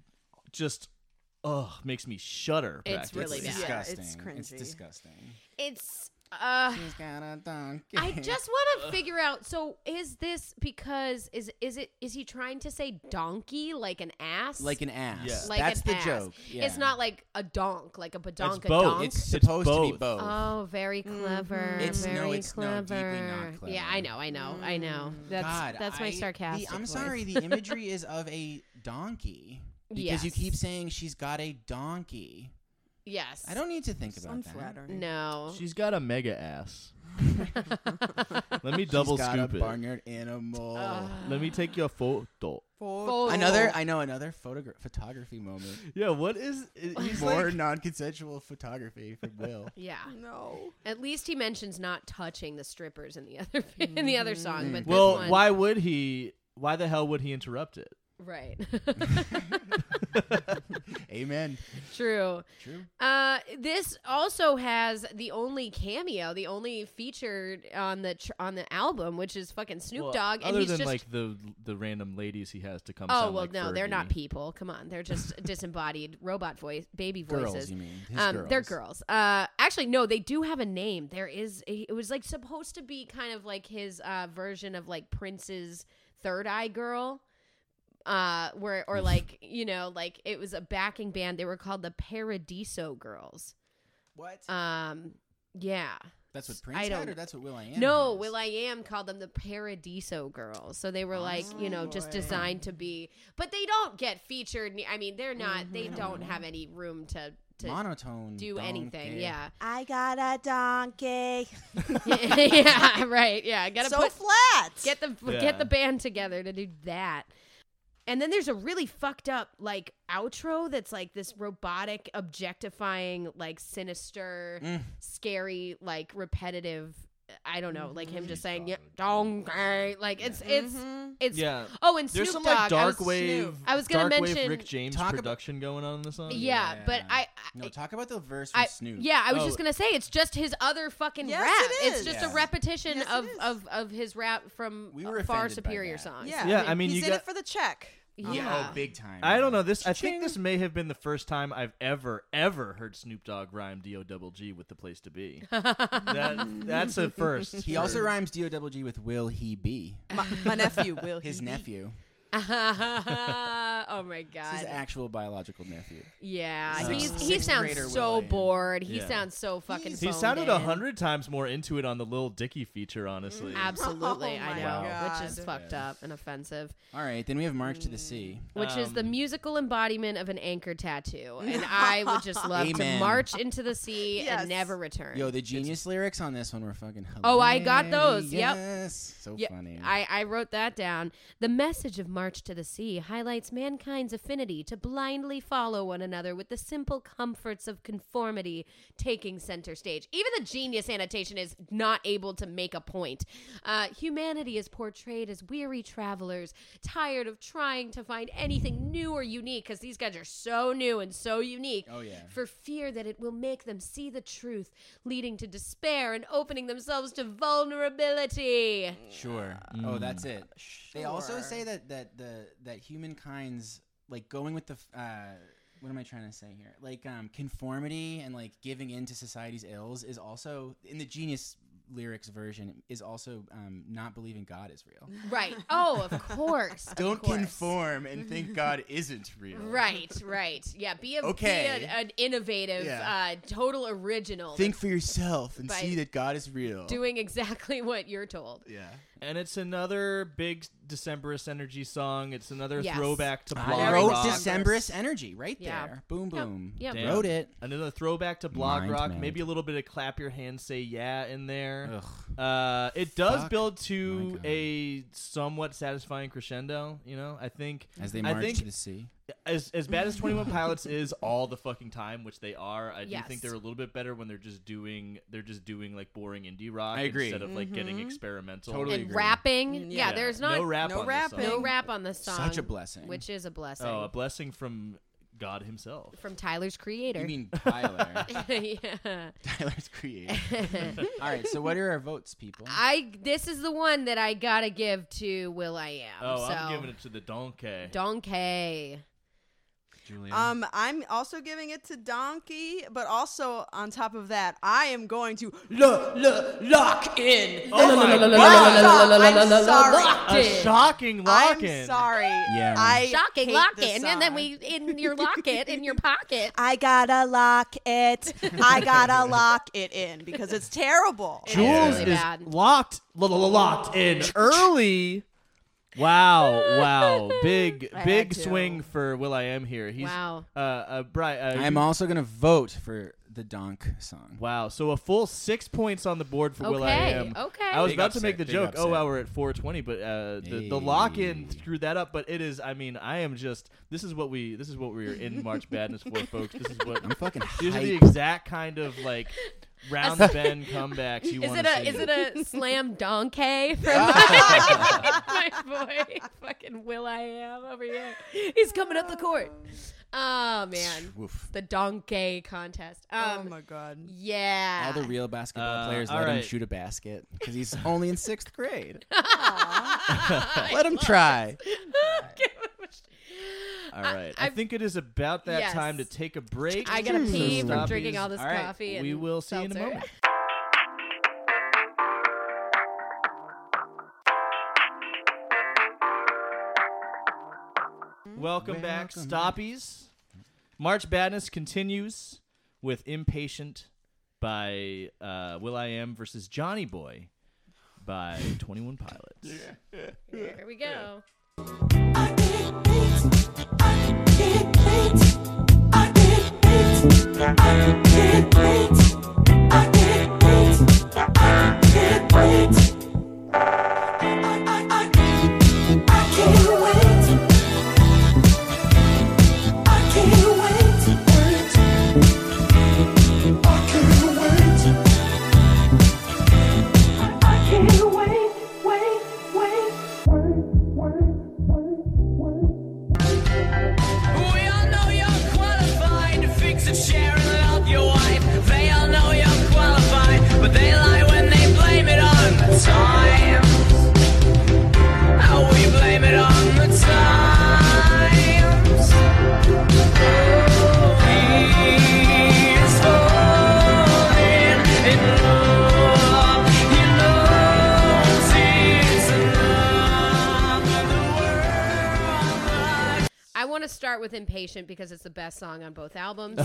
[SPEAKER 2] just ugh, makes me shudder.
[SPEAKER 1] It's
[SPEAKER 2] practically.
[SPEAKER 1] really
[SPEAKER 3] It's
[SPEAKER 1] bad.
[SPEAKER 4] Yeah,
[SPEAKER 3] disgusting.
[SPEAKER 4] it's
[SPEAKER 3] It's
[SPEAKER 4] cringy.
[SPEAKER 3] disgusting.
[SPEAKER 1] it's. Uh,
[SPEAKER 3] She's got a donkey.
[SPEAKER 1] I just want
[SPEAKER 3] <laughs>
[SPEAKER 1] to figure out. So, is this because is is it is he trying to say donkey like an ass?
[SPEAKER 3] like an ass.
[SPEAKER 2] Yeah.
[SPEAKER 1] like
[SPEAKER 3] That's
[SPEAKER 1] an
[SPEAKER 3] the
[SPEAKER 1] ass.
[SPEAKER 3] joke. Yeah.
[SPEAKER 1] It's not like a donk, like a badonk. a
[SPEAKER 2] both.
[SPEAKER 1] donk.
[SPEAKER 3] It's
[SPEAKER 2] It's
[SPEAKER 3] supposed to be
[SPEAKER 2] both.
[SPEAKER 3] both.
[SPEAKER 1] Oh, very
[SPEAKER 3] Mm-hmm.
[SPEAKER 1] clever.
[SPEAKER 3] It's- no,
[SPEAKER 1] very
[SPEAKER 3] it's- no,
[SPEAKER 1] clever.
[SPEAKER 3] deeply not clever.
[SPEAKER 1] Yeah, I know, I know, I know.
[SPEAKER 3] Mm.
[SPEAKER 1] That's
[SPEAKER 3] God,
[SPEAKER 1] that's
[SPEAKER 3] I-
[SPEAKER 1] my
[SPEAKER 3] the-
[SPEAKER 1] sarcastic.
[SPEAKER 3] I'm
[SPEAKER 1] voice.
[SPEAKER 3] sorry.
[SPEAKER 1] <laughs>
[SPEAKER 3] The imagery is of a donkey because you
[SPEAKER 1] Yes.
[SPEAKER 3] keep saying she's got a donkey.
[SPEAKER 1] Yes.
[SPEAKER 3] I don't need to think about that. <laughs>
[SPEAKER 4] Unflattering.
[SPEAKER 1] No. <laughs>
[SPEAKER 2] She's got a mega ass. Let <laughs> me double
[SPEAKER 3] she's got
[SPEAKER 2] scoop
[SPEAKER 3] a
[SPEAKER 2] it.
[SPEAKER 3] barnyard animal.
[SPEAKER 2] Let me take your photo.
[SPEAKER 4] Four.
[SPEAKER 1] Oh.
[SPEAKER 3] another, I know another photogra- photography moment.
[SPEAKER 1] <laughs>
[SPEAKER 2] Yeah, what is? He's
[SPEAKER 3] More
[SPEAKER 2] like,
[SPEAKER 3] non-consensual photography from Will.
[SPEAKER 1] Yeah.
[SPEAKER 4] No.
[SPEAKER 1] At least he mentions not touching the strippers in the <laughs> other in the other song, but
[SPEAKER 2] well,
[SPEAKER 1] this one,
[SPEAKER 2] why would he? Why the hell would he interrupt it?
[SPEAKER 1] Right. <laughs>
[SPEAKER 3] Amen.
[SPEAKER 1] True.
[SPEAKER 3] True.
[SPEAKER 1] Uh, this also has the only cameo, the only featured on the tr- on the album, which is fucking Snoop
[SPEAKER 2] Well,
[SPEAKER 1] Dogg, and
[SPEAKER 2] other
[SPEAKER 1] he's
[SPEAKER 2] than
[SPEAKER 1] just
[SPEAKER 2] like the the random ladies he has to come.
[SPEAKER 1] oh
[SPEAKER 2] sound
[SPEAKER 1] well,
[SPEAKER 2] like
[SPEAKER 1] no, they're
[SPEAKER 2] Fergie.
[SPEAKER 1] not people. Come on, they're just <laughs> disembodied robot voice, baby
[SPEAKER 3] Girls,
[SPEAKER 1] voices.
[SPEAKER 3] you mean? His
[SPEAKER 1] um, they're girls.
[SPEAKER 3] girls.
[SPEAKER 1] Uh, actually, no, they do have a name. There is. A, it was like supposed to be kind of like his uh, version of like Prince's Third Eye Girl. Uh, where
[SPEAKER 3] Mm.
[SPEAKER 1] or like you know, like it was a backing band. They were called the Paradiso Girls.
[SPEAKER 3] What?
[SPEAKER 1] Um, yeah.
[SPEAKER 3] that's what
[SPEAKER 1] I
[SPEAKER 3] Prince had,
[SPEAKER 1] don't-
[SPEAKER 3] or that's what Will I Am?
[SPEAKER 1] No,
[SPEAKER 3] has?
[SPEAKER 1] Will I Am called them the Paradiso Girls. So they were like, you know, just
[SPEAKER 3] Oh.
[SPEAKER 4] boy.
[SPEAKER 1] designed to be, but they don't get featured. I mean, they're not. They
[SPEAKER 3] Mm-hmm.
[SPEAKER 1] don't have any room to to
[SPEAKER 3] monotone
[SPEAKER 1] do
[SPEAKER 3] donkey.
[SPEAKER 1] anything. Yeah,
[SPEAKER 4] I got a donkey.
[SPEAKER 1] <laughs> yeah, right. Yeah, gotta
[SPEAKER 4] So
[SPEAKER 1] put
[SPEAKER 4] flat.
[SPEAKER 1] get the
[SPEAKER 2] Yeah.
[SPEAKER 1] get the band together to do that. And then there's a really fucked up like outro that's like this robotic, objectifying, like sinister, scary, like repetitive. I don't know, like him just saying yeah, donkey. Like it's it's
[SPEAKER 4] Mm-hmm.
[SPEAKER 1] it's
[SPEAKER 2] Mm-hmm. Yeah.
[SPEAKER 1] Oh, and Snoop
[SPEAKER 2] There's some like
[SPEAKER 1] Dogg, I
[SPEAKER 2] dark
[SPEAKER 1] was-
[SPEAKER 2] wave.
[SPEAKER 1] I was gonna
[SPEAKER 2] dark
[SPEAKER 1] mention-
[SPEAKER 2] wave Rick James
[SPEAKER 3] Talk ab-
[SPEAKER 2] production going on in the song.
[SPEAKER 1] Yeah, but I.
[SPEAKER 3] No, talk about the verse from
[SPEAKER 1] I,
[SPEAKER 3] Snoop.
[SPEAKER 1] yeah, I was
[SPEAKER 2] Oh.
[SPEAKER 1] just gonna say it's just his other fucking
[SPEAKER 4] Yes,
[SPEAKER 1] rap.
[SPEAKER 4] it
[SPEAKER 1] It's
[SPEAKER 4] is.
[SPEAKER 1] just
[SPEAKER 3] Yeah.
[SPEAKER 1] a repetition
[SPEAKER 4] Yes, it
[SPEAKER 1] of,
[SPEAKER 4] is.
[SPEAKER 1] of of his rap from
[SPEAKER 3] We were
[SPEAKER 1] uh, far
[SPEAKER 3] offended by
[SPEAKER 1] superior
[SPEAKER 3] that.
[SPEAKER 1] songs.
[SPEAKER 4] Yeah.
[SPEAKER 2] Yeah, I mean,
[SPEAKER 4] he's
[SPEAKER 2] you
[SPEAKER 4] in
[SPEAKER 2] got-
[SPEAKER 4] it for the check.
[SPEAKER 1] Yeah.
[SPEAKER 3] Oh, big time.
[SPEAKER 2] I don't know this. I think this may have been the first time I've ever ever heard Snoop Dogg rhyme D O double G with the place to be. that that's a first.
[SPEAKER 3] He also rhymes D O double G with Will He Be?
[SPEAKER 4] My, my nephew will.
[SPEAKER 3] His
[SPEAKER 4] he-
[SPEAKER 3] nephew.
[SPEAKER 1] <laughs> oh my
[SPEAKER 3] It's His
[SPEAKER 1] god.
[SPEAKER 3] actual biological nephew.
[SPEAKER 1] Yeah,
[SPEAKER 3] Sixth-
[SPEAKER 1] he's, he
[SPEAKER 3] sixth
[SPEAKER 1] sounds
[SPEAKER 3] grader
[SPEAKER 1] so
[SPEAKER 3] William.
[SPEAKER 1] bored. He
[SPEAKER 2] Yeah.
[SPEAKER 1] sounds so fucking.
[SPEAKER 2] He
[SPEAKER 1] phoned
[SPEAKER 2] sounded
[SPEAKER 1] in.
[SPEAKER 2] a hundred times more into it on the Lil Dicky feature,
[SPEAKER 1] Mm,
[SPEAKER 2] honestly.
[SPEAKER 1] <laughs> Absolutely,
[SPEAKER 4] <laughs> Oh my
[SPEAKER 1] I know,
[SPEAKER 4] God.
[SPEAKER 1] which is fucked up and offensive.
[SPEAKER 3] All right, then we have March to the Sea.
[SPEAKER 1] Which is
[SPEAKER 3] Um,
[SPEAKER 1] the musical embodiment of an anchor tattoo,
[SPEAKER 4] <laughs>
[SPEAKER 1] and I would just love
[SPEAKER 3] Amen.
[SPEAKER 1] to march into the sea
[SPEAKER 4] Yes.
[SPEAKER 1] and never return.
[SPEAKER 3] Yo, the genius lyrics on this one were fucking hilarious.
[SPEAKER 1] Mm, Oh, I got those. Yep.
[SPEAKER 3] So
[SPEAKER 1] Yeah,
[SPEAKER 3] funny.
[SPEAKER 1] I, I wrote that down. The message of March to the Sea highlights mankind's affinity to blindly follow one another with the simple comforts of conformity taking center stage. Even the genius annotation is not able to make a point. Uh, humanity is portrayed as weary travelers, tired of trying to find anything new or unique because these guys are so new and so unique.
[SPEAKER 3] Oh, yeah.
[SPEAKER 1] For fear that it will make them see the truth, leading to despair and opening themselves to vulnerability.
[SPEAKER 3] Sure. Oh, that's it. They also
[SPEAKER 4] Sure.
[SPEAKER 3] say that that the that humankind's like going with the f- uh, what am I trying to say here? Like um, conformity and like giving in to society's ills is also in the genius lyrics version is also um, not believing God is real.
[SPEAKER 1] Right. Oh, of course. of
[SPEAKER 3] Don't
[SPEAKER 1] course.
[SPEAKER 3] conform and
[SPEAKER 1] <laughs>
[SPEAKER 3] think God isn't real.
[SPEAKER 1] Right, right. Yeah, be a
[SPEAKER 3] Okay.
[SPEAKER 1] be a, an innovative,
[SPEAKER 3] Yeah.
[SPEAKER 1] uh, total original.
[SPEAKER 3] Think for yourself and
[SPEAKER 1] By
[SPEAKER 3] see that God is real.
[SPEAKER 1] doing exactly <laughs> what you're told.
[SPEAKER 3] yeah.
[SPEAKER 2] And it's another big Decemberist energy song. It's another
[SPEAKER 1] Yes.
[SPEAKER 2] throwback to
[SPEAKER 3] I
[SPEAKER 2] blog
[SPEAKER 1] Very
[SPEAKER 3] wrote
[SPEAKER 2] rock.
[SPEAKER 3] Decemberist energy right
[SPEAKER 1] Yeah.
[SPEAKER 3] there. Boom boom.
[SPEAKER 1] Yep.
[SPEAKER 2] Damn.
[SPEAKER 3] Wrote it.
[SPEAKER 2] Another throwback to blog
[SPEAKER 3] Mind
[SPEAKER 2] rock.
[SPEAKER 3] meld.
[SPEAKER 2] Maybe a little bit of clap your hands, say yeah in there.
[SPEAKER 3] Ugh.
[SPEAKER 2] Uh, it does
[SPEAKER 3] Fuck
[SPEAKER 2] build to
[SPEAKER 3] God.
[SPEAKER 2] a somewhat satisfying crescendo. You know, I think
[SPEAKER 3] As they
[SPEAKER 2] I
[SPEAKER 3] march
[SPEAKER 2] think
[SPEAKER 3] to the sea.
[SPEAKER 2] as as bad as Twenty One Pilots is all the fucking time, which they are, I do
[SPEAKER 1] Yes.
[SPEAKER 2] think they're a little bit better when they're just doing they're just doing like boring indie rock
[SPEAKER 3] I agree.
[SPEAKER 2] instead of like getting experimental.
[SPEAKER 3] Totally.
[SPEAKER 1] and
[SPEAKER 3] agree.
[SPEAKER 1] rapping. Yeah,
[SPEAKER 2] Yeah,
[SPEAKER 1] there's not
[SPEAKER 2] no rap.
[SPEAKER 4] no
[SPEAKER 2] on
[SPEAKER 4] Mm, rapping.
[SPEAKER 2] This
[SPEAKER 1] no
[SPEAKER 2] song.
[SPEAKER 1] rap on this song.
[SPEAKER 3] Such a blessing.
[SPEAKER 1] which is a blessing
[SPEAKER 2] Oh, a blessing from God Himself.
[SPEAKER 1] <laughs> from Tyler's creator.
[SPEAKER 3] You mean
[SPEAKER 1] <laughs>
[SPEAKER 3] Tyler?
[SPEAKER 1] yeah.
[SPEAKER 3] Tyler's
[SPEAKER 1] <laughs>
[SPEAKER 3] creative. All right. So what are our votes, people?
[SPEAKER 1] I this is the one that I gotta give to Will I Am.
[SPEAKER 2] Oh,
[SPEAKER 1] so.
[SPEAKER 2] I'm giving it to the donkey.
[SPEAKER 1] Donkey.
[SPEAKER 3] Julian.
[SPEAKER 4] Um, I'm also giving it to Donkey, but also on top of that, I am going to lo- lo- lock in.
[SPEAKER 2] oh my God!
[SPEAKER 4] I'm sorry.
[SPEAKER 2] A shocking lock
[SPEAKER 4] I'm
[SPEAKER 2] in.
[SPEAKER 4] sorry.
[SPEAKER 3] Yeah.
[SPEAKER 4] I
[SPEAKER 1] Shocking
[SPEAKER 4] hate
[SPEAKER 1] lock
[SPEAKER 4] this
[SPEAKER 1] it, and then, then
[SPEAKER 4] song.
[SPEAKER 1] we in your locket in your pocket.
[SPEAKER 4] <laughs> I gotta lock it. I gotta lock it in because it's terrible.
[SPEAKER 1] is
[SPEAKER 2] Jules
[SPEAKER 1] really
[SPEAKER 2] is
[SPEAKER 1] bad.
[SPEAKER 2] locked, lo- lo- lo- locked in <laughs> early. Wow! Wow! Big,
[SPEAKER 4] I
[SPEAKER 2] big
[SPEAKER 4] had to.
[SPEAKER 2] swing for Will I Am here. He's
[SPEAKER 1] Wow.
[SPEAKER 2] Uh, uh, Bri- uh,
[SPEAKER 3] I'm also gonna vote for the Donk song.
[SPEAKER 2] Wow! So a full six points on the board for Will I
[SPEAKER 1] Okay,
[SPEAKER 2] Am.
[SPEAKER 1] okay.
[SPEAKER 2] I was
[SPEAKER 3] Big
[SPEAKER 2] about to
[SPEAKER 3] upset,
[SPEAKER 2] make the
[SPEAKER 3] big
[SPEAKER 2] joke. Oh
[SPEAKER 3] upset.
[SPEAKER 2] wow, we're at 420, but uh, the the lock in
[SPEAKER 3] Hey.
[SPEAKER 2] screwed that up. But it is. I mean, I am just. This is what we. This is what we're
[SPEAKER 1] <laughs>
[SPEAKER 2] in March Madness for, folks. This is what.
[SPEAKER 3] I'm
[SPEAKER 2] <laughs>
[SPEAKER 3] fucking
[SPEAKER 2] These are the
[SPEAKER 3] hyped.
[SPEAKER 2] exact kind of like
[SPEAKER 1] <laughs>
[SPEAKER 2] round the bend comebacks you
[SPEAKER 1] Is
[SPEAKER 2] want
[SPEAKER 1] it
[SPEAKER 2] to
[SPEAKER 1] a
[SPEAKER 2] see.
[SPEAKER 1] is it a
[SPEAKER 2] <laughs>
[SPEAKER 1] slam donkey from my, <laughs> my boy fucking Will I Am over here? He's coming up the court. Oh man,
[SPEAKER 3] Woof.
[SPEAKER 1] the donkey contest. Um,
[SPEAKER 4] oh my god.
[SPEAKER 1] yeah.
[SPEAKER 3] All
[SPEAKER 1] <laughs>
[SPEAKER 3] the real basketball
[SPEAKER 2] Uh,
[SPEAKER 3] players
[SPEAKER 2] all
[SPEAKER 3] let him
[SPEAKER 2] right.
[SPEAKER 3] shoot
[SPEAKER 2] <laughs>
[SPEAKER 3] a basket because he's only in
[SPEAKER 1] <laughs>
[SPEAKER 3] sixth grade. let him try.
[SPEAKER 2] All right. I,
[SPEAKER 1] I-
[SPEAKER 2] think it is about that
[SPEAKER 1] Yes.
[SPEAKER 2] time to take a break.
[SPEAKER 1] I gotta
[SPEAKER 2] So
[SPEAKER 1] pee from
[SPEAKER 2] stoppies.
[SPEAKER 1] drinking all this
[SPEAKER 3] All right,
[SPEAKER 1] coffee.
[SPEAKER 2] we
[SPEAKER 1] and
[SPEAKER 2] will see you in a
[SPEAKER 1] seltzer.
[SPEAKER 2] moment. Welcome back,
[SPEAKER 3] Welcome.
[SPEAKER 2] Stoppies. March Badness continues with Impatient by uh, Will I Am versus Johnny Boy by
[SPEAKER 1] <laughs>
[SPEAKER 2] 21 Pilots.
[SPEAKER 1] Here we go.
[SPEAKER 7] We all know you're qualified to fix and share and love your wife. They all know you're qualified, but they lie when they blame it on the time. How we blame it on the times. Oh, He's falling in love. He knows he's in love with the world.
[SPEAKER 1] I want to start with Impatient because it's the best song on both
[SPEAKER 2] <laughs>
[SPEAKER 1] albums.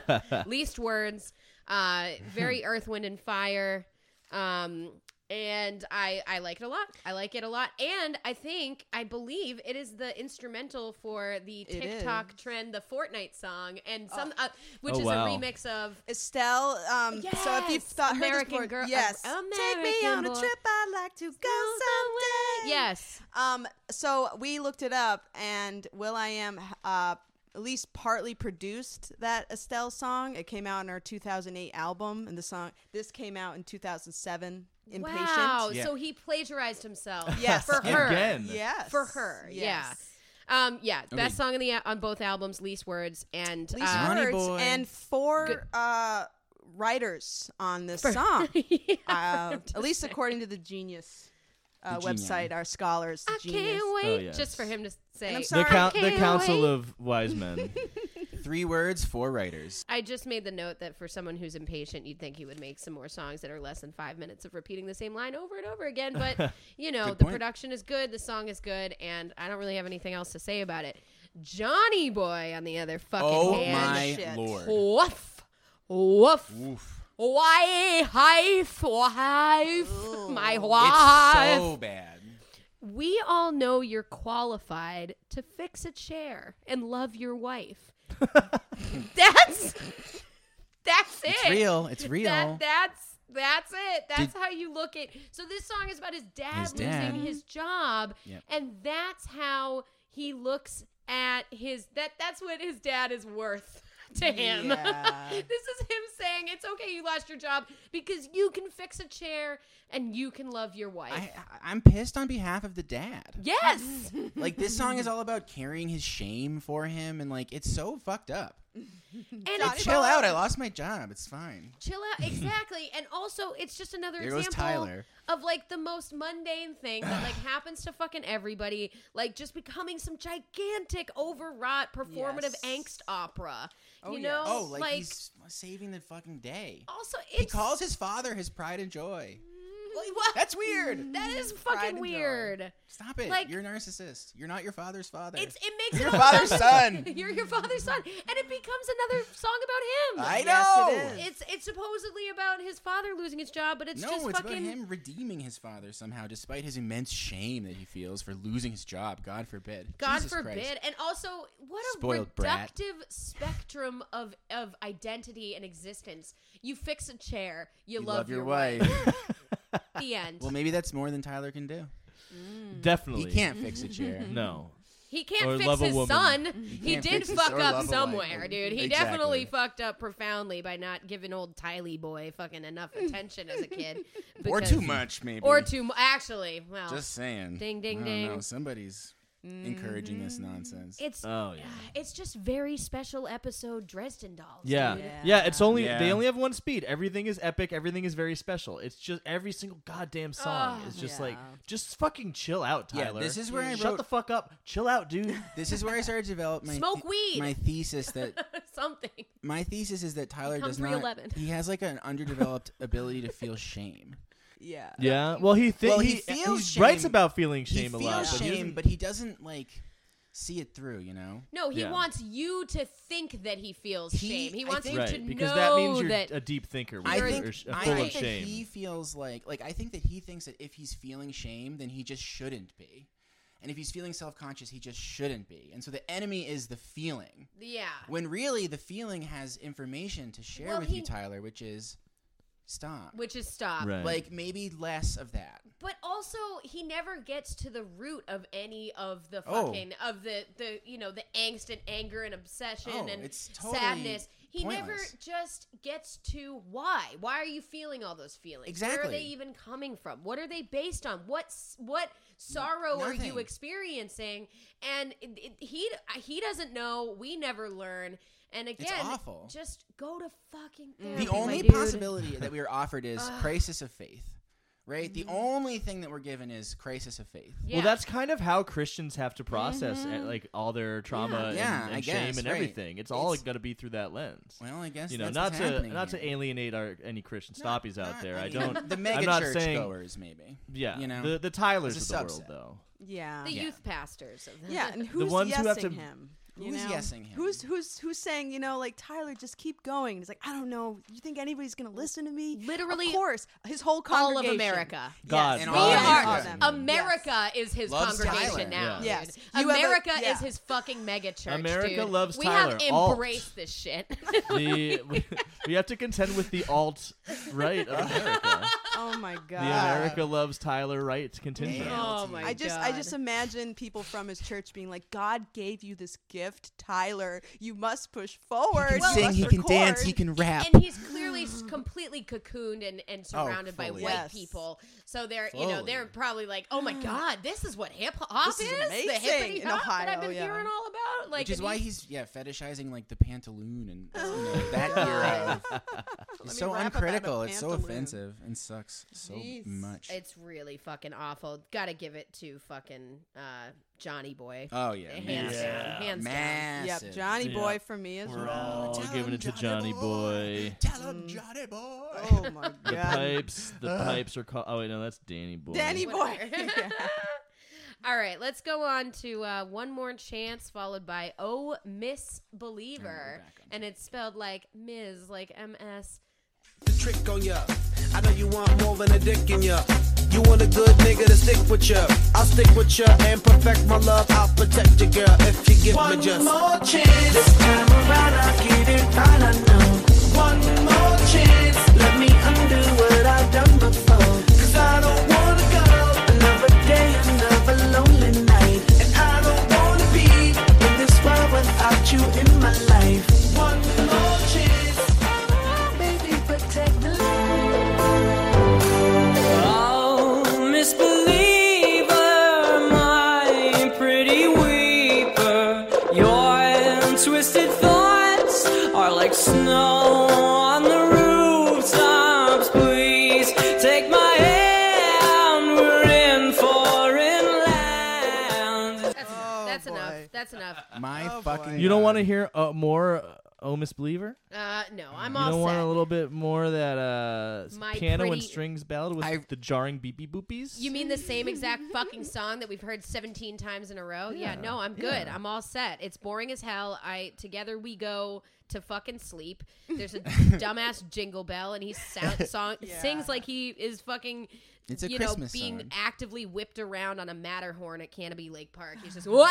[SPEAKER 1] <laughs> Least words, uh,
[SPEAKER 4] <laughs>
[SPEAKER 1] very Earth, Wind, and Fire. Um, and I, I like it a lot. I like it a lot. And I think, I believe it is the instrumental for the
[SPEAKER 4] It
[SPEAKER 1] TikTok trend, the Fortnite song, and some, uh, which
[SPEAKER 2] Oh,
[SPEAKER 1] is
[SPEAKER 2] wow.
[SPEAKER 1] a remix of.
[SPEAKER 4] Estelle, um, so if you've
[SPEAKER 1] Yes,
[SPEAKER 4] thought her
[SPEAKER 1] American
[SPEAKER 4] before,
[SPEAKER 1] Girl-
[SPEAKER 4] yes,
[SPEAKER 1] Am-
[SPEAKER 4] take me on
[SPEAKER 1] American
[SPEAKER 4] a
[SPEAKER 1] Boy.
[SPEAKER 4] trip I'd like to go someday.
[SPEAKER 1] Yes.
[SPEAKER 4] Um, so we looked it up, and Will I Am uh, at least partly produced that Estelle song. It came out in her 2008 album, and the song this came out in 2007. Impatient.
[SPEAKER 1] Wow.
[SPEAKER 3] Yeah.
[SPEAKER 1] So he plagiarized himself.
[SPEAKER 4] <laughs> Yes.
[SPEAKER 1] For her.
[SPEAKER 2] Again.
[SPEAKER 4] Yes.
[SPEAKER 1] For her,
[SPEAKER 4] Yes.
[SPEAKER 1] Um, yeah, best song in the on both albums, least words and
[SPEAKER 4] Least
[SPEAKER 1] uh,
[SPEAKER 3] Johnny
[SPEAKER 4] words
[SPEAKER 3] Boy.
[SPEAKER 4] and four uh, writers on this
[SPEAKER 1] <laughs>
[SPEAKER 4] song. uh, at least according to the Genius uh,
[SPEAKER 3] The Genius.
[SPEAKER 4] website, our scholars. The
[SPEAKER 1] I
[SPEAKER 4] Genius.
[SPEAKER 1] can't wait
[SPEAKER 2] Oh, yes.
[SPEAKER 1] just for him to say.
[SPEAKER 4] And
[SPEAKER 2] <laughs>
[SPEAKER 4] I'm
[SPEAKER 2] The,
[SPEAKER 4] sorry.
[SPEAKER 2] coun- the
[SPEAKER 1] Can't
[SPEAKER 2] Council
[SPEAKER 1] wait.
[SPEAKER 2] of Wise Men.
[SPEAKER 3] Three words, four writers.
[SPEAKER 1] I just made the note that for someone who's impatient, you'd think he would make some more songs that are less than five minutes of repeating the same line over and over again.
[SPEAKER 3] <laughs>
[SPEAKER 1] But you know,
[SPEAKER 3] Good
[SPEAKER 1] the
[SPEAKER 3] point.
[SPEAKER 1] production is good, the song is good, and I don't really have anything else to say about it. Johnny Boy, on the other fucking
[SPEAKER 3] Oh
[SPEAKER 1] hand,
[SPEAKER 3] my
[SPEAKER 4] shit.
[SPEAKER 3] lord.
[SPEAKER 1] woof, woof.
[SPEAKER 3] Oof.
[SPEAKER 1] Why, hife, wife, my
[SPEAKER 3] It's
[SPEAKER 1] wife.
[SPEAKER 3] so bad.
[SPEAKER 1] we all know you're qualified to fix a chair and love your
[SPEAKER 3] <laughs>
[SPEAKER 1] wife. that's that's it.
[SPEAKER 3] It's real. It's real.
[SPEAKER 1] That, that's that's it. That's
[SPEAKER 3] Did-
[SPEAKER 1] how you look at. So this song is about his dad
[SPEAKER 3] His
[SPEAKER 1] losing
[SPEAKER 3] dad.
[SPEAKER 1] his job,
[SPEAKER 3] Yep.
[SPEAKER 1] and that's how he looks at his that that's what his dad is worth <laughs> to him.
[SPEAKER 4] Yeah.
[SPEAKER 1] <laughs> this is him saying it's okay you lost your job because you can fix a chair and you can love your <laughs> wife.
[SPEAKER 3] I, I, I'm pissed on behalf of the dad.
[SPEAKER 1] yes.
[SPEAKER 3] Like this song is all about carrying his shame for him, and like it's so fucked up.
[SPEAKER 1] and it's
[SPEAKER 3] Chill out. I lost my job. It's fine.
[SPEAKER 1] Chill out, exactly. and also, it's just another
[SPEAKER 3] There goes
[SPEAKER 1] example
[SPEAKER 3] Tyler.
[SPEAKER 1] of like the most mundane thing that like happens to fucking everybody, like just becoming some gigantic, overwrought, performative
[SPEAKER 4] Yes.
[SPEAKER 1] angst opera.
[SPEAKER 4] Oh,
[SPEAKER 1] you
[SPEAKER 4] yes.
[SPEAKER 1] know,
[SPEAKER 3] Oh, like,
[SPEAKER 1] like,
[SPEAKER 3] he's saving the fucking day.
[SPEAKER 1] also it's
[SPEAKER 3] He calls his father his pride and joy.
[SPEAKER 1] what?
[SPEAKER 3] That's weird.
[SPEAKER 1] That is
[SPEAKER 4] Pride
[SPEAKER 1] fucking
[SPEAKER 4] and joy.
[SPEAKER 1] weird.
[SPEAKER 3] Stop it.
[SPEAKER 1] Like-
[SPEAKER 3] You're a narcissist. You're not your father's father.
[SPEAKER 1] It's it makes
[SPEAKER 3] your
[SPEAKER 1] it all
[SPEAKER 3] father's
[SPEAKER 1] sound-
[SPEAKER 3] son.
[SPEAKER 1] <laughs> You're your father's son, and it becomes another song about him.
[SPEAKER 3] I know.
[SPEAKER 4] Yes, it is.
[SPEAKER 1] It's it's supposedly about his father losing his job, but it's
[SPEAKER 3] no,
[SPEAKER 1] just
[SPEAKER 3] it's
[SPEAKER 1] fucking
[SPEAKER 3] about him redeeming his father somehow, despite his immense shame that he feels for losing his job. God forbid.
[SPEAKER 1] God
[SPEAKER 3] Jesus
[SPEAKER 1] forbid.
[SPEAKER 3] Christ.
[SPEAKER 1] And also, what a
[SPEAKER 3] Spoiled
[SPEAKER 1] reductive
[SPEAKER 3] brat.
[SPEAKER 1] spectrum of of identity and existence. You fix a chair, you,
[SPEAKER 3] You
[SPEAKER 1] love, your, wife. <laughs> the end.
[SPEAKER 3] well, maybe that's more than Tyler can do.
[SPEAKER 1] Mm.
[SPEAKER 2] Definitely.
[SPEAKER 3] He can't fix a chair.
[SPEAKER 1] <laughs>
[SPEAKER 2] No.
[SPEAKER 1] he can't
[SPEAKER 2] or
[SPEAKER 1] fix
[SPEAKER 2] love a
[SPEAKER 1] his
[SPEAKER 2] woman.
[SPEAKER 3] <laughs>
[SPEAKER 1] son. He
[SPEAKER 3] can't
[SPEAKER 1] did
[SPEAKER 3] fix his-
[SPEAKER 1] fuck
[SPEAKER 3] or
[SPEAKER 1] up
[SPEAKER 3] love a wife.
[SPEAKER 1] somewhere, dude. He
[SPEAKER 3] Exactly.
[SPEAKER 1] definitely fucked up profoundly by not giving old Tylee boy fucking
[SPEAKER 3] <laughs>
[SPEAKER 1] enough attention as a kid.
[SPEAKER 3] or
[SPEAKER 1] because-
[SPEAKER 3] too much, maybe.
[SPEAKER 1] Or too mu- actually. Well,
[SPEAKER 3] Just saying.
[SPEAKER 1] Ding, ding,
[SPEAKER 3] I don't know.
[SPEAKER 1] ding. Mm-hmm.
[SPEAKER 3] Somebody's encouraging this nonsense.
[SPEAKER 1] it's
[SPEAKER 2] Oh yeah.
[SPEAKER 1] it's just very special episode Dresden Dolls.
[SPEAKER 2] Yeah.
[SPEAKER 1] dude.
[SPEAKER 2] yeah, It's only they
[SPEAKER 3] Yeah.
[SPEAKER 2] only have one speed. Everything is epic. Everything is very special. It's just every single goddamn song
[SPEAKER 1] Ugh.
[SPEAKER 2] is just
[SPEAKER 4] Yeah.
[SPEAKER 2] like just fucking chill out,
[SPEAKER 3] Yeah,
[SPEAKER 2] Tyler.
[SPEAKER 3] this is where I
[SPEAKER 2] shut
[SPEAKER 3] wrote-
[SPEAKER 2] the fuck up. Chill
[SPEAKER 1] <laughs>
[SPEAKER 2] out, dude.
[SPEAKER 3] This is where I started to develop my
[SPEAKER 1] Smoke
[SPEAKER 3] the-
[SPEAKER 1] weed.
[SPEAKER 3] My thesis that
[SPEAKER 1] <laughs>
[SPEAKER 3] <laughs>
[SPEAKER 1] Something.
[SPEAKER 3] my thesis is that Tyler
[SPEAKER 1] Become
[SPEAKER 3] does not.
[SPEAKER 1] 311.
[SPEAKER 3] He has like an underdeveloped ability to feel shame.
[SPEAKER 4] Yeah.
[SPEAKER 2] yeah. Well, he thi-
[SPEAKER 3] Well,
[SPEAKER 2] he,
[SPEAKER 3] he feels
[SPEAKER 2] he writes
[SPEAKER 3] shame.
[SPEAKER 2] about feeling shame
[SPEAKER 3] he
[SPEAKER 2] a
[SPEAKER 3] feels
[SPEAKER 2] lot. but he
[SPEAKER 3] shame,
[SPEAKER 2] doesn't-
[SPEAKER 3] but he doesn't like see it through. You know.
[SPEAKER 1] No, he
[SPEAKER 2] Yeah.
[SPEAKER 1] wants you to think that he feels
[SPEAKER 3] He-
[SPEAKER 1] shame. He
[SPEAKER 3] I
[SPEAKER 1] wants
[SPEAKER 3] think-
[SPEAKER 1] you
[SPEAKER 2] right
[SPEAKER 1] to
[SPEAKER 2] because
[SPEAKER 1] know
[SPEAKER 2] that means you're
[SPEAKER 1] that.
[SPEAKER 2] a deep thinker.
[SPEAKER 3] I
[SPEAKER 1] You're
[SPEAKER 2] with-
[SPEAKER 3] think,
[SPEAKER 2] or sh-
[SPEAKER 3] I
[SPEAKER 2] full of
[SPEAKER 3] think that
[SPEAKER 2] shame.
[SPEAKER 3] he feels like like I think that he thinks that if he's feeling shame, then he just shouldn't be, and if he's feeling self conscious, he just shouldn't be. And so the enemy is the feeling.
[SPEAKER 1] yeah.
[SPEAKER 3] When really the feeling has information to share
[SPEAKER 1] Well,
[SPEAKER 3] with
[SPEAKER 1] he-
[SPEAKER 3] you, Tyler, which is stop.
[SPEAKER 1] Which is stop.
[SPEAKER 2] Right.
[SPEAKER 3] Like maybe less of that.
[SPEAKER 1] But also he never gets to the root of any of the
[SPEAKER 3] Oh.
[SPEAKER 1] fucking of the the you know the angst and anger and obsession
[SPEAKER 3] Oh,
[SPEAKER 1] and
[SPEAKER 3] it's totally
[SPEAKER 1] sadness. He never
[SPEAKER 3] pointless.
[SPEAKER 1] just gets to why. Why are you feeling all those feelings? Where are
[SPEAKER 3] Exactly.
[SPEAKER 1] they even coming from? What are they based on? What's what sorrow are you
[SPEAKER 3] nothing.
[SPEAKER 1] experiencing? And it, it, he he doesn't know. We never learn. And again,
[SPEAKER 3] awful.
[SPEAKER 1] Just go to fucking
[SPEAKER 3] The
[SPEAKER 1] therapy. my
[SPEAKER 3] only
[SPEAKER 1] dude.
[SPEAKER 3] possibility that we are offered is crisis of faith, right? The only thing that we're given is crisis of
[SPEAKER 1] Yeah.
[SPEAKER 3] faith.
[SPEAKER 1] Mm-hmm.
[SPEAKER 2] Well, that's kind of how Christians have to process uh, like all their trauma and,
[SPEAKER 3] Yeah,
[SPEAKER 2] and
[SPEAKER 3] I
[SPEAKER 2] shame
[SPEAKER 3] guess,
[SPEAKER 2] and
[SPEAKER 3] right.
[SPEAKER 2] everything. It's all
[SPEAKER 3] It's-
[SPEAKER 2] got to be through that lens.
[SPEAKER 3] Well, I guess
[SPEAKER 2] you know,
[SPEAKER 3] that's
[SPEAKER 2] not
[SPEAKER 3] what's
[SPEAKER 2] to
[SPEAKER 3] happening
[SPEAKER 2] not
[SPEAKER 3] here.
[SPEAKER 2] to alienate our any Christian
[SPEAKER 3] Not-
[SPEAKER 2] stoppies out
[SPEAKER 3] not-
[SPEAKER 2] there. I,
[SPEAKER 3] mean,
[SPEAKER 2] don't.
[SPEAKER 3] <laughs> The mega
[SPEAKER 2] I'm not
[SPEAKER 3] church
[SPEAKER 2] saying.
[SPEAKER 3] goers, maybe.
[SPEAKER 2] Yeah,
[SPEAKER 3] you know,
[SPEAKER 2] the the Tylers of
[SPEAKER 3] There's
[SPEAKER 2] the
[SPEAKER 3] a
[SPEAKER 2] world,
[SPEAKER 3] subset.
[SPEAKER 2] though.
[SPEAKER 4] Yeah.
[SPEAKER 1] the
[SPEAKER 3] Yeah.
[SPEAKER 1] youth pastors. Of <laughs> the-
[SPEAKER 3] <laughs>
[SPEAKER 4] Yeah, and who's
[SPEAKER 2] ones who
[SPEAKER 4] yesing
[SPEAKER 2] have to-
[SPEAKER 4] him? You
[SPEAKER 3] Who's
[SPEAKER 4] know?
[SPEAKER 3] yesing him?
[SPEAKER 4] Who's who's who's saying, you know, like Tyler, just keep going. He's like, I don't know. You think anybody's gonna listen to me?
[SPEAKER 1] Literally
[SPEAKER 4] of course. His whole
[SPEAKER 1] all of
[SPEAKER 4] congregation,
[SPEAKER 1] America.
[SPEAKER 2] God,
[SPEAKER 4] yes,
[SPEAKER 3] And
[SPEAKER 1] We
[SPEAKER 3] all of
[SPEAKER 1] are
[SPEAKER 3] America.
[SPEAKER 1] America is his
[SPEAKER 3] Loves Tyler.
[SPEAKER 1] congregation now.
[SPEAKER 2] Yeah.
[SPEAKER 1] dude.
[SPEAKER 4] Yes. You have a-
[SPEAKER 1] America
[SPEAKER 4] yeah.
[SPEAKER 1] is his fucking mega church.
[SPEAKER 2] America
[SPEAKER 1] dude.
[SPEAKER 2] loves
[SPEAKER 1] we We
[SPEAKER 2] Tyler. Alt.
[SPEAKER 1] have embraced this
[SPEAKER 4] <laughs>
[SPEAKER 1] shit.
[SPEAKER 2] the, we, we have to contend with the alt right of America.
[SPEAKER 4] Oh
[SPEAKER 1] <laughs>
[SPEAKER 4] my
[SPEAKER 2] The
[SPEAKER 4] god.
[SPEAKER 2] America loves Tyler right contingent.
[SPEAKER 1] oh my
[SPEAKER 4] I just I
[SPEAKER 1] God.
[SPEAKER 4] just imagine people from his church being like, God gave you this gift, Tyler. You must push forward.
[SPEAKER 3] He can
[SPEAKER 4] you
[SPEAKER 3] sing,
[SPEAKER 4] must
[SPEAKER 3] he can dance,
[SPEAKER 4] record."
[SPEAKER 3] he can rap.
[SPEAKER 1] and he's clearly s- completely cocooned and, and surrounded by white
[SPEAKER 3] Oh, fully.
[SPEAKER 4] Yes.
[SPEAKER 1] people. So they're you know
[SPEAKER 3] Fully.
[SPEAKER 1] they're probably like, oh
[SPEAKER 4] <gasps>
[SPEAKER 1] my god, this is what hip hop
[SPEAKER 4] This is
[SPEAKER 1] the
[SPEAKER 4] amazing
[SPEAKER 1] hippity
[SPEAKER 4] in
[SPEAKER 1] hop that I've
[SPEAKER 4] Ohio,
[SPEAKER 1] been
[SPEAKER 4] yeah.
[SPEAKER 1] hearing all about. Like,
[SPEAKER 3] Which is
[SPEAKER 1] and
[SPEAKER 3] why
[SPEAKER 1] he's-
[SPEAKER 3] he's yeah fetishizing like the pantaloon and you know, that era. of- It's
[SPEAKER 4] me
[SPEAKER 3] so
[SPEAKER 4] rap about a
[SPEAKER 3] uncritical. It's so
[SPEAKER 4] pantaloon.
[SPEAKER 3] offensive and sucks so
[SPEAKER 4] Jeez.
[SPEAKER 3] much.
[SPEAKER 1] it's really fucking awful. Got to give it to fucking uh, Johnny Boy.
[SPEAKER 3] oh yeah,
[SPEAKER 1] hands
[SPEAKER 3] massive.
[SPEAKER 2] Yeah.
[SPEAKER 1] down, hands down.
[SPEAKER 3] massive.
[SPEAKER 4] Yep, Johnny
[SPEAKER 2] Yeah.
[SPEAKER 4] Boy for me as
[SPEAKER 2] We're
[SPEAKER 4] well.
[SPEAKER 2] all
[SPEAKER 3] Tell
[SPEAKER 2] giving
[SPEAKER 3] him
[SPEAKER 2] it to Johnny
[SPEAKER 3] Johnny
[SPEAKER 2] Boy.
[SPEAKER 3] Tell him Johnny boy.
[SPEAKER 4] Oh
[SPEAKER 3] <laughs>
[SPEAKER 4] my
[SPEAKER 2] The
[SPEAKER 4] god.
[SPEAKER 2] pipes, the pipes are called. Oh wait, no, that's Danny Boy.
[SPEAKER 4] Danny Boy.
[SPEAKER 1] Whatever.
[SPEAKER 4] <laughs>
[SPEAKER 1] <laughs> All right, let's go on to uh, one more chance, followed by "Oh Miss Believer," and it's spelled like Ms. like M S.
[SPEAKER 6] the trick on ya. I know you want more than a dick in ya. You want a good nigga to stick with ya. I'll stick with ya and perfect my love. I'll protect you, girl, if you give me just
[SPEAKER 8] more chance. This time around, I'll get it right. I know. One more chance. Let me undo what I've done before. Cause I don't wanna go another day, another lonely night. And I don't wanna be in this
[SPEAKER 7] Take my hand, we're in foreign land.
[SPEAKER 1] That's enough. That's
[SPEAKER 4] Oh, boy.
[SPEAKER 1] enough. That's enough.
[SPEAKER 3] My
[SPEAKER 4] Oh,
[SPEAKER 3] fucking.
[SPEAKER 4] boy.
[SPEAKER 2] You don't
[SPEAKER 3] God.
[SPEAKER 2] want to hear uh, more uh, "Oh Misbeliever."
[SPEAKER 1] Uh, no, I'm
[SPEAKER 2] You don't
[SPEAKER 1] all
[SPEAKER 2] want a
[SPEAKER 1] set.
[SPEAKER 2] little bit more of that uh,
[SPEAKER 1] My
[SPEAKER 2] piano and
[SPEAKER 1] pretty-
[SPEAKER 2] strings ballad with
[SPEAKER 3] I-
[SPEAKER 2] the jarring beepy boopies?
[SPEAKER 1] You mean the same exact fucking song that we've heard 17 times in a row? Yeah, no, I'm good. I'm all set. It's boring as hell. I together we go to fucking sleep. There's a dumbass jingle bell and he sound, song sings like he is fucking
[SPEAKER 3] It's a
[SPEAKER 1] you
[SPEAKER 3] Christmas
[SPEAKER 1] know being
[SPEAKER 3] song.
[SPEAKER 1] actively whipped around on a Matterhorn at Canopy Lake Park. He's just wow,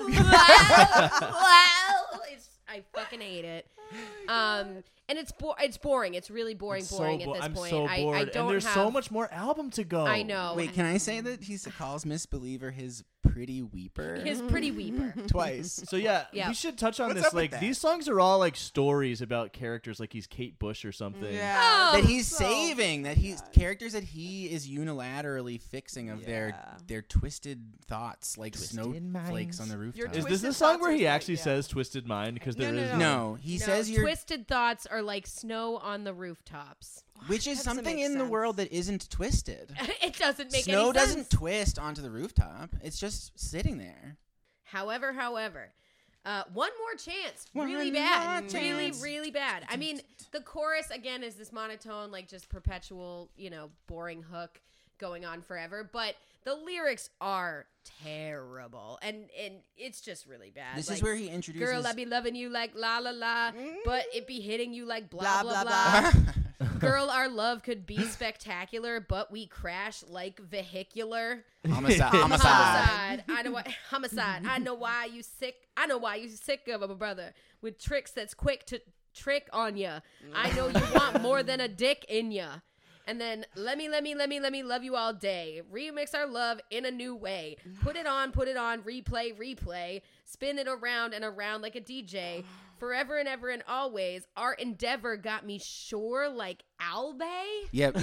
[SPEAKER 1] wow, wow. It's I fucking hate it. um and it's bo- it's boring. It's really boring,
[SPEAKER 2] It's so
[SPEAKER 1] boring at
[SPEAKER 2] bo-
[SPEAKER 1] this
[SPEAKER 2] I'm
[SPEAKER 1] point.
[SPEAKER 2] so
[SPEAKER 1] I,
[SPEAKER 2] bored,
[SPEAKER 1] I don't
[SPEAKER 2] and there's
[SPEAKER 1] have,
[SPEAKER 2] so much more album to go.
[SPEAKER 1] Oh, I know.
[SPEAKER 3] Wait, can I say that he calls Misbeliever his pretty weeper?
[SPEAKER 1] his pretty
[SPEAKER 3] <laughs>
[SPEAKER 1] weeper.
[SPEAKER 2] <laughs>
[SPEAKER 3] twice.
[SPEAKER 2] So yeah,
[SPEAKER 1] Yeah.
[SPEAKER 2] we should touch on
[SPEAKER 3] What's
[SPEAKER 2] this.
[SPEAKER 3] up with
[SPEAKER 2] Like
[SPEAKER 3] that?
[SPEAKER 2] these songs are all like stories about characters, like he's Kate Bush or something.
[SPEAKER 4] Yeah.
[SPEAKER 1] Oh,
[SPEAKER 3] that he's
[SPEAKER 4] so
[SPEAKER 3] saving that he's characters that he is unilaterally fixing of their
[SPEAKER 4] Yeah.
[SPEAKER 3] their twisted thoughts like snowflakes on the rooftop.
[SPEAKER 2] Is
[SPEAKER 4] twisted
[SPEAKER 2] this the song
[SPEAKER 4] thoughts
[SPEAKER 2] where
[SPEAKER 4] are
[SPEAKER 2] he
[SPEAKER 4] great,
[SPEAKER 2] actually
[SPEAKER 4] yeah.
[SPEAKER 2] says "twisted mind"? Because there is
[SPEAKER 4] no, no.
[SPEAKER 3] no, he
[SPEAKER 1] No,
[SPEAKER 3] says you're,
[SPEAKER 1] twisted thoughts are like snow on the rooftops. <laughs>
[SPEAKER 3] which is
[SPEAKER 4] That doesn't
[SPEAKER 3] something
[SPEAKER 4] make
[SPEAKER 3] in the
[SPEAKER 4] sense.
[SPEAKER 3] world that isn't twisted.
[SPEAKER 1] it doesn't make
[SPEAKER 3] Snow
[SPEAKER 1] any
[SPEAKER 3] doesn't
[SPEAKER 1] sense.
[SPEAKER 3] twist onto the rooftop. It's just
[SPEAKER 2] <laughs>
[SPEAKER 3] sitting there.
[SPEAKER 1] however, however, uh, one more chance. really
[SPEAKER 3] One
[SPEAKER 1] bad.
[SPEAKER 3] more
[SPEAKER 1] Really,
[SPEAKER 3] chance.
[SPEAKER 1] really bad. I mean, the chorus again is this monotone, like just perpetual, you know, boring hook going on forever. But the lyrics are terrible, and and it's just really bad.
[SPEAKER 3] This
[SPEAKER 1] Like,
[SPEAKER 3] is where he introduces. Mm.
[SPEAKER 1] Girl, I be loving you like la la la, but it be hitting you like
[SPEAKER 4] Blah,
[SPEAKER 1] blah.
[SPEAKER 4] blah,
[SPEAKER 1] blah.
[SPEAKER 4] blah.
[SPEAKER 1] <laughs> Girl, our love could be spectacular, but we crash like vehicular. <laughs>
[SPEAKER 3] homicide.
[SPEAKER 1] Homicide.
[SPEAKER 3] homicide.
[SPEAKER 1] I know why. Homicide. I know why you sick. I know why you sick of a brother with tricks that's quick to trick on ya. I know you want more than a dick in ya. And then let me, let me, let me, let me love you all day. Remix our love in a new way. Put it on, put it on. Replay, replay. Spin it around and around like a DJ. Forever and ever and always. Our endeavor got me sure like Albay.
[SPEAKER 3] Yep. Yeah. <laughs>
[SPEAKER 4] <laughs>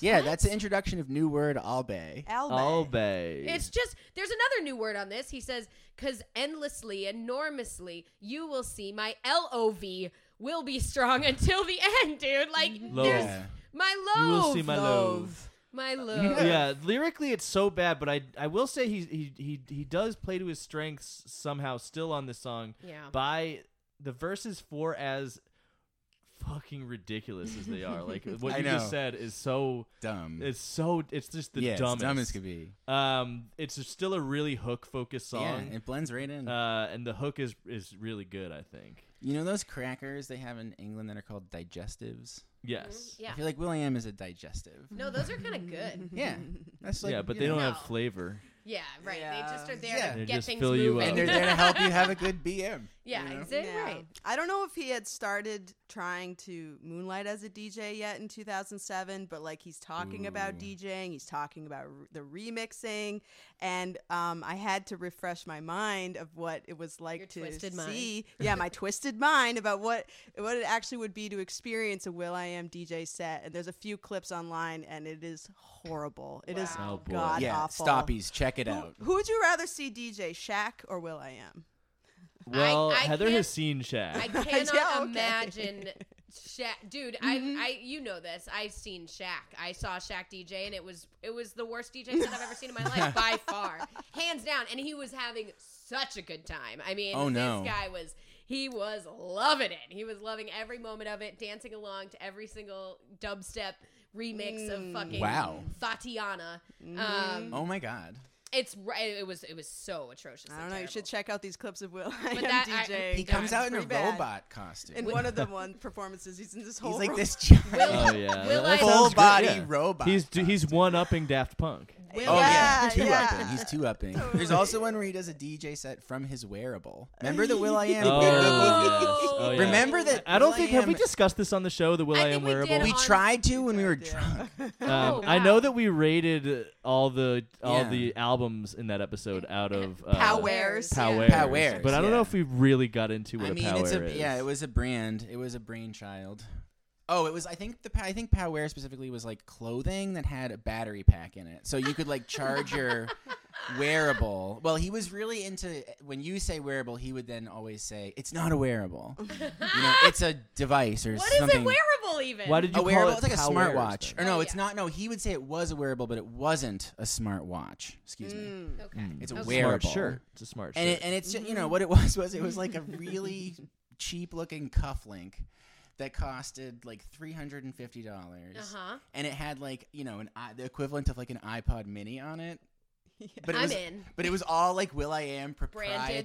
[SPEAKER 4] Yeah, what?
[SPEAKER 3] that's the introduction of new word Albe.
[SPEAKER 4] Albe.
[SPEAKER 2] Oh, Albay.
[SPEAKER 1] It's just there's another new word on this. He says, "Cause endlessly, enormously, you will see my lov will be strong <laughs> until the end, dude. Like there's
[SPEAKER 3] Yeah.
[SPEAKER 1] my
[SPEAKER 2] you
[SPEAKER 1] love,
[SPEAKER 2] will see my love.
[SPEAKER 1] my love.
[SPEAKER 2] yeah, lyrically it's so bad, but I I will say he he he he does play to his strengths somehow still on this song.
[SPEAKER 1] Yeah.
[SPEAKER 2] By the verses for as fucking ridiculous as they are.
[SPEAKER 4] <laughs>
[SPEAKER 2] Like what
[SPEAKER 3] I
[SPEAKER 2] you
[SPEAKER 3] know.
[SPEAKER 2] just said is so
[SPEAKER 3] Dumb.
[SPEAKER 2] it's so it's just the
[SPEAKER 3] yeah, it's
[SPEAKER 2] dumbest.
[SPEAKER 3] dumb as could be.
[SPEAKER 2] Um it's still a really hook focused song.
[SPEAKER 3] Yeah, it blends right in.
[SPEAKER 2] uh and the hook is is really good, I think.
[SPEAKER 3] you know those crackers they have in England that are called digestives.
[SPEAKER 2] Yes.
[SPEAKER 1] Yeah.
[SPEAKER 3] I feel like William is a digestive.
[SPEAKER 1] No, those are kind of good.
[SPEAKER 3] <laughs> Yeah, that's like
[SPEAKER 2] yeah, but
[SPEAKER 3] you
[SPEAKER 2] they
[SPEAKER 3] know.
[SPEAKER 2] don't
[SPEAKER 1] No.
[SPEAKER 2] have flavor.
[SPEAKER 1] Yeah, right. They just are there
[SPEAKER 3] Yeah.
[SPEAKER 1] to
[SPEAKER 2] They
[SPEAKER 1] get
[SPEAKER 2] just
[SPEAKER 1] things
[SPEAKER 2] fill you
[SPEAKER 1] moving.
[SPEAKER 2] up.
[SPEAKER 3] And they're there to help you have a good BM.
[SPEAKER 1] yeah,
[SPEAKER 3] you know?
[SPEAKER 1] exactly.
[SPEAKER 4] <laughs> Yeah.
[SPEAKER 1] Right.
[SPEAKER 4] I don't know if he had started trying to moonlight as a DJ yet in 2007, but like he's talking about DJing, he's talking about r- the remixing, and um, I had to refresh my mind of what it was like
[SPEAKER 1] Your
[SPEAKER 4] to
[SPEAKER 1] twisted mind.
[SPEAKER 4] see,
[SPEAKER 1] <laughs>
[SPEAKER 4] yeah, my twisted mind about what what it actually would be to experience a Will I Am DJ set. And there's a few clips online, and it is horrible. It is
[SPEAKER 2] Wow. Oh, boy.
[SPEAKER 4] god
[SPEAKER 3] Yeah,
[SPEAKER 4] awful.
[SPEAKER 3] stoppies, check it
[SPEAKER 4] Who,
[SPEAKER 3] out.
[SPEAKER 4] who would you rather see DJ, Shaq or Will I Am?
[SPEAKER 2] Well,
[SPEAKER 1] I
[SPEAKER 2] Heather
[SPEAKER 1] can't-
[SPEAKER 2] has seen Shaq. <laughs>
[SPEAKER 1] I cannot
[SPEAKER 4] Yeah, okay.
[SPEAKER 1] imagine. Shaq, dude, I, I, you know this. I've seen Shaq. I saw Shaq DJ, and it was, it was the worst DJ set I've ever seen in my life by far, hands down. And he was having such a good time. I mean,
[SPEAKER 3] Oh, no.
[SPEAKER 1] this guy was, he was loving it. He was loving every moment of it, dancing along to every single dubstep remix of fucking
[SPEAKER 3] Wow.
[SPEAKER 1] Tatiana. Um,
[SPEAKER 3] Oh my god.
[SPEAKER 1] it's ri- it was, it was so atrocious.
[SPEAKER 4] I don't know. You should check out these clips of Will <laughs> I Am
[SPEAKER 1] that- I-
[SPEAKER 4] DJ.
[SPEAKER 3] He comes out in a
[SPEAKER 4] pretty bad.
[SPEAKER 3] robot costume.
[SPEAKER 4] In one of the one performances, he's in this whole.
[SPEAKER 3] He's like
[SPEAKER 4] room. <laughs>
[SPEAKER 3] this giant
[SPEAKER 2] oh
[SPEAKER 1] <laughs>
[SPEAKER 2] yeah.
[SPEAKER 1] Will
[SPEAKER 2] that
[SPEAKER 1] I-
[SPEAKER 2] sounds
[SPEAKER 3] full
[SPEAKER 2] good,
[SPEAKER 3] body
[SPEAKER 2] yeah.
[SPEAKER 3] robot.
[SPEAKER 2] He's he's one upping Daft Punk.
[SPEAKER 3] <laughs>
[SPEAKER 1] Will
[SPEAKER 3] Oh yeah,
[SPEAKER 4] Yeah,
[SPEAKER 3] two
[SPEAKER 4] yeah.
[SPEAKER 3] upping. He's two
[SPEAKER 4] <laughs>
[SPEAKER 3] upping. There's also one where he does a DJ set from his wearable. Remember
[SPEAKER 4] <laughs>
[SPEAKER 3] the Will I Am? <laughs>
[SPEAKER 2] Oh, yes. Oh, yeah.
[SPEAKER 3] Remember that?
[SPEAKER 2] I don't
[SPEAKER 3] Will.i.am-
[SPEAKER 2] think have we discussed this on the show the Will
[SPEAKER 1] I
[SPEAKER 2] I,
[SPEAKER 1] think
[SPEAKER 2] Am
[SPEAKER 1] we did
[SPEAKER 2] wearable.
[SPEAKER 3] We
[SPEAKER 1] on-
[SPEAKER 3] tried to when we were
[SPEAKER 4] <laughs>
[SPEAKER 3] drunk.
[SPEAKER 2] um,
[SPEAKER 1] Oh,
[SPEAKER 2] I
[SPEAKER 1] wow.
[SPEAKER 2] know that we rated all the all
[SPEAKER 3] Yeah.
[SPEAKER 2] the albums in that episode out of uh,
[SPEAKER 4] Powwares.
[SPEAKER 2] Powwares.
[SPEAKER 3] Yeah. Powwares,
[SPEAKER 2] but I don't
[SPEAKER 3] yeah.
[SPEAKER 2] know if we really got into what
[SPEAKER 3] I
[SPEAKER 2] a
[SPEAKER 3] mean,
[SPEAKER 2] Powware
[SPEAKER 3] it's a
[SPEAKER 2] is.
[SPEAKER 3] yeah. It was a brand. It was a brainchild. Oh, it was. I think the pa- I
[SPEAKER 2] <laughs>
[SPEAKER 3] think Poware specifically was like clothing that had a battery pack in it, so you could like charge your wearable. Well, he was really into when you say wearable, he would then always say it's not
[SPEAKER 1] <laughs>
[SPEAKER 3] a wearable. you know, it's a device or
[SPEAKER 1] What is
[SPEAKER 3] something.
[SPEAKER 1] it wearable even?
[SPEAKER 2] Why did you
[SPEAKER 3] a wearable.
[SPEAKER 2] call
[SPEAKER 3] It's
[SPEAKER 2] it
[SPEAKER 3] like a
[SPEAKER 2] power
[SPEAKER 3] smartwatch.
[SPEAKER 2] wearers,
[SPEAKER 3] Or no,
[SPEAKER 1] Oh,
[SPEAKER 3] it's
[SPEAKER 1] yeah.
[SPEAKER 3] not. No, he would say it was a wearable, but it wasn't a smartwatch. Excuse me.
[SPEAKER 4] Mm.
[SPEAKER 1] Okay.
[SPEAKER 2] Mm.
[SPEAKER 3] It's a
[SPEAKER 1] Okay.
[SPEAKER 2] though?
[SPEAKER 3] wearable.
[SPEAKER 2] Smart shirt. It's a smart shirt.
[SPEAKER 3] And it, and it's just, you know what it <laughs> was was it was like
[SPEAKER 1] <laughs>
[SPEAKER 3] a really cheap looking cufflink that costed like three hundred and fifty dollars.
[SPEAKER 1] Uh-huh.
[SPEAKER 3] And it had like you know an i- the equivalent of like an iPod Mini on
[SPEAKER 1] <laughs>
[SPEAKER 3] it. But it
[SPEAKER 1] I'm
[SPEAKER 3] was,
[SPEAKER 1] in.
[SPEAKER 3] But it was all like Will I
[SPEAKER 1] <laughs>
[SPEAKER 3] Am
[SPEAKER 1] Branded.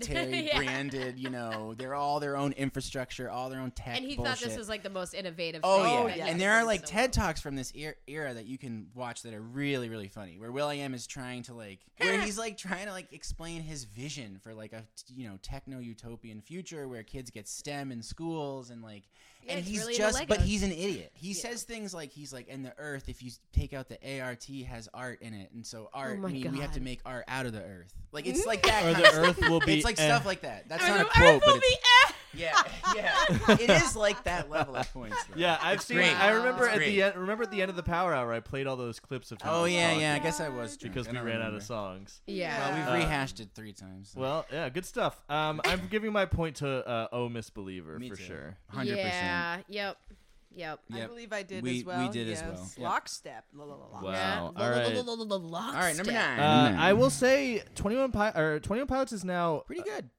[SPEAKER 3] proprietary branded,
[SPEAKER 1] Yeah.
[SPEAKER 3] you know, they're all their own infrastructure, all their own tech.
[SPEAKER 1] And he thought this
[SPEAKER 3] bullshit.
[SPEAKER 1] was like the most innovative.
[SPEAKER 3] Oh,
[SPEAKER 1] thing
[SPEAKER 3] yeah.
[SPEAKER 1] that
[SPEAKER 3] and
[SPEAKER 1] he's
[SPEAKER 3] there are
[SPEAKER 1] done
[SPEAKER 3] like
[SPEAKER 1] so <laughs>
[SPEAKER 3] TED talks from this er- era that you can watch that are really really funny, where William is trying to like, where he's like trying to like explain his vision for like a you know techno utopian future where kids get STEM in schools and like,
[SPEAKER 1] Yeah,
[SPEAKER 3] and
[SPEAKER 1] he's
[SPEAKER 3] he's
[SPEAKER 1] really into
[SPEAKER 3] just, but
[SPEAKER 1] Legos.
[SPEAKER 3] he's an idiot. He says things like he's like, and the Earth, if you take out the ART, has art in it, and so art,
[SPEAKER 1] Oh my
[SPEAKER 3] mean, we have to
[SPEAKER 1] God. make
[SPEAKER 3] make art out of the Earth. Like it's like that. <laughs>
[SPEAKER 2] or
[SPEAKER 3] kind
[SPEAKER 2] the
[SPEAKER 3] of
[SPEAKER 2] Earth will be.
[SPEAKER 3] It's like
[SPEAKER 2] eh.
[SPEAKER 3] stuff like that. That's
[SPEAKER 1] well.
[SPEAKER 3] <laughs> not a
[SPEAKER 1] I
[SPEAKER 3] quote,
[SPEAKER 1] will
[SPEAKER 3] but it's,
[SPEAKER 1] be eh.
[SPEAKER 3] yeah, yeah. It is like that level of points.
[SPEAKER 2] <laughs>
[SPEAKER 3] Though.
[SPEAKER 2] Yeah, I've seen.
[SPEAKER 3] great.
[SPEAKER 2] I remember
[SPEAKER 3] It's
[SPEAKER 2] at
[SPEAKER 3] great.
[SPEAKER 2] the end. Remember at the end of the Power Hour, I played all those clips of. him
[SPEAKER 3] Oh yeah,
[SPEAKER 2] talking
[SPEAKER 3] yeah. I guess I was drunk.
[SPEAKER 2] Because
[SPEAKER 3] I
[SPEAKER 2] we
[SPEAKER 3] don't
[SPEAKER 2] ran out
[SPEAKER 3] remember.
[SPEAKER 2] of songs.
[SPEAKER 1] Yeah.
[SPEAKER 3] Well, we've
[SPEAKER 2] Uh,
[SPEAKER 3] rehashed it three times.
[SPEAKER 2] Well, yeah, good stuff. Um,
[SPEAKER 3] <laughs>
[SPEAKER 2] I'm giving my point to uh, Oh Misbeliever
[SPEAKER 3] Me
[SPEAKER 2] for
[SPEAKER 3] too.
[SPEAKER 2] sure.
[SPEAKER 3] hundred percent.
[SPEAKER 1] Yeah. Yep. Yep.
[SPEAKER 4] I believe I did
[SPEAKER 3] We-
[SPEAKER 4] as well.
[SPEAKER 3] we did as
[SPEAKER 4] yes.
[SPEAKER 3] well. Yep.
[SPEAKER 4] Lockstep. La, la, la, la.
[SPEAKER 2] Wow. All right.
[SPEAKER 3] All right, number nine.
[SPEAKER 2] Uh, I will say 21 Pi- or 21 Pilots is now <laughs>
[SPEAKER 3] Pretty good.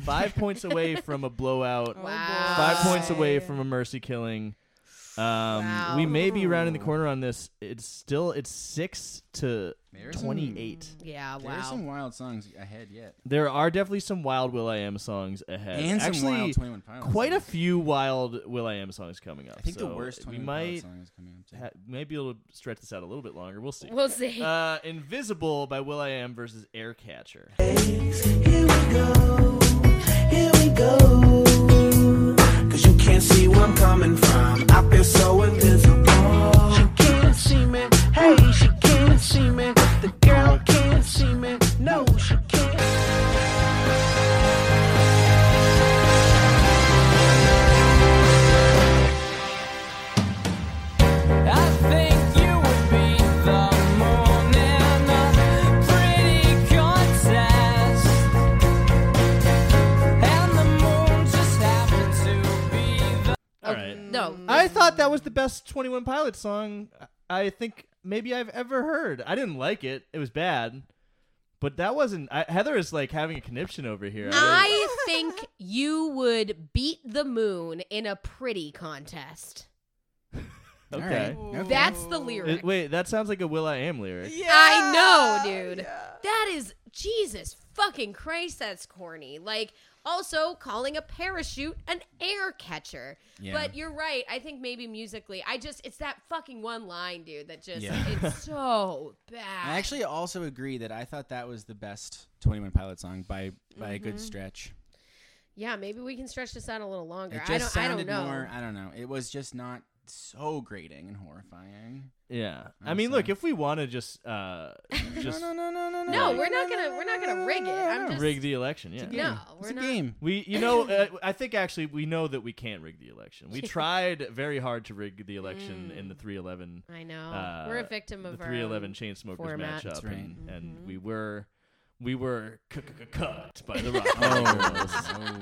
[SPEAKER 2] five points away from a blowout,
[SPEAKER 4] Oh,
[SPEAKER 2] five
[SPEAKER 1] Wow.
[SPEAKER 4] boy.
[SPEAKER 1] Uh,
[SPEAKER 2] points away from a mercy killing. Um,
[SPEAKER 1] Wow.
[SPEAKER 2] We may be rounding the corner on this. It's still it's six to
[SPEAKER 3] There's some-
[SPEAKER 2] 28.
[SPEAKER 1] Mm, Yeah.
[SPEAKER 3] There are
[SPEAKER 1] Oh, Wow.
[SPEAKER 3] some wild songs ahead yet,
[SPEAKER 2] There are definitely some wild Will I Am songs ahead,
[SPEAKER 3] and some
[SPEAKER 2] Actually,
[SPEAKER 3] wild Twenty One Pilots.
[SPEAKER 2] quite a
[SPEAKER 3] songs.
[SPEAKER 2] few wild Will I Am songs coming up.
[SPEAKER 3] I think
[SPEAKER 2] so
[SPEAKER 3] the worst
[SPEAKER 2] We
[SPEAKER 3] Twenty One
[SPEAKER 2] might
[SPEAKER 3] Pilots song is coming up. Too.
[SPEAKER 2] ha- maybe it'll stretch this out a little bit longer. We'll see.
[SPEAKER 1] We'll see.
[SPEAKER 2] uh, Invisible by Will I Am versus Aircatcher.
[SPEAKER 8] Here we go, here we go.
[SPEAKER 6] Cause you can't see where I'm coming from. I feel so invisible.
[SPEAKER 8] She can't see me, hey, she can't see me. The girl can't see me, no, she can't.
[SPEAKER 7] I think you would be the moon in a pretty contest, and the moon just happened to be the.
[SPEAKER 2] All right.
[SPEAKER 1] no.
[SPEAKER 2] I thought that was the best 21 Pilots song I think maybe I've ever heard. I didn't like it. It was bad. But that wasn't I, Heather is like having a conniption over here. I,
[SPEAKER 1] <laughs> I think you would beat the moon in a pretty contest.
[SPEAKER 2] okay.
[SPEAKER 3] All right.
[SPEAKER 1] That's the lyric.
[SPEAKER 2] It- wait, that sounds like a Will I Am lyric.
[SPEAKER 4] Yeah,
[SPEAKER 1] I know, dude.
[SPEAKER 4] yeah.
[SPEAKER 1] That is Jesus fucking Christ. That's corny. Like also calling a parachute an air catcher.
[SPEAKER 3] Yeah.
[SPEAKER 1] But you're right. I think maybe musically, I just it's that fucking one line, dude. That just
[SPEAKER 3] Yeah. <laughs>
[SPEAKER 1] it's so bad.
[SPEAKER 3] I actually also agree that I thought that was the best Twenty One Pilots song by by a
[SPEAKER 1] Mm-hmm.
[SPEAKER 3] good stretch.
[SPEAKER 1] yeah, maybe we can stretch this out a little longer.
[SPEAKER 3] It
[SPEAKER 1] I
[SPEAKER 3] just
[SPEAKER 1] don't. I don't
[SPEAKER 3] sounded
[SPEAKER 1] know.
[SPEAKER 3] more. I don't know. It was just not so grating and horrifying.
[SPEAKER 2] Yeah. I mean, look, if we want to just
[SPEAKER 3] <laughs>
[SPEAKER 2] uh just
[SPEAKER 3] no, no, no,
[SPEAKER 1] no, we're not gonna. We're not gonna rig it. I'm just
[SPEAKER 2] rig the election, yeah.
[SPEAKER 1] No,
[SPEAKER 3] It's
[SPEAKER 1] we're
[SPEAKER 3] a
[SPEAKER 1] not.
[SPEAKER 3] <laughs> game.
[SPEAKER 2] We, you know, uh, I think actually we know that we can't rig the election.
[SPEAKER 3] <laughs>
[SPEAKER 2] We tried very hard to rig the election in the
[SPEAKER 3] Mm.
[SPEAKER 2] 311
[SPEAKER 1] I know.
[SPEAKER 2] uh,
[SPEAKER 1] We're a victim of
[SPEAKER 2] the
[SPEAKER 1] our Mm-hmm.
[SPEAKER 2] 311
[SPEAKER 1] own-
[SPEAKER 2] chain smokers
[SPEAKER 1] format.
[SPEAKER 2] matchup,
[SPEAKER 1] That's
[SPEAKER 3] right.
[SPEAKER 2] and, and we were we were c- c- c- cucked by
[SPEAKER 1] <laughs>
[SPEAKER 2] the Rock.
[SPEAKER 3] Oh.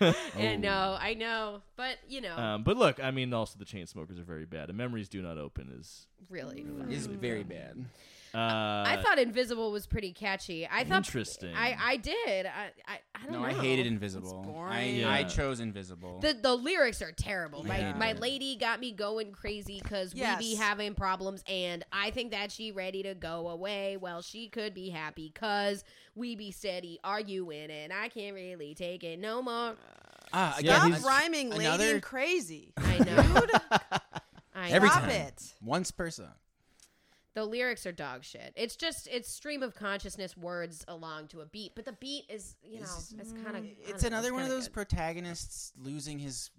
[SPEAKER 3] Uh,
[SPEAKER 1] I know. I know. But you know,
[SPEAKER 2] <laughs> um, but look, I mean, also the chain smokers are very bad, and memories do not open is.
[SPEAKER 1] really.
[SPEAKER 3] Is very bad.
[SPEAKER 2] Uh,
[SPEAKER 1] I thought Invisible was pretty catchy. I thought
[SPEAKER 2] Interesting.
[SPEAKER 1] I I did. I I, I don't
[SPEAKER 3] No,
[SPEAKER 1] know.
[SPEAKER 3] I hated Invisible. I,
[SPEAKER 4] boring.
[SPEAKER 2] Yeah.
[SPEAKER 3] I chose Invisible.
[SPEAKER 1] The, the lyrics are terrible.
[SPEAKER 3] Yeah.
[SPEAKER 1] My, my lady got me going crazy because
[SPEAKER 4] Yes.
[SPEAKER 1] we be having problems, and I think that she ready to go away. Well, she could be happy because we be steady arguing, and I can't really take it no more.
[SPEAKER 3] ah,
[SPEAKER 2] Yeah,
[SPEAKER 4] Stop
[SPEAKER 2] he's-
[SPEAKER 4] rhyming lady
[SPEAKER 3] another-
[SPEAKER 4] and crazy.
[SPEAKER 1] I know. <laughs> I
[SPEAKER 3] Every
[SPEAKER 1] know.
[SPEAKER 4] Stop
[SPEAKER 3] time.
[SPEAKER 4] it.
[SPEAKER 3] Once per song.
[SPEAKER 1] The lyrics are dog shit. It's just it's stream of consciousness words along to a beat, but the beat is you know it's kind of
[SPEAKER 3] It's another one of those protagonists losing his,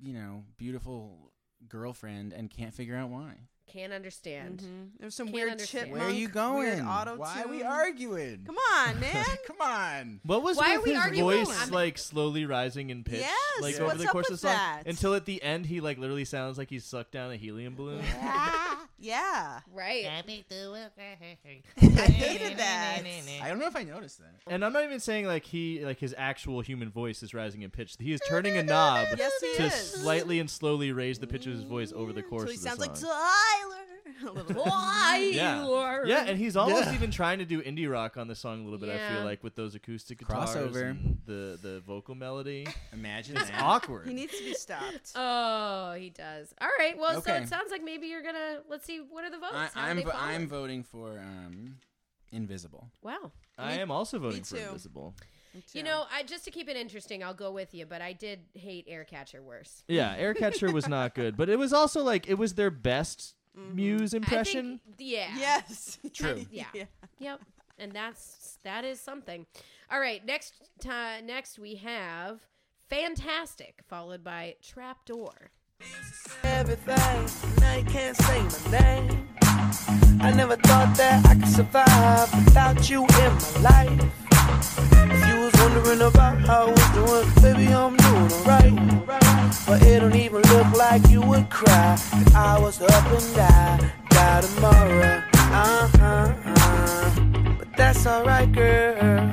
[SPEAKER 3] you know, beautiful girlfriend and can't figure out why.
[SPEAKER 1] can't understand.
[SPEAKER 3] Mm-hmm.
[SPEAKER 4] There's some
[SPEAKER 1] Mm-hmm. Can't
[SPEAKER 4] weird
[SPEAKER 1] understand.
[SPEAKER 4] chipmunk.
[SPEAKER 3] Where are you going?
[SPEAKER 4] Weird auto
[SPEAKER 3] Why are we arguing?
[SPEAKER 4] Come
[SPEAKER 3] <laughs>
[SPEAKER 4] on, man.
[SPEAKER 3] Come on.
[SPEAKER 2] what was
[SPEAKER 1] Why
[SPEAKER 2] with
[SPEAKER 1] are we
[SPEAKER 2] his
[SPEAKER 1] arguing?
[SPEAKER 2] voice
[SPEAKER 1] I'm-
[SPEAKER 2] like slowly rising in pitch,
[SPEAKER 4] Yes,
[SPEAKER 2] like
[SPEAKER 4] what's
[SPEAKER 2] over the
[SPEAKER 4] up
[SPEAKER 2] course
[SPEAKER 4] with
[SPEAKER 2] of the song,
[SPEAKER 4] that?
[SPEAKER 2] until at the end he like literally sounds like he sucked down a helium balloon.
[SPEAKER 4] <laughs> Yeah.
[SPEAKER 1] Right. <laughs>
[SPEAKER 4] I hated that.
[SPEAKER 3] I don't know if I noticed that.
[SPEAKER 2] And I'm not even saying like he like his actual human voice is rising in pitch. He is turning a knob
[SPEAKER 4] Yes, he
[SPEAKER 2] to
[SPEAKER 4] is.
[SPEAKER 2] slightly and slowly raise the pitch of his voice over
[SPEAKER 1] Mm,
[SPEAKER 2] the course
[SPEAKER 4] So he
[SPEAKER 2] of the
[SPEAKER 4] sounds like
[SPEAKER 1] <laughs>
[SPEAKER 2] song.
[SPEAKER 4] Tyler. A little bit.
[SPEAKER 2] yeah. yeah, and he's almost even trying to do indie rock on the song a little bit. I
[SPEAKER 1] Yeah.
[SPEAKER 2] feel like with those acoustic guitars,
[SPEAKER 3] Crossover.
[SPEAKER 2] and the the vocal
[SPEAKER 4] <laughs>
[SPEAKER 2] melody,
[SPEAKER 3] Imagine
[SPEAKER 2] it's
[SPEAKER 3] that.
[SPEAKER 2] awkward.
[SPEAKER 4] He needs to be stopped.
[SPEAKER 1] Oh, he does. All right. Well, so
[SPEAKER 3] Okay.
[SPEAKER 1] it sounds like maybe you're gonna. Let's see. What are the votes?
[SPEAKER 3] I,
[SPEAKER 1] How do
[SPEAKER 3] I'm
[SPEAKER 1] Oh, they
[SPEAKER 3] vo-
[SPEAKER 1] fall?
[SPEAKER 3] I'm voting for um, Invisible.
[SPEAKER 1] Wow.
[SPEAKER 2] I am also voting for
[SPEAKER 4] too.
[SPEAKER 2] Invisible.
[SPEAKER 1] You know, I just to keep it interesting, I'll go with you, but I did hate Air Catcher worse.
[SPEAKER 2] Yeah, Air Catcher was not good, but it was also like it was their best
[SPEAKER 4] Mm-hmm.
[SPEAKER 2] Muse
[SPEAKER 1] I
[SPEAKER 2] impression.
[SPEAKER 1] think, yeah.
[SPEAKER 4] yes.
[SPEAKER 1] <laughs>
[SPEAKER 3] True.
[SPEAKER 1] Yeah.
[SPEAKER 4] <laughs> Yeah.
[SPEAKER 1] Yep. And that's that is something. All right. Next time. Next we have Fantastic, followed by Trapdoor.
[SPEAKER 8] everything. Now you can't say my name. I never thought that I could survive without you in my life. If you was wondering about how I was doing, 'cause baby, I'm doing alright. But it don't even look like you would cry if I was up and die, die tomorrow. Uh huh. uh But that's alright, girl.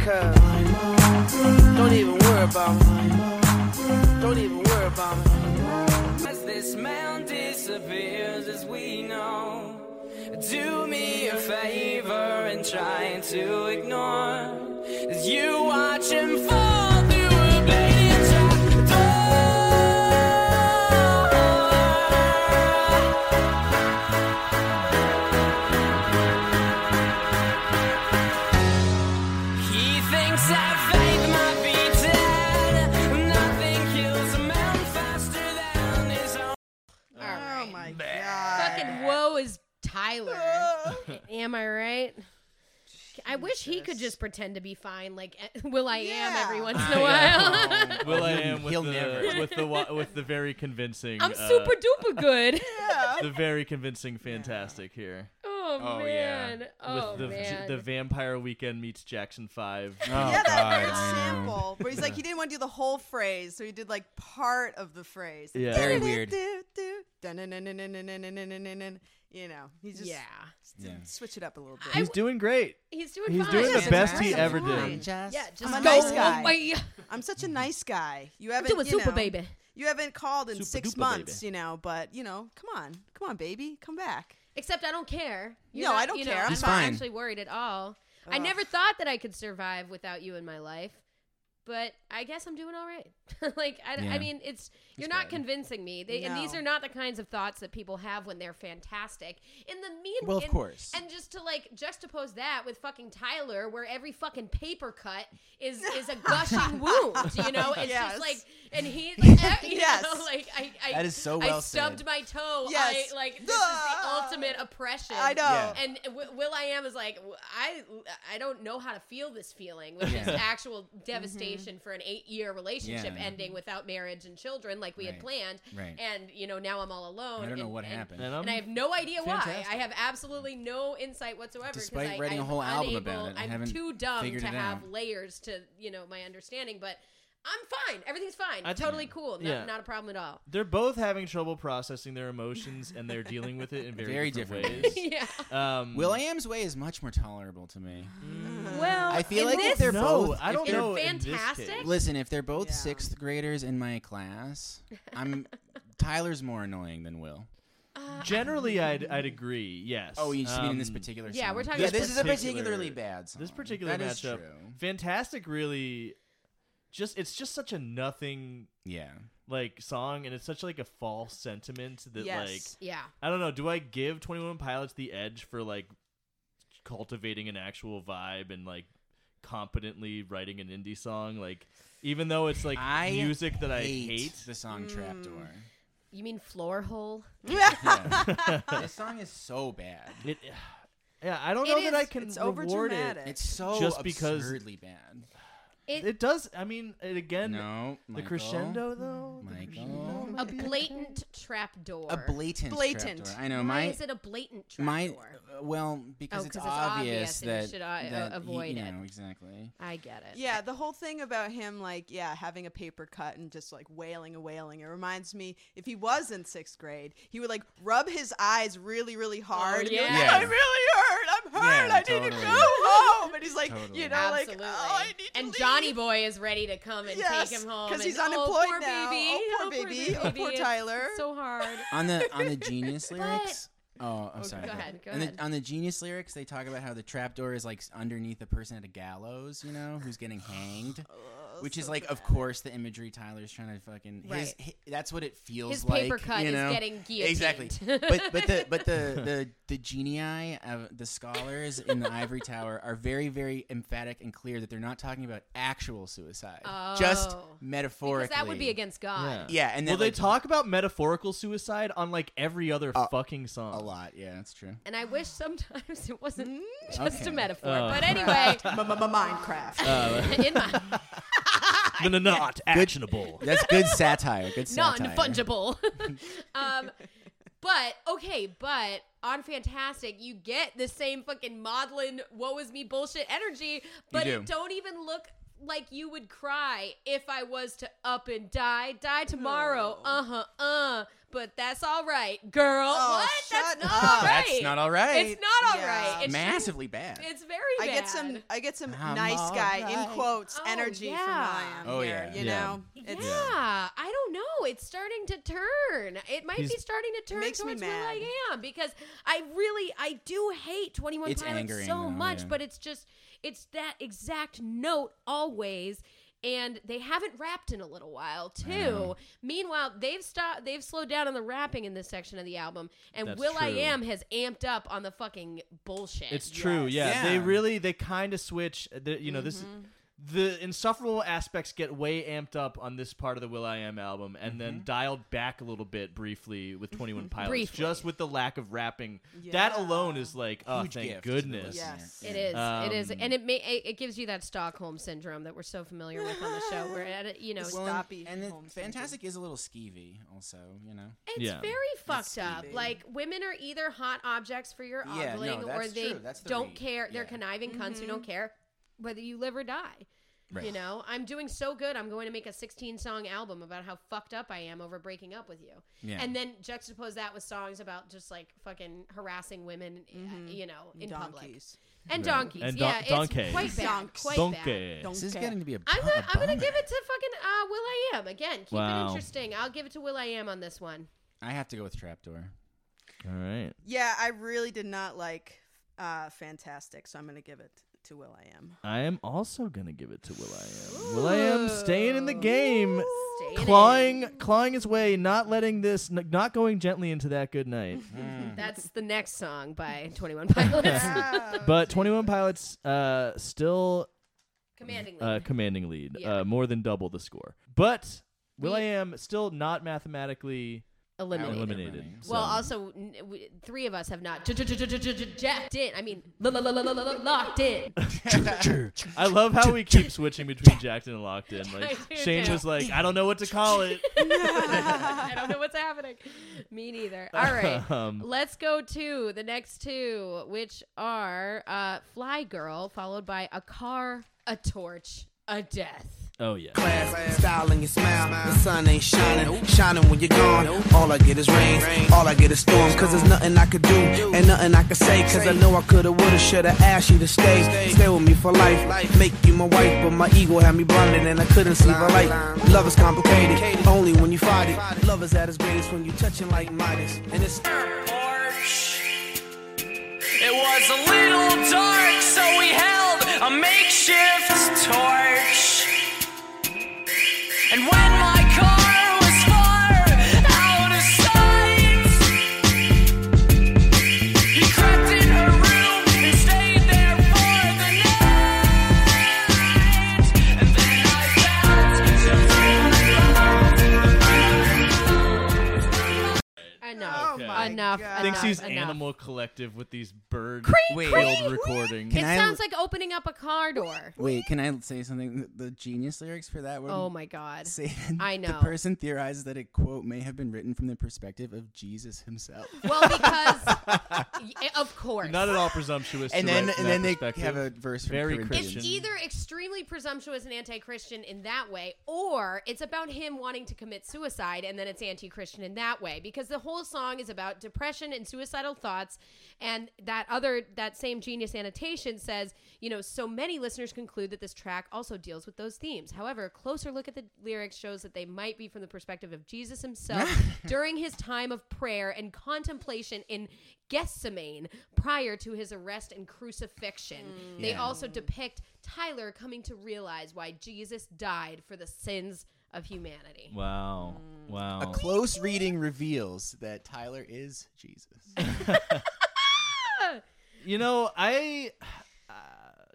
[SPEAKER 8] Cause don't even worry about me. Don't even worry about me.
[SPEAKER 7] As this mound disappears, as we know, do me a favor and try to ignore. As you watch him fall through a blade trapdoor. He thinks that faith might be dead. Nothing kills a man faster than his own.
[SPEAKER 1] All right.
[SPEAKER 4] Oh my god.
[SPEAKER 1] Fucking woe is Tyler. <laughs> Am I right? I wish he could just pretend to be fine, like eh, <laughs> Will I Am every
[SPEAKER 4] Yeah.
[SPEAKER 1] once
[SPEAKER 2] <laughs>
[SPEAKER 1] in a while.
[SPEAKER 2] Oh, Will I am with
[SPEAKER 3] He'll
[SPEAKER 2] the,
[SPEAKER 3] never.
[SPEAKER 2] with the wa- with the very
[SPEAKER 1] <laughs>
[SPEAKER 2] convincing.
[SPEAKER 1] I'm
[SPEAKER 2] uh,
[SPEAKER 1] super duper good. <laughs>
[SPEAKER 2] the very convincing fantastic here
[SPEAKER 1] Oh,
[SPEAKER 3] Oh, yeah.
[SPEAKER 1] man. Oh
[SPEAKER 2] with the
[SPEAKER 1] man.
[SPEAKER 2] the Vampire Weekend meets Jackson
[SPEAKER 3] <laughs>
[SPEAKER 2] Five.
[SPEAKER 3] Oh.
[SPEAKER 4] Yeah, that weird sample where he's like, he didn't want to do the whole phrase, so he did like part of the phrase.
[SPEAKER 2] Yeah.
[SPEAKER 3] Very weird.
[SPEAKER 4] You know, he just
[SPEAKER 1] yeah.
[SPEAKER 3] Yeah.
[SPEAKER 4] switch it up a little bit.
[SPEAKER 2] He's doing great.
[SPEAKER 1] He's doing
[SPEAKER 2] He's
[SPEAKER 1] fine.
[SPEAKER 2] doing the
[SPEAKER 4] Yes,
[SPEAKER 2] best he
[SPEAKER 4] I'm
[SPEAKER 2] ever
[SPEAKER 4] fine.
[SPEAKER 2] did. Mm-hmm.
[SPEAKER 1] Yeah, just
[SPEAKER 4] I'm a
[SPEAKER 1] go
[SPEAKER 4] nice guy.
[SPEAKER 1] away.
[SPEAKER 4] I'm such a nice guy. You haven't,
[SPEAKER 1] Do a
[SPEAKER 4] you
[SPEAKER 1] super
[SPEAKER 4] know,
[SPEAKER 1] baby.
[SPEAKER 4] You haven't called in
[SPEAKER 2] Super
[SPEAKER 4] six
[SPEAKER 2] duper
[SPEAKER 4] months,
[SPEAKER 2] baby.
[SPEAKER 4] you know. But you know, come on, come on, baby, come back.
[SPEAKER 1] Except I don't care.
[SPEAKER 4] No, I don't
[SPEAKER 1] you know,
[SPEAKER 4] care. I'm
[SPEAKER 1] not
[SPEAKER 3] fine.
[SPEAKER 1] actually worried at all. I
[SPEAKER 4] Ugh.
[SPEAKER 1] never thought that I could survive without you in my life, but I guess I'm doing all right. <laughs> like I, I
[SPEAKER 3] Yeah.
[SPEAKER 1] mean, it's you're not
[SPEAKER 3] bad.
[SPEAKER 1] convincing me. They, And these
[SPEAKER 4] No.
[SPEAKER 1] are not the kinds of thoughts that people have when they're fantastic. In the mean,
[SPEAKER 3] Well, of
[SPEAKER 1] and-
[SPEAKER 3] course.
[SPEAKER 1] And just to like juxtapose that with fucking Tyler, where every fucking paper cut is is a
[SPEAKER 4] <laughs>
[SPEAKER 1] gushing wound. You know, it's
[SPEAKER 4] Yes.
[SPEAKER 1] just like and he, like, <laughs> you
[SPEAKER 4] Yes.
[SPEAKER 1] know, like I, I
[SPEAKER 3] That is so
[SPEAKER 1] I
[SPEAKER 3] well
[SPEAKER 1] stubbed
[SPEAKER 3] said.
[SPEAKER 1] my toe.
[SPEAKER 4] Yes.
[SPEAKER 1] I like this
[SPEAKER 4] Ah.
[SPEAKER 1] is the ultimate oppression.
[SPEAKER 4] I know.
[SPEAKER 3] Yeah.
[SPEAKER 1] And w- Will I am is like w- I I don't know how to feel this feeling, which is
[SPEAKER 3] Yeah.
[SPEAKER 1] actual
[SPEAKER 4] Mm-hmm.
[SPEAKER 1] devastation for an eight year relationship
[SPEAKER 3] Yeah.
[SPEAKER 1] ending without marriage and children, like we had
[SPEAKER 3] Right.
[SPEAKER 1] planned.
[SPEAKER 3] Right.
[SPEAKER 1] And you know now I'm all alone.
[SPEAKER 3] I don't know
[SPEAKER 1] and-
[SPEAKER 3] what
[SPEAKER 1] and-
[SPEAKER 3] happened.
[SPEAKER 2] And
[SPEAKER 1] And I
[SPEAKER 2] I'm
[SPEAKER 1] have no idea why.
[SPEAKER 3] Fantastic.
[SPEAKER 1] I have absolutely no insight whatsoever. 'cause
[SPEAKER 3] Despite
[SPEAKER 1] I,
[SPEAKER 3] writing a
[SPEAKER 1] I'm
[SPEAKER 3] whole
[SPEAKER 1] unable-
[SPEAKER 3] album about it, I
[SPEAKER 1] I'm
[SPEAKER 3] haven't
[SPEAKER 1] too dumb
[SPEAKER 3] figured
[SPEAKER 1] to
[SPEAKER 3] it
[SPEAKER 1] have
[SPEAKER 3] out.
[SPEAKER 1] layers to you know my understanding, but. I'm fine. Everything's fine.
[SPEAKER 2] I think-
[SPEAKER 1] totally cool. No,
[SPEAKER 2] yeah.
[SPEAKER 1] Not a problem at all. <laughs>
[SPEAKER 2] they're both having trouble processing their emotions and they're dealing with it in very,
[SPEAKER 3] Very
[SPEAKER 2] different,
[SPEAKER 3] different
[SPEAKER 2] ways.
[SPEAKER 1] yeah.
[SPEAKER 2] Um,
[SPEAKER 3] Will I am's way is much more tolerable to me.
[SPEAKER 1] Well,
[SPEAKER 3] I feel
[SPEAKER 1] in
[SPEAKER 3] like
[SPEAKER 1] this,
[SPEAKER 3] if they're
[SPEAKER 2] No,
[SPEAKER 3] both,
[SPEAKER 2] I
[SPEAKER 3] if
[SPEAKER 2] don't
[SPEAKER 3] they're-
[SPEAKER 2] know. in this
[SPEAKER 1] fantastic.
[SPEAKER 2] case.
[SPEAKER 3] Listen, if they're both
[SPEAKER 4] Yeah.
[SPEAKER 3] sixth graders in my class, I'm Tyler's more annoying than Will.
[SPEAKER 2] Generally, I'd I'd agree. Yes.
[SPEAKER 3] Oh, you just mean in this
[SPEAKER 2] Um,
[SPEAKER 3] particular.
[SPEAKER 1] yeah,
[SPEAKER 3] song.
[SPEAKER 1] we're talking
[SPEAKER 3] Yeah,
[SPEAKER 1] about
[SPEAKER 3] this is a
[SPEAKER 2] particular-
[SPEAKER 3] particularly bad song.
[SPEAKER 2] This particular
[SPEAKER 3] That is
[SPEAKER 2] matchup,
[SPEAKER 3] true.
[SPEAKER 2] fantastic. Really, just it's just such a nothing
[SPEAKER 3] Yeah,
[SPEAKER 2] like song, and it's such like a false sentiment that
[SPEAKER 4] yes.
[SPEAKER 2] like
[SPEAKER 1] Yeah.
[SPEAKER 2] I don't know. Do I give Twenty One Pilots the edge for like cultivating an actual vibe and like competently writing an indie song? Like, even though it's like
[SPEAKER 3] I
[SPEAKER 2] music that I hate.
[SPEAKER 3] the song
[SPEAKER 2] <laughs>
[SPEAKER 3] Trapdoor.
[SPEAKER 1] You mean floor hole?
[SPEAKER 3] <laughs> Yeah. this song is so
[SPEAKER 2] <laughs>
[SPEAKER 3] bad.
[SPEAKER 2] It, yeah, I don't
[SPEAKER 1] It
[SPEAKER 2] know
[SPEAKER 1] is-
[SPEAKER 2] that I can
[SPEAKER 4] it's
[SPEAKER 2] reward it.
[SPEAKER 4] overdramatic.
[SPEAKER 3] It's so
[SPEAKER 2] Just because-
[SPEAKER 3] absurdly bad.
[SPEAKER 1] It,
[SPEAKER 2] It does. I mean, it again.
[SPEAKER 3] No, Mm-hmm.
[SPEAKER 2] The crescendo though. the
[SPEAKER 3] Michael,
[SPEAKER 2] crescendo,
[SPEAKER 1] a blatant trapdoor.
[SPEAKER 3] a blatant,
[SPEAKER 4] Blatant.
[SPEAKER 3] trapdoor. I know
[SPEAKER 1] Why
[SPEAKER 3] my
[SPEAKER 1] is it a blatant trapdoor?
[SPEAKER 3] my uh, well because
[SPEAKER 1] Oh,
[SPEAKER 3] it's,
[SPEAKER 1] 'cause it's obvious
[SPEAKER 3] obvious
[SPEAKER 1] and you
[SPEAKER 3] that,
[SPEAKER 1] should, uh,
[SPEAKER 3] that
[SPEAKER 1] uh, avoid
[SPEAKER 3] you
[SPEAKER 1] it.
[SPEAKER 3] know, exactly.
[SPEAKER 1] I get it.
[SPEAKER 4] Yeah, the whole thing about him, like, yeah, having a paper cut and just like wailing and wailing. It reminds me, if he was in sixth grade, he would like rub his eyes really, really hard. and be like,
[SPEAKER 1] Oh, yeah.
[SPEAKER 4] I really hurt. I'm hurt.
[SPEAKER 3] Yeah,
[SPEAKER 4] I need to
[SPEAKER 3] totally.
[SPEAKER 4] go home. And he's like,
[SPEAKER 3] Totally.
[SPEAKER 4] you know,
[SPEAKER 1] Absolutely.
[SPEAKER 4] like, oh, I need to
[SPEAKER 1] and
[SPEAKER 4] leave."
[SPEAKER 1] Johnny Boy is ready to come and
[SPEAKER 4] Yes,
[SPEAKER 1] take him home
[SPEAKER 4] 'cause
[SPEAKER 1] and,
[SPEAKER 4] he's
[SPEAKER 1] oh,
[SPEAKER 4] unemployed
[SPEAKER 1] poor
[SPEAKER 4] now.
[SPEAKER 1] Baby.
[SPEAKER 4] Oh, poor baby. Oh, <laughs> poor
[SPEAKER 1] It's-
[SPEAKER 4] Tyler.
[SPEAKER 1] it's so hard.
[SPEAKER 3] on the on
[SPEAKER 1] <laughs>
[SPEAKER 3] the genius lyrics. Oh, I'm sorry.
[SPEAKER 1] go
[SPEAKER 3] about
[SPEAKER 1] ahead,
[SPEAKER 3] that.
[SPEAKER 1] go
[SPEAKER 3] on,
[SPEAKER 1] ahead.
[SPEAKER 3] The, on the genius lyrics, they talk about how the trapdoor is like s- underneath the person at a gallows, you know, who's getting hanged, which is like, of course, the imagery Tyler's trying to fucking. His,
[SPEAKER 1] Right.
[SPEAKER 3] hi- that's what it feels
[SPEAKER 1] His
[SPEAKER 3] like.
[SPEAKER 1] paper cut
[SPEAKER 3] you
[SPEAKER 1] is
[SPEAKER 3] know?
[SPEAKER 1] getting guillotined.
[SPEAKER 3] Exactly. But but the but the the the genii, uh, the scholars in the ivory tower are very very emphatic and clear that they're not talking about actual suicide, just
[SPEAKER 1] Oh.
[SPEAKER 3] metaphorically.
[SPEAKER 1] Because that would be against God.
[SPEAKER 3] Yeah, and then
[SPEAKER 2] well, they
[SPEAKER 3] like, uh,
[SPEAKER 2] talk about metaphorical suicide on like every other fucking song.
[SPEAKER 3] a lot. Yeah,
[SPEAKER 1] <laughs>
[SPEAKER 3] that's true.
[SPEAKER 1] And I wish sometimes <laughs> it wasn't
[SPEAKER 4] Mm.
[SPEAKER 1] just
[SPEAKER 3] Okay.
[SPEAKER 1] a metaphor.
[SPEAKER 2] Oh.
[SPEAKER 1] But
[SPEAKER 4] <laughs>
[SPEAKER 1] anyway,
[SPEAKER 4] Minecraft.
[SPEAKER 3] <laughs>
[SPEAKER 1] in my
[SPEAKER 2] No, no, not actionable.
[SPEAKER 3] That's good satire. Good satire. <laughs>
[SPEAKER 1] non-fungible. um, but okay, but on Fantastic, you get the same fucking maudlin "woe is me" bullshit energy, but
[SPEAKER 3] You do.
[SPEAKER 1] it don't even look like you would cry if I was to up and die, die tomorrow. Uh huh. Uh. But that's all right, girl.
[SPEAKER 4] Oh,
[SPEAKER 1] what?
[SPEAKER 4] shut
[SPEAKER 1] that's not
[SPEAKER 4] up.
[SPEAKER 1] all right.
[SPEAKER 3] That's not all right.
[SPEAKER 1] It's not all right.
[SPEAKER 4] Yeah.
[SPEAKER 1] It's
[SPEAKER 3] massively bad.
[SPEAKER 1] It's very.
[SPEAKER 4] I
[SPEAKER 1] bad.
[SPEAKER 4] get some, I get some
[SPEAKER 3] I'm
[SPEAKER 4] nice
[SPEAKER 3] all
[SPEAKER 4] guy
[SPEAKER 3] right.
[SPEAKER 4] in quotes
[SPEAKER 1] Oh,
[SPEAKER 4] energy
[SPEAKER 1] yeah.
[SPEAKER 4] from I am.
[SPEAKER 3] Oh,
[SPEAKER 4] here,
[SPEAKER 3] yeah.
[SPEAKER 4] you
[SPEAKER 2] Yeah.
[SPEAKER 4] know,
[SPEAKER 1] yeah, I don't know. It's starting to turn. It might be
[SPEAKER 2] He's-
[SPEAKER 1] starting to turn
[SPEAKER 4] makes me
[SPEAKER 1] towards Will
[SPEAKER 4] mad.
[SPEAKER 1] I Am because I really I do hate Twenty One
[SPEAKER 3] It's
[SPEAKER 1] Pilots
[SPEAKER 3] angering,
[SPEAKER 1] so
[SPEAKER 3] though,
[SPEAKER 1] much,
[SPEAKER 3] yeah.
[SPEAKER 1] but it's just it's that exact note always. And they haven't rapped in a little while too. Meanwhile, they've stopped. They've slowed down on the rapping in this section of the album, and
[SPEAKER 2] That's
[SPEAKER 1] Will I
[SPEAKER 2] true.
[SPEAKER 1] Am has amped up on the fucking bullshit.
[SPEAKER 2] It's true. Yeah.
[SPEAKER 3] Yeah.
[SPEAKER 2] they really they kind of switch. uh, The, you know this.
[SPEAKER 1] Mm-hmm.
[SPEAKER 2] The insufferable aspects get way amped up on this part of the Will I Am album, and
[SPEAKER 3] Mm-hmm.
[SPEAKER 2] then dialed back a little bit briefly with
[SPEAKER 1] <laughs>
[SPEAKER 2] Twenty One Pilots,
[SPEAKER 1] Briefly.
[SPEAKER 2] just with the lack of rapping.
[SPEAKER 4] Yeah.
[SPEAKER 2] That alone is like, oh,
[SPEAKER 3] Huge
[SPEAKER 2] thank
[SPEAKER 3] gift to the
[SPEAKER 2] goodness.
[SPEAKER 3] listener.
[SPEAKER 4] Yes.
[SPEAKER 1] It is. it is,
[SPEAKER 2] Um,
[SPEAKER 1] and it may it, it gives you that Stockholm syndrome that we're so familiar with on the show. Where at it, you know,
[SPEAKER 4] Well,
[SPEAKER 3] Well,
[SPEAKER 4] Stoppy
[SPEAKER 3] and and
[SPEAKER 4] home
[SPEAKER 3] it, Fantastic is a little skeevy, also. You know.
[SPEAKER 1] it's
[SPEAKER 2] yeah.
[SPEAKER 1] very fucked up.
[SPEAKER 4] creepy.
[SPEAKER 1] Like women are either hot objects for your
[SPEAKER 3] Yeah, no,
[SPEAKER 1] ogling, or
[SPEAKER 3] that's
[SPEAKER 1] they
[SPEAKER 3] true. That's the
[SPEAKER 1] don't
[SPEAKER 3] read.
[SPEAKER 1] care. They're
[SPEAKER 3] Yeah.
[SPEAKER 1] conniving cunts who don't care whether you live or die. You
[SPEAKER 3] Right.
[SPEAKER 1] know, I'm doing so good. I'm going to make a 16 song album about how fucked up I am over breaking up with you,
[SPEAKER 3] Yeah.
[SPEAKER 1] and then juxtapose that with songs about just like fucking harassing women, uh, you know, in public
[SPEAKER 4] donkeys.
[SPEAKER 1] and donkeys.
[SPEAKER 2] And
[SPEAKER 1] yeah,
[SPEAKER 2] don- donkeys.
[SPEAKER 1] it's quite bad.
[SPEAKER 4] Donks.
[SPEAKER 1] Quite bad.
[SPEAKER 2] Donkey.
[SPEAKER 4] Don't
[SPEAKER 3] This is
[SPEAKER 4] care.
[SPEAKER 3] getting to be a.
[SPEAKER 1] I'm gonna,
[SPEAKER 3] a
[SPEAKER 1] I'm gonna
[SPEAKER 3] bummer.
[SPEAKER 1] give it to fucking uh, Will I Am again. Keep it
[SPEAKER 2] Wow.
[SPEAKER 1] interesting. I'll give it to Will I Am on this one.
[SPEAKER 3] I have to go with Trapdoor. <laughs>
[SPEAKER 2] All right.
[SPEAKER 4] Yeah, I really did not like uh, Fantastic, so I'm going to give it to Will I Am.
[SPEAKER 2] I am also gonna give it to Will I Am. Will I Am staying in the game,
[SPEAKER 1] Staying in.
[SPEAKER 2] clawing, clawing his way, not letting this, n- not going gently into that good night.
[SPEAKER 1] <laughs> Oh, That's the next song by Twenty One
[SPEAKER 2] <laughs>
[SPEAKER 1] Pilots.
[SPEAKER 2] Uh,
[SPEAKER 4] Oh
[SPEAKER 1] <laughs>
[SPEAKER 2] But Twenty One Pilots uh, still
[SPEAKER 1] Commanding
[SPEAKER 2] uh,
[SPEAKER 1] lead.
[SPEAKER 2] commanding lead,
[SPEAKER 1] Yeah.
[SPEAKER 2] uh, more than double the score. But Will
[SPEAKER 1] We-
[SPEAKER 2] I Am still not mathematically
[SPEAKER 1] eliminated.
[SPEAKER 2] eliminated.
[SPEAKER 3] Eliminated.
[SPEAKER 2] so-
[SPEAKER 1] Well, also n- we, three of us have not j- j- j- j- j- j- jacked in. I mean, lo- lo- lo- lo- lo- lo- locked
[SPEAKER 2] <laughs>
[SPEAKER 1] in. <laughs>
[SPEAKER 2] I love how we keep switching between Jacked in and Locked In. Like
[SPEAKER 1] I do
[SPEAKER 2] Shane
[SPEAKER 1] too.
[SPEAKER 2] was like, I don't know what to
[SPEAKER 1] <laughs>
[SPEAKER 2] call it.
[SPEAKER 1] I don't know what's happening. Me neither. All right,
[SPEAKER 2] <laughs> Um,
[SPEAKER 1] let's go to the next two, which are uh, "Fly Girl," followed by "A Car," "A Torch," "A Death."
[SPEAKER 2] oh yeah.
[SPEAKER 6] class, style and your smile. The sun ain't shining, shining when you're gone. All I get is rain, all I get is storm. Cause there's nothing I could do and nothing I could say. Cause I know I coulda, woulda, shoulda asked you to stay. Stay with me for life, make you my wife. But my ego had me blinded and I couldn't see the light. Love is complicated, only when you fight it. Love is at its greatest when you touching like Midas. And it's.
[SPEAKER 7] It was a little dark, so we held a makeshift torch. And when my car was far out of sight, he crept in her room and stayed there for the night. And then I felt
[SPEAKER 1] Enough.
[SPEAKER 4] Oh my
[SPEAKER 1] Enough.
[SPEAKER 4] God.
[SPEAKER 2] I think Pixies
[SPEAKER 1] enough.
[SPEAKER 2] Animal Collective with these bird
[SPEAKER 3] Wait,
[SPEAKER 2] field recordings.
[SPEAKER 1] It
[SPEAKER 3] I-
[SPEAKER 1] sounds like opening up a car door.
[SPEAKER 3] wait. Can I say <laughs> something? The genius lyrics for that were
[SPEAKER 1] Oh my god.
[SPEAKER 3] Satan.
[SPEAKER 1] <laughs> I know.
[SPEAKER 3] The person theorizes that it, quote, may have been written from the perspective of Jesus <laughs> himself.
[SPEAKER 1] Well, because y- of course.
[SPEAKER 2] Not at all presumptuous.
[SPEAKER 3] and
[SPEAKER 2] to
[SPEAKER 3] then
[SPEAKER 2] write from
[SPEAKER 3] and
[SPEAKER 2] that
[SPEAKER 3] then they
[SPEAKER 2] perspective.
[SPEAKER 3] have a verse from
[SPEAKER 2] Very
[SPEAKER 3] Corinthians.
[SPEAKER 2] Christian.
[SPEAKER 1] It's either extremely presumptuous and anti-Christian in that way, or it's about him wanting to commit suicide, and then it's anti-Christian in that way because the whole song is about depression and suicidal thoughts. And that other, that same genius annotation says, you know, so many listeners conclude that this track also deals with those themes. However, a closer look at the lyrics shows that they might be from the perspective of Jesus himself during his time of prayer and contemplation in Gethsemane prior to his arrest and crucifixion. They
[SPEAKER 3] Yeah.
[SPEAKER 1] also depict Tyler coming to realize why Jesus died for the sins of humanity.
[SPEAKER 2] Wow.
[SPEAKER 3] A
[SPEAKER 2] Wow.
[SPEAKER 3] close reading reveals that Tyler is Jesus.
[SPEAKER 2] You know, I uh,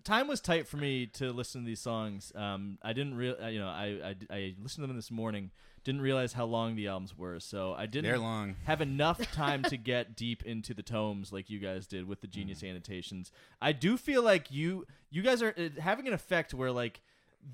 [SPEAKER 2] time was tight for me to listen to these songs. Um, I didn't real, uh, you know, I, I I listened to them this morning. Didn't realize how long the albums were, so I didn't
[SPEAKER 3] They're long.
[SPEAKER 2] have
[SPEAKER 3] <laughs>
[SPEAKER 2] enough time to get deep into the tomes like you guys did with the genius
[SPEAKER 3] Mm.
[SPEAKER 2] annotations. I do feel like you you guys are uh, having an effect where like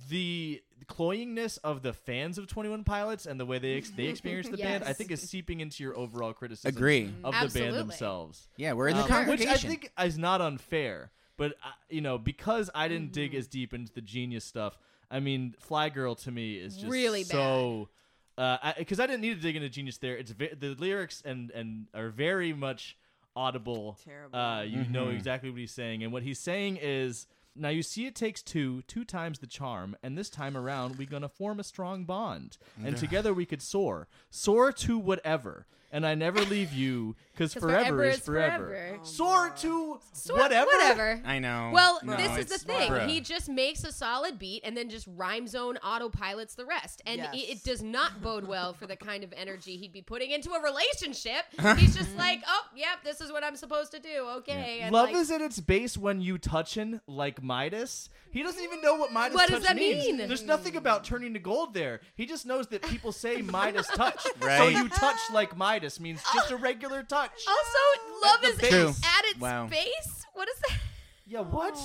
[SPEAKER 2] the cloyingness of the fans of 21 Pilots and the way they ex- they
[SPEAKER 1] <laughs>
[SPEAKER 2] experience the band, I
[SPEAKER 1] Yes.
[SPEAKER 2] think, is seeping into your overall criticism
[SPEAKER 3] Agree.
[SPEAKER 2] of the
[SPEAKER 1] Absolutely.
[SPEAKER 2] band themselves.
[SPEAKER 3] <laughs> Yeah, we're in the
[SPEAKER 2] Um,
[SPEAKER 3] congregation.
[SPEAKER 2] Which I think is not unfair, but I, you know, because I didn't dig as deep into the genius stuff. I mean, Fly Girl to me is just
[SPEAKER 1] Really
[SPEAKER 2] so. Because I, didn't need to dig into genius there. It's ve- the lyrics and and are very much audible.
[SPEAKER 4] Terrible.
[SPEAKER 2] Uh, you know
[SPEAKER 3] Mm-hmm.
[SPEAKER 2] exactly what he's saying, and what he's saying is. Now you see it takes two, two times the charm, and this time around we gonna form a strong bond, and together we could soar, soar to whatever, and I never leave you, cause
[SPEAKER 1] 'Cause
[SPEAKER 2] forever,
[SPEAKER 1] forever
[SPEAKER 2] is
[SPEAKER 1] is
[SPEAKER 2] forever.
[SPEAKER 1] forever. Oh,
[SPEAKER 2] soar to
[SPEAKER 1] Sort-
[SPEAKER 2] whatever.
[SPEAKER 1] Whatever.
[SPEAKER 3] I know.
[SPEAKER 1] Well,
[SPEAKER 3] No,
[SPEAKER 1] this is
[SPEAKER 3] it's-
[SPEAKER 1] the thing.
[SPEAKER 3] bruh. <laughs>
[SPEAKER 1] He just makes a solid beat and then just rhyme zone autopilots the rest. And
[SPEAKER 4] Yes.
[SPEAKER 1] it, it does not bode well
[SPEAKER 2] <laughs>
[SPEAKER 1] for the kind of energy he'd be putting into a
[SPEAKER 3] <laughs>
[SPEAKER 1] relationship. He's just like, oh, yep, this is what I'm supposed to do. Okay. And
[SPEAKER 2] Love
[SPEAKER 1] like,
[SPEAKER 2] is at its base when you touchin' like Midas. He doesn't even know what Midas
[SPEAKER 1] What
[SPEAKER 2] touch
[SPEAKER 1] does that
[SPEAKER 2] means.
[SPEAKER 1] mean?
[SPEAKER 2] There's nothing about turning to gold there. He just knows that
[SPEAKER 1] <laughs>
[SPEAKER 2] people say Midas touch. So
[SPEAKER 3] Right.
[SPEAKER 2] you touch like Midas means just
[SPEAKER 1] Oh.
[SPEAKER 2] a regular touch.
[SPEAKER 1] Also, love
[SPEAKER 2] the
[SPEAKER 1] is
[SPEAKER 2] base.
[SPEAKER 1] at its
[SPEAKER 3] Wow.
[SPEAKER 1] base. What is that?
[SPEAKER 2] Yeah, what?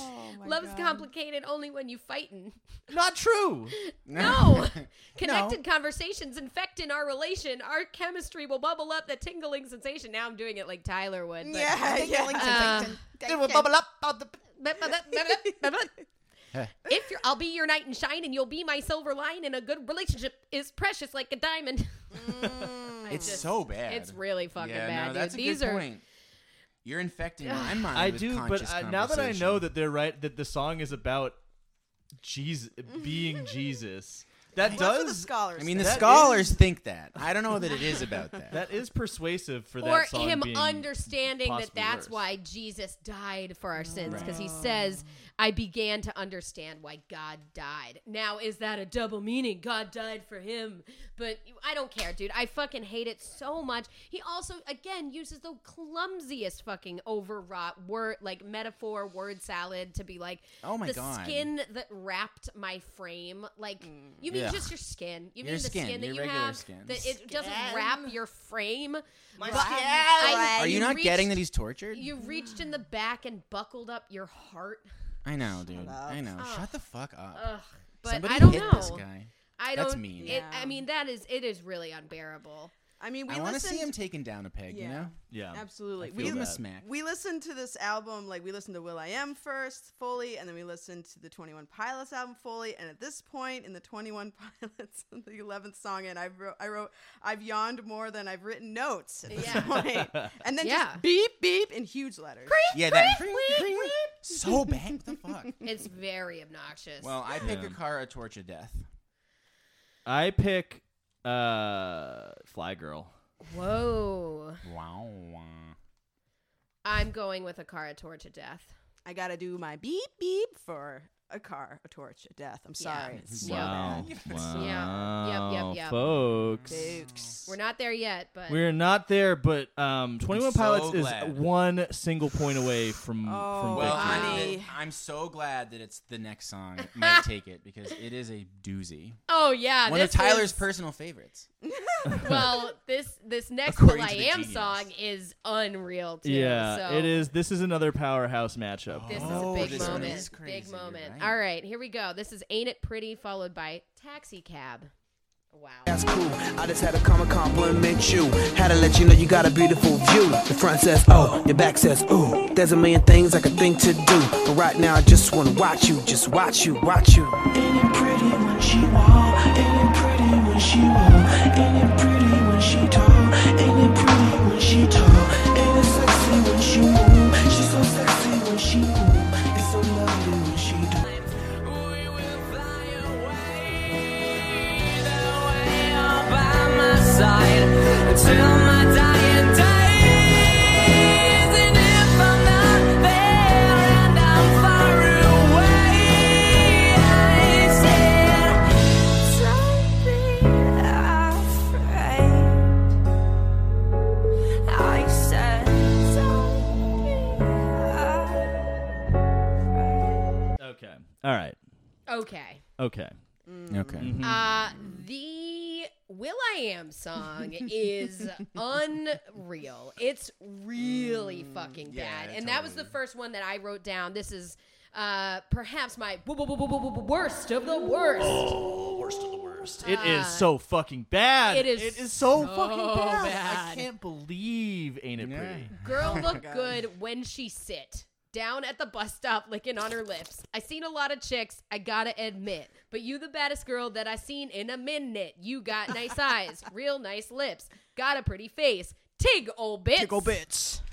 [SPEAKER 1] Love is complicated only when you fightin'.
[SPEAKER 2] Not true.
[SPEAKER 1] <laughs>
[SPEAKER 3] <laughs>
[SPEAKER 1] No. Connected conversations infecting our relation. Our chemistry will bubble up the tingling sensation. Now I'm doing it like Tyler would. But <laughs>
[SPEAKER 4] <laughs> Yeah, yeah.
[SPEAKER 5] It will bubble up out the.
[SPEAKER 1] if you're, I'll be your knight in shine, and you'll be my silver line, and a good relationship is precious like a diamond. <laughs> I
[SPEAKER 3] It's
[SPEAKER 1] just-
[SPEAKER 3] so bad.
[SPEAKER 1] It's really fucking
[SPEAKER 3] Mm. yeah,
[SPEAKER 1] bad,
[SPEAKER 3] No,
[SPEAKER 1] dude.
[SPEAKER 3] that's a
[SPEAKER 1] These
[SPEAKER 3] good
[SPEAKER 1] are
[SPEAKER 3] point. You're infecting my mind.
[SPEAKER 2] I
[SPEAKER 3] with
[SPEAKER 2] do, but
[SPEAKER 3] conscious
[SPEAKER 2] uh, now that I know
[SPEAKER 3] conversation.
[SPEAKER 2] that they're right, that the song is about Jesus
[SPEAKER 1] <laughs>
[SPEAKER 2] being Jesus, that
[SPEAKER 4] That's what the
[SPEAKER 2] does
[SPEAKER 4] scholars.
[SPEAKER 3] I mean, the
[SPEAKER 4] say.
[SPEAKER 2] That
[SPEAKER 3] scholars think that. I don't know that it is about <laughs> that.
[SPEAKER 2] that is persuasive for
[SPEAKER 1] or
[SPEAKER 2] that song
[SPEAKER 1] him
[SPEAKER 2] being
[SPEAKER 1] understanding that
[SPEAKER 2] possibly
[SPEAKER 1] that's
[SPEAKER 2] worse.
[SPEAKER 1] why Jesus died for our sins because he says, "I began to understand why God died." Now, is that a double meaning? God died for him, but you- I don't care, dude. I fucking hate it so much. He also, again, uses the clumsiest fucking overwrought word, like metaphor, word salad to be like,
[SPEAKER 3] Oh my
[SPEAKER 1] the
[SPEAKER 3] God. Mm.
[SPEAKER 1] skin that wrapped my frame." Like, you mean
[SPEAKER 3] Yeah.
[SPEAKER 1] just your skin? You
[SPEAKER 3] Your
[SPEAKER 1] mean the
[SPEAKER 3] skin,
[SPEAKER 1] skin, that
[SPEAKER 3] your
[SPEAKER 1] you
[SPEAKER 3] regular
[SPEAKER 1] have?
[SPEAKER 3] skin.
[SPEAKER 1] That it doesn't wrap your frame.
[SPEAKER 5] My
[SPEAKER 1] But-
[SPEAKER 5] skin.
[SPEAKER 1] I-
[SPEAKER 3] Are you, not
[SPEAKER 1] reached-
[SPEAKER 3] getting that he's tortured?
[SPEAKER 1] You reached in the back and buckled up your heart.
[SPEAKER 3] I know, dude.
[SPEAKER 4] up.
[SPEAKER 3] I know. Shut the fuck up.
[SPEAKER 1] Ugh. Uh, But
[SPEAKER 3] Somebody
[SPEAKER 1] I don't
[SPEAKER 3] hit
[SPEAKER 1] know.
[SPEAKER 3] this guy.
[SPEAKER 1] I don't.
[SPEAKER 3] That's mean.
[SPEAKER 1] It, I
[SPEAKER 4] Yeah.
[SPEAKER 1] mean, that is it is really unbearable.
[SPEAKER 4] I mean, we
[SPEAKER 3] I want to
[SPEAKER 4] listened.
[SPEAKER 3] see him taken down a peg. You
[SPEAKER 4] Yeah.
[SPEAKER 3] know,
[SPEAKER 2] Yeah,
[SPEAKER 4] Absolutely.
[SPEAKER 2] I
[SPEAKER 4] We
[SPEAKER 2] feel
[SPEAKER 3] give him a
[SPEAKER 2] bad.
[SPEAKER 3] smack.
[SPEAKER 4] we listened to this album like we listened to Will I Am first fully, and then we listened to the Twenty One Pilots album fully. And at this point in the Twenty One <laughs> Pilots, the eleventh song, and I wrote, I wrote, I've yawned more than I've written notes at this
[SPEAKER 1] Yeah.
[SPEAKER 3] <laughs>
[SPEAKER 4] point. and then
[SPEAKER 1] Yeah.
[SPEAKER 4] just beep beep in huge letters.
[SPEAKER 3] yeah, that so bad. What the fuck?
[SPEAKER 1] <laughs> It's very obnoxious.
[SPEAKER 3] Well, I pick
[SPEAKER 2] Yeah.
[SPEAKER 3] a car a torture death.
[SPEAKER 2] I pick uh Fly Girl.
[SPEAKER 1] whoa!
[SPEAKER 3] Wow. wow.
[SPEAKER 1] I'm going with Akara toward to death.
[SPEAKER 4] I gotta do my beep beep for a car, a torch, a death. I'm
[SPEAKER 1] Yeah.
[SPEAKER 4] sorry. It's so
[SPEAKER 2] Wow.
[SPEAKER 4] bad.
[SPEAKER 2] wow.
[SPEAKER 1] Yeah.
[SPEAKER 3] Oh,
[SPEAKER 1] Yep, yep, yep.
[SPEAKER 2] Folks.
[SPEAKER 4] Dukes.
[SPEAKER 1] We're not there yet, but
[SPEAKER 2] We're not there, but um, 21
[SPEAKER 3] so
[SPEAKER 2] Pilots
[SPEAKER 3] glad.
[SPEAKER 2] is one single point away from, from
[SPEAKER 4] Oh,
[SPEAKER 3] Well,
[SPEAKER 2] victory.
[SPEAKER 4] honey.
[SPEAKER 3] I'm,
[SPEAKER 4] Wow.
[SPEAKER 3] I'm so glad that it's the next
[SPEAKER 1] <laughs>
[SPEAKER 3] song. that Might take it because it is a doozy.
[SPEAKER 1] oh yeah,
[SPEAKER 3] One
[SPEAKER 1] this
[SPEAKER 3] of Tyler's
[SPEAKER 1] is-
[SPEAKER 3] personal favorites.
[SPEAKER 1] well, this this next
[SPEAKER 3] <laughs> According
[SPEAKER 1] Will I
[SPEAKER 3] to the
[SPEAKER 1] Am
[SPEAKER 3] genius.
[SPEAKER 1] song is unreal too.
[SPEAKER 2] yeah,
[SPEAKER 1] so
[SPEAKER 2] it is. This is another powerhouse matchup.
[SPEAKER 1] This
[SPEAKER 3] Oh,
[SPEAKER 1] is a big
[SPEAKER 3] this
[SPEAKER 1] moment.
[SPEAKER 3] is
[SPEAKER 1] big
[SPEAKER 3] crazy, you're
[SPEAKER 1] moment.
[SPEAKER 3] right.
[SPEAKER 1] All right, here we go. This is Ain't It Pretty followed by Taxi Cab. Wow.
[SPEAKER 6] That's cool. I just had a common compliment you. Had to let you know you got a beautiful view. The front says, oh, your back says, ooh. There's a million things I could think to do. But right now, I just wanna watch you, just watch you, watch you.
[SPEAKER 8] Ain't it pretty when she walk? Ain't it pretty when she walk? Ain't it pretty when she talk? Ain't it pretty when she talk? Ain't it sexy when she move? She's so sexy when she move. It's so lovely when she do.
[SPEAKER 7] Till my dying days, and if I'm not there and I'm far away, I said, "Don't be afraid." I said, "Don't be afraid."
[SPEAKER 2] Okay. All right.
[SPEAKER 1] Okay.
[SPEAKER 2] Okay.
[SPEAKER 3] Okay.
[SPEAKER 1] Uh the Will I Am
[SPEAKER 3] <laughs>
[SPEAKER 1] song is unreal. It's really
[SPEAKER 3] Mm,
[SPEAKER 1] fucking bad. and that was the first one that I wrote down. This is uh perhaps my w- w- w- w- w- worst of the worst.
[SPEAKER 3] Oh.
[SPEAKER 2] It is so fucking bad.
[SPEAKER 1] Ah. it is
[SPEAKER 2] so,
[SPEAKER 1] so
[SPEAKER 2] fucking bad. I
[SPEAKER 1] bad.
[SPEAKER 2] can't believe ain't it
[SPEAKER 3] Yeah.
[SPEAKER 2] pretty.
[SPEAKER 1] Girl look good when she sit. Down at the bus stop licking on her lips. I seen a lot of chicks, I gotta admit. But you the baddest girl that I seen in a minute. You got nice <laughs> eyes, real nice lips, got a pretty face. Tig old bitch.
[SPEAKER 4] Tickle bits.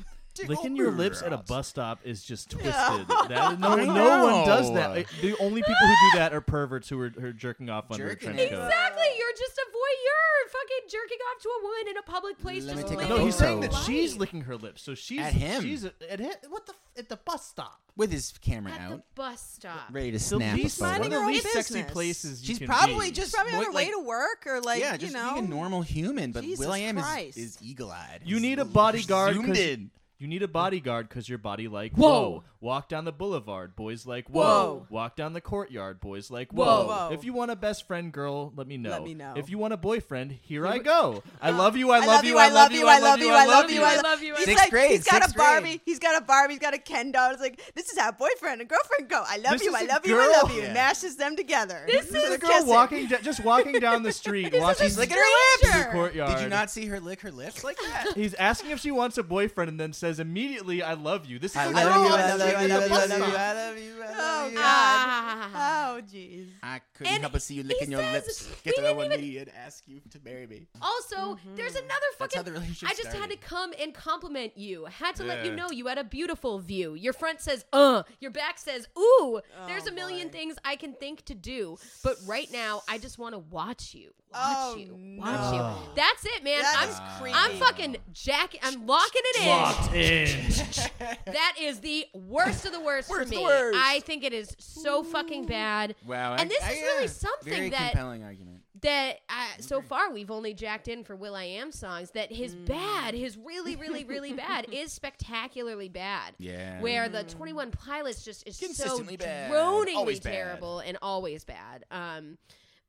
[SPEAKER 2] Licking your lips at a bus stop is just twisted. <laughs> That, no, no
[SPEAKER 3] know.
[SPEAKER 2] one does that. Like, The only people who do that are perverts who are, who are jerking off under
[SPEAKER 3] Jerking
[SPEAKER 2] a trench
[SPEAKER 3] it
[SPEAKER 2] coat.
[SPEAKER 3] off.
[SPEAKER 1] Exactly. You're just a voyeur, fucking jerking off to a woman in a public place.
[SPEAKER 3] Let me
[SPEAKER 1] just
[SPEAKER 3] take a
[SPEAKER 1] licking
[SPEAKER 2] No, he's
[SPEAKER 1] her
[SPEAKER 2] saying that
[SPEAKER 1] light.
[SPEAKER 2] she's licking her lips, so she's
[SPEAKER 3] At him.
[SPEAKER 2] She's at him. What the? F- at the bus stop.
[SPEAKER 3] With his camera
[SPEAKER 1] at the
[SPEAKER 3] out,
[SPEAKER 1] bus stop.
[SPEAKER 3] ready to
[SPEAKER 2] The
[SPEAKER 3] snap. a
[SPEAKER 2] least, one
[SPEAKER 3] photo.
[SPEAKER 2] of the
[SPEAKER 4] own
[SPEAKER 2] least sexy
[SPEAKER 4] business.
[SPEAKER 2] places. you
[SPEAKER 3] She's
[SPEAKER 2] can
[SPEAKER 3] probably
[SPEAKER 2] be.
[SPEAKER 3] just
[SPEAKER 4] Probably on
[SPEAKER 3] what,
[SPEAKER 4] her
[SPEAKER 3] like,
[SPEAKER 4] way to work or like
[SPEAKER 3] yeah, just
[SPEAKER 4] you know.
[SPEAKER 3] being a normal human. But
[SPEAKER 4] Jesus
[SPEAKER 3] Will I Am is,
[SPEAKER 4] Christ.
[SPEAKER 3] is eagle-eyed.
[SPEAKER 2] You
[SPEAKER 3] He's
[SPEAKER 2] need a bodyguard.
[SPEAKER 3] Zoomed
[SPEAKER 2] 'cause-
[SPEAKER 3] in.
[SPEAKER 2] You need a bodyguard because your body like whoa.
[SPEAKER 1] Whoa.
[SPEAKER 2] Walk down the boulevard, boys like whoa.
[SPEAKER 4] Whoa.
[SPEAKER 2] Walk down the courtyard, boys like whoa.
[SPEAKER 4] Whoa. Whoa.
[SPEAKER 2] If you want a best friend, girl, let me know.
[SPEAKER 4] Let me know.
[SPEAKER 2] If you want a boyfriend, here I go. I love you. I
[SPEAKER 4] I
[SPEAKER 2] love you. I love you. I love you. I love you.
[SPEAKER 1] I love you, I
[SPEAKER 4] He's
[SPEAKER 3] Sixth
[SPEAKER 4] like,
[SPEAKER 3] grade,
[SPEAKER 4] he's got
[SPEAKER 3] sixth
[SPEAKER 4] a Barbie.
[SPEAKER 3] grade.
[SPEAKER 4] He's got a Barbie. He's got a Ken doll. It's like this is how boyfriend and girlfriend go. I love
[SPEAKER 2] This
[SPEAKER 4] you.
[SPEAKER 2] is
[SPEAKER 4] I
[SPEAKER 2] a
[SPEAKER 4] love you. I love you.
[SPEAKER 2] girl.
[SPEAKER 4] Mashes them together.
[SPEAKER 1] This
[SPEAKER 4] So
[SPEAKER 1] is
[SPEAKER 2] There's
[SPEAKER 4] they're
[SPEAKER 2] a girl
[SPEAKER 4] kissing.
[SPEAKER 2] walking, da- just walking down the street, watching
[SPEAKER 3] She's licking
[SPEAKER 2] the
[SPEAKER 3] her lips.
[SPEAKER 1] Stranger.
[SPEAKER 2] courtyard.
[SPEAKER 3] Did you not see her lick her lips like
[SPEAKER 2] <laughs>
[SPEAKER 3] that?
[SPEAKER 1] <laughs>
[SPEAKER 2] He's asking if she wants a boyfriend, and then says immediately, "I love you." This is
[SPEAKER 3] I
[SPEAKER 2] a
[SPEAKER 3] love
[SPEAKER 2] girl.
[SPEAKER 3] you. I
[SPEAKER 4] I
[SPEAKER 3] love you.
[SPEAKER 4] love
[SPEAKER 3] I
[SPEAKER 4] you, I
[SPEAKER 3] love
[SPEAKER 4] love
[SPEAKER 3] you.
[SPEAKER 4] you,
[SPEAKER 3] I love you. I
[SPEAKER 4] Oh
[SPEAKER 3] love you.
[SPEAKER 1] Ah.
[SPEAKER 4] God. Oh jeez.
[SPEAKER 3] I couldn't
[SPEAKER 1] And
[SPEAKER 3] help but see you
[SPEAKER 1] he
[SPEAKER 3] licking your
[SPEAKER 1] says,
[SPEAKER 3] lips,
[SPEAKER 1] "We
[SPEAKER 3] get on
[SPEAKER 1] didn't
[SPEAKER 3] one
[SPEAKER 1] even-
[SPEAKER 3] knee, and ask you to marry me.
[SPEAKER 1] Also, there's another
[SPEAKER 3] That's
[SPEAKER 1] fucking.
[SPEAKER 3] how the relationship
[SPEAKER 1] I just had
[SPEAKER 3] started.
[SPEAKER 1] to come and compliment you. Had to let you
[SPEAKER 3] Yeah.
[SPEAKER 1] know you had a beautiful view. Your front says uh, your back says
[SPEAKER 3] Oh,
[SPEAKER 1] ooh. there's a million
[SPEAKER 4] boy.
[SPEAKER 1] things I can think to do, but right now I just want to watch you, watch
[SPEAKER 4] Oh,
[SPEAKER 1] you,
[SPEAKER 4] no.
[SPEAKER 1] watch you. That's it, man.
[SPEAKER 4] That
[SPEAKER 1] I'm
[SPEAKER 4] is
[SPEAKER 1] I'm
[SPEAKER 4] creepy.
[SPEAKER 1] fucking jack. I'm locking it in.
[SPEAKER 2] Locked in.
[SPEAKER 1] That is the worst of the worst for
[SPEAKER 3] Worst of
[SPEAKER 1] me.
[SPEAKER 3] the worst.
[SPEAKER 1] I think it is so fucking bad.
[SPEAKER 3] Wow.
[SPEAKER 1] And this is really
[SPEAKER 3] yeah.
[SPEAKER 1] something
[SPEAKER 3] uh, Very
[SPEAKER 1] that-
[SPEAKER 3] compelling argument.
[SPEAKER 1] that uh, so far we've only jacked in for Will I Am songs that his
[SPEAKER 3] Mm.
[SPEAKER 1] bad, his really, really,
[SPEAKER 3] <laughs>
[SPEAKER 1] really bad is spectacularly bad.
[SPEAKER 3] Yeah.
[SPEAKER 1] Where the Twenty One Pilots just is so
[SPEAKER 3] Consistently bad.
[SPEAKER 1] droningly
[SPEAKER 3] Always bad.
[SPEAKER 1] terrible and always bad. Um,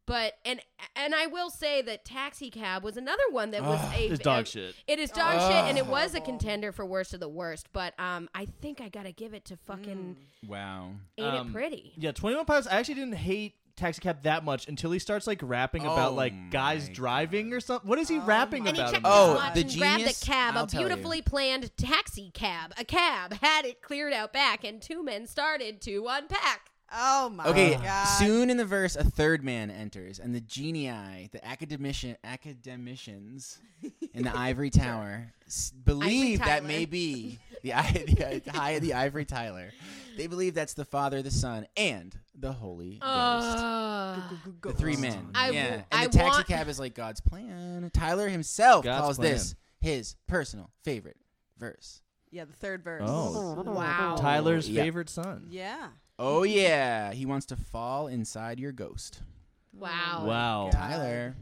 [SPEAKER 1] but and and I will say that Taxi Cab was another one that
[SPEAKER 3] Ah,
[SPEAKER 1] was a
[SPEAKER 2] It's dog
[SPEAKER 1] a-
[SPEAKER 2] shit.
[SPEAKER 1] It is dog shit, and it was a contender for worst of the worst. But um, I think I gotta give it to fucking
[SPEAKER 3] Mm. Wow.
[SPEAKER 1] Ain't
[SPEAKER 2] Um,
[SPEAKER 1] It Pretty.
[SPEAKER 2] Yeah, Twenty One Pilots. I actually didn't hate Taxi Cab that much until he starts like rapping
[SPEAKER 3] Oh
[SPEAKER 2] about like guys
[SPEAKER 3] my
[SPEAKER 2] driving or something. What is he rapping
[SPEAKER 1] And he
[SPEAKER 2] about? in
[SPEAKER 1] checked his
[SPEAKER 2] that?
[SPEAKER 3] Oh,
[SPEAKER 1] watch
[SPEAKER 3] the
[SPEAKER 1] and grabbed
[SPEAKER 3] genius?
[SPEAKER 1] a cab,
[SPEAKER 3] I'll
[SPEAKER 1] a
[SPEAKER 3] tell you.
[SPEAKER 1] beautifully planned taxi cab. A cab had it cleared out back, and two men started to unpack.
[SPEAKER 4] Oh my
[SPEAKER 3] Okay,
[SPEAKER 4] god.
[SPEAKER 3] soon in the verse, a third man enters, and the genii, the academician, academicians in
[SPEAKER 1] <laughs>
[SPEAKER 3] the ivory tower, s- believe that
[SPEAKER 1] Tyler. <laughs>
[SPEAKER 3] may be the eye, the eye- the eye of the ivory Tyler. They believe that's the Father, the Son, and the Holy Ghost. The three men.
[SPEAKER 1] Oh. I
[SPEAKER 3] yeah.
[SPEAKER 1] w-
[SPEAKER 3] and
[SPEAKER 1] I
[SPEAKER 3] the taxi
[SPEAKER 1] want-
[SPEAKER 3] cab is like God's plan. Tyler himself
[SPEAKER 2] God's
[SPEAKER 3] calls
[SPEAKER 2] plan.
[SPEAKER 3] this his personal favorite verse.
[SPEAKER 4] Yeah, the third verse.
[SPEAKER 2] Oh.
[SPEAKER 1] Wow.
[SPEAKER 2] Tyler's
[SPEAKER 3] Yeah.
[SPEAKER 2] favorite son.
[SPEAKER 4] Yeah.
[SPEAKER 3] Oh yeah, he wants to fall inside your ghost,
[SPEAKER 1] Wow.
[SPEAKER 2] Wow.
[SPEAKER 3] Tyler.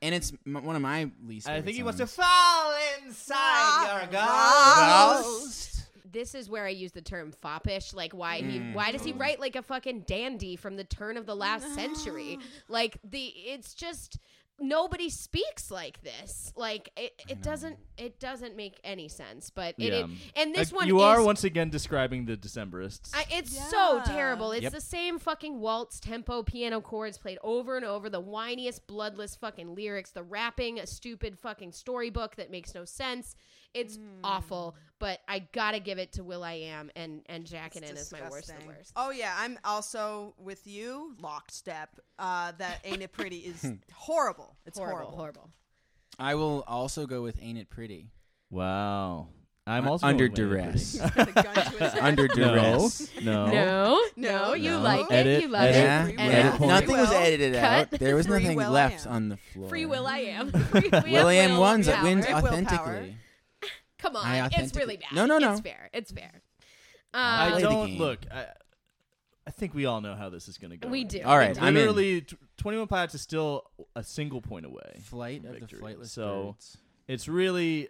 [SPEAKER 3] And it's m- one of my least.
[SPEAKER 2] I
[SPEAKER 3] favorite
[SPEAKER 2] think he wants to
[SPEAKER 3] songs.
[SPEAKER 2] fall inside your
[SPEAKER 4] Ah.
[SPEAKER 2] ghost.
[SPEAKER 1] This is where I use the term foppish. Like, why he? Why does
[SPEAKER 3] Mm.
[SPEAKER 1] he write like a fucking dandy from the turn of the last century? Like the, it's just nobody speaks like this. Like it, it doesn't it doesn't make any sense. But it, it-
[SPEAKER 2] Yeah.
[SPEAKER 1] and this
[SPEAKER 2] Uh,
[SPEAKER 1] one
[SPEAKER 2] you
[SPEAKER 1] is,
[SPEAKER 2] are once again describing the Decemberists.
[SPEAKER 1] I, it's so
[SPEAKER 4] Yeah.
[SPEAKER 1] terrible. It's
[SPEAKER 2] Yep.
[SPEAKER 1] the same fucking waltz tempo, piano chords played over and over, the whiniest, bloodless fucking lyrics, the rapping, a stupid fucking storybook that makes no sense. It's
[SPEAKER 4] Hmm.
[SPEAKER 1] awful, but I gotta give it to Will I Am and and Jack and is my worst of the worst.
[SPEAKER 4] Oh yeah, I'm also with you. Lockstep. Uh, that ain't it pretty is
[SPEAKER 2] Hmm.
[SPEAKER 4] horrible. It's horrible.
[SPEAKER 1] horrible, horrible.
[SPEAKER 3] I will also go with "Ain't It Pretty."
[SPEAKER 2] wow. I'm
[SPEAKER 3] Uh,
[SPEAKER 2] also
[SPEAKER 3] under
[SPEAKER 2] going with Andy.
[SPEAKER 1] <laughs>
[SPEAKER 3] duress.
[SPEAKER 4] The
[SPEAKER 3] <laughs>
[SPEAKER 4] gun to his head.
[SPEAKER 3] under
[SPEAKER 2] No,
[SPEAKER 3] duress.
[SPEAKER 2] no.
[SPEAKER 1] No,
[SPEAKER 4] No,
[SPEAKER 1] no, you
[SPEAKER 4] no.
[SPEAKER 1] like
[SPEAKER 2] Edit,
[SPEAKER 1] it. You love
[SPEAKER 3] Yeah,
[SPEAKER 1] it.
[SPEAKER 4] Free will.
[SPEAKER 3] yeah.
[SPEAKER 4] Free
[SPEAKER 3] Nothing was
[SPEAKER 4] will.
[SPEAKER 3] edited out.
[SPEAKER 1] Cut.
[SPEAKER 3] There was
[SPEAKER 4] Free
[SPEAKER 3] nothing
[SPEAKER 4] will I
[SPEAKER 3] left
[SPEAKER 4] am.
[SPEAKER 3] on the floor.
[SPEAKER 1] Free will I am. <laughs> Free will
[SPEAKER 3] William wins.
[SPEAKER 1] power.
[SPEAKER 3] It wins
[SPEAKER 4] Free willpower.
[SPEAKER 3] authentically.
[SPEAKER 1] Come
[SPEAKER 3] I
[SPEAKER 1] on, it's
[SPEAKER 3] authentically-
[SPEAKER 1] really bad.
[SPEAKER 3] No, no, no.
[SPEAKER 1] It's fair. It's fair.
[SPEAKER 2] I
[SPEAKER 1] Um,
[SPEAKER 3] Play the
[SPEAKER 2] don't
[SPEAKER 3] game.
[SPEAKER 2] look. I, I think we all know how this is going to go.
[SPEAKER 1] we do.
[SPEAKER 3] All right, I'm in.
[SPEAKER 2] Literally, tw- 21 Pilots is still a single point away.
[SPEAKER 3] Flight of
[SPEAKER 2] Victory.
[SPEAKER 3] the flightless
[SPEAKER 2] So-
[SPEAKER 3] birds.
[SPEAKER 2] It's really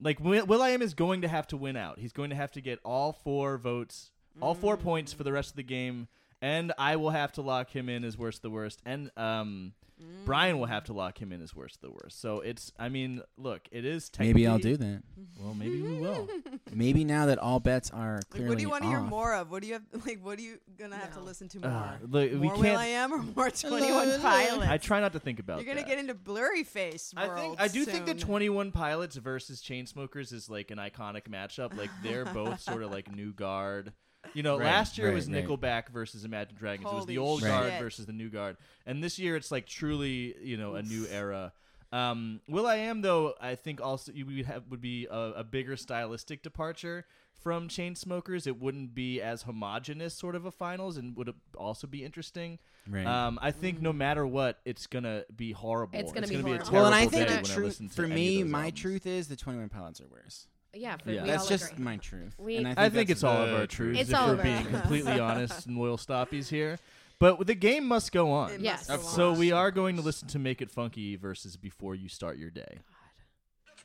[SPEAKER 2] like Will Will I Am is going to have to win out. He's going to have to get all four votes, all
[SPEAKER 4] Mm.
[SPEAKER 2] four points for the rest of the game, and I will have to lock him in as worst of the worst, and um,
[SPEAKER 4] Mm.
[SPEAKER 2] Brian will have to lock him in as worst of the worst. So it's, I mean, look, it is technically,
[SPEAKER 3] Maybe I'll do that.
[SPEAKER 2] Well, maybe we
[SPEAKER 4] <laughs>
[SPEAKER 2] will.
[SPEAKER 3] Maybe now that all bets are
[SPEAKER 4] Like,
[SPEAKER 3] clearly
[SPEAKER 4] what do you want to hear
[SPEAKER 3] off.
[SPEAKER 4] more of? What do you have? Like, what are you gonna have to listen to more?
[SPEAKER 2] Ah, look, we
[SPEAKER 4] more Will
[SPEAKER 2] can't-
[SPEAKER 4] I Am or
[SPEAKER 2] <laughs>
[SPEAKER 4] more Twenty One Pilots?
[SPEAKER 2] I try not to think about.
[SPEAKER 4] You're gonna
[SPEAKER 2] that.
[SPEAKER 4] get into blurry face.
[SPEAKER 2] I
[SPEAKER 4] world
[SPEAKER 2] think I do think that
[SPEAKER 4] soon.
[SPEAKER 2] 21 Pilots versus Chainsmokers is like an iconic matchup. Like they're both sort of like new guard. You know,
[SPEAKER 3] Right,
[SPEAKER 2] last year
[SPEAKER 3] right,
[SPEAKER 2] was
[SPEAKER 3] right.
[SPEAKER 2] Nickelback versus Imagine Dragons. it was the
[SPEAKER 4] Holy
[SPEAKER 2] old
[SPEAKER 3] Right.
[SPEAKER 2] guard
[SPEAKER 4] shit.
[SPEAKER 2] versus the new guard. And this year it's like truly, you know, a new era. Um, Will I Am though, I think also you would have would be a, a bigger stylistic departure from Chainsmokers. It wouldn't be as homogenous sort of a finals and would also be interesting.
[SPEAKER 3] Right.
[SPEAKER 2] Um, I think no matter what, it's gonna be horrible.
[SPEAKER 1] It's gonna be
[SPEAKER 2] be, a
[SPEAKER 1] horrible.
[SPEAKER 2] terrible
[SPEAKER 3] well, and I think
[SPEAKER 2] day
[SPEAKER 1] that
[SPEAKER 2] when
[SPEAKER 3] the
[SPEAKER 2] I
[SPEAKER 3] truth
[SPEAKER 2] listen to
[SPEAKER 3] for
[SPEAKER 2] any of
[SPEAKER 3] me,
[SPEAKER 2] those
[SPEAKER 3] my
[SPEAKER 2] albums.
[SPEAKER 3] truth is the Twenty One Pilots are worse.
[SPEAKER 1] Yeah, for,
[SPEAKER 2] Yeah.
[SPEAKER 1] we
[SPEAKER 3] That's
[SPEAKER 1] all
[SPEAKER 3] just
[SPEAKER 1] agree.
[SPEAKER 3] my truth.
[SPEAKER 1] We-
[SPEAKER 3] and I think,
[SPEAKER 2] I think
[SPEAKER 3] that's
[SPEAKER 2] it's all of
[SPEAKER 3] the
[SPEAKER 2] our truths.
[SPEAKER 1] It's
[SPEAKER 2] if
[SPEAKER 1] all
[SPEAKER 2] we're
[SPEAKER 1] of our
[SPEAKER 2] being
[SPEAKER 1] truths.
[SPEAKER 2] completely honest and loyal stoppies here, but the game must go
[SPEAKER 4] It
[SPEAKER 2] on.
[SPEAKER 1] Yeah.
[SPEAKER 4] must
[SPEAKER 1] Of
[SPEAKER 4] go on.
[SPEAKER 2] So we are going to listen to "Make It Funky" versus "Before You Start Your Day."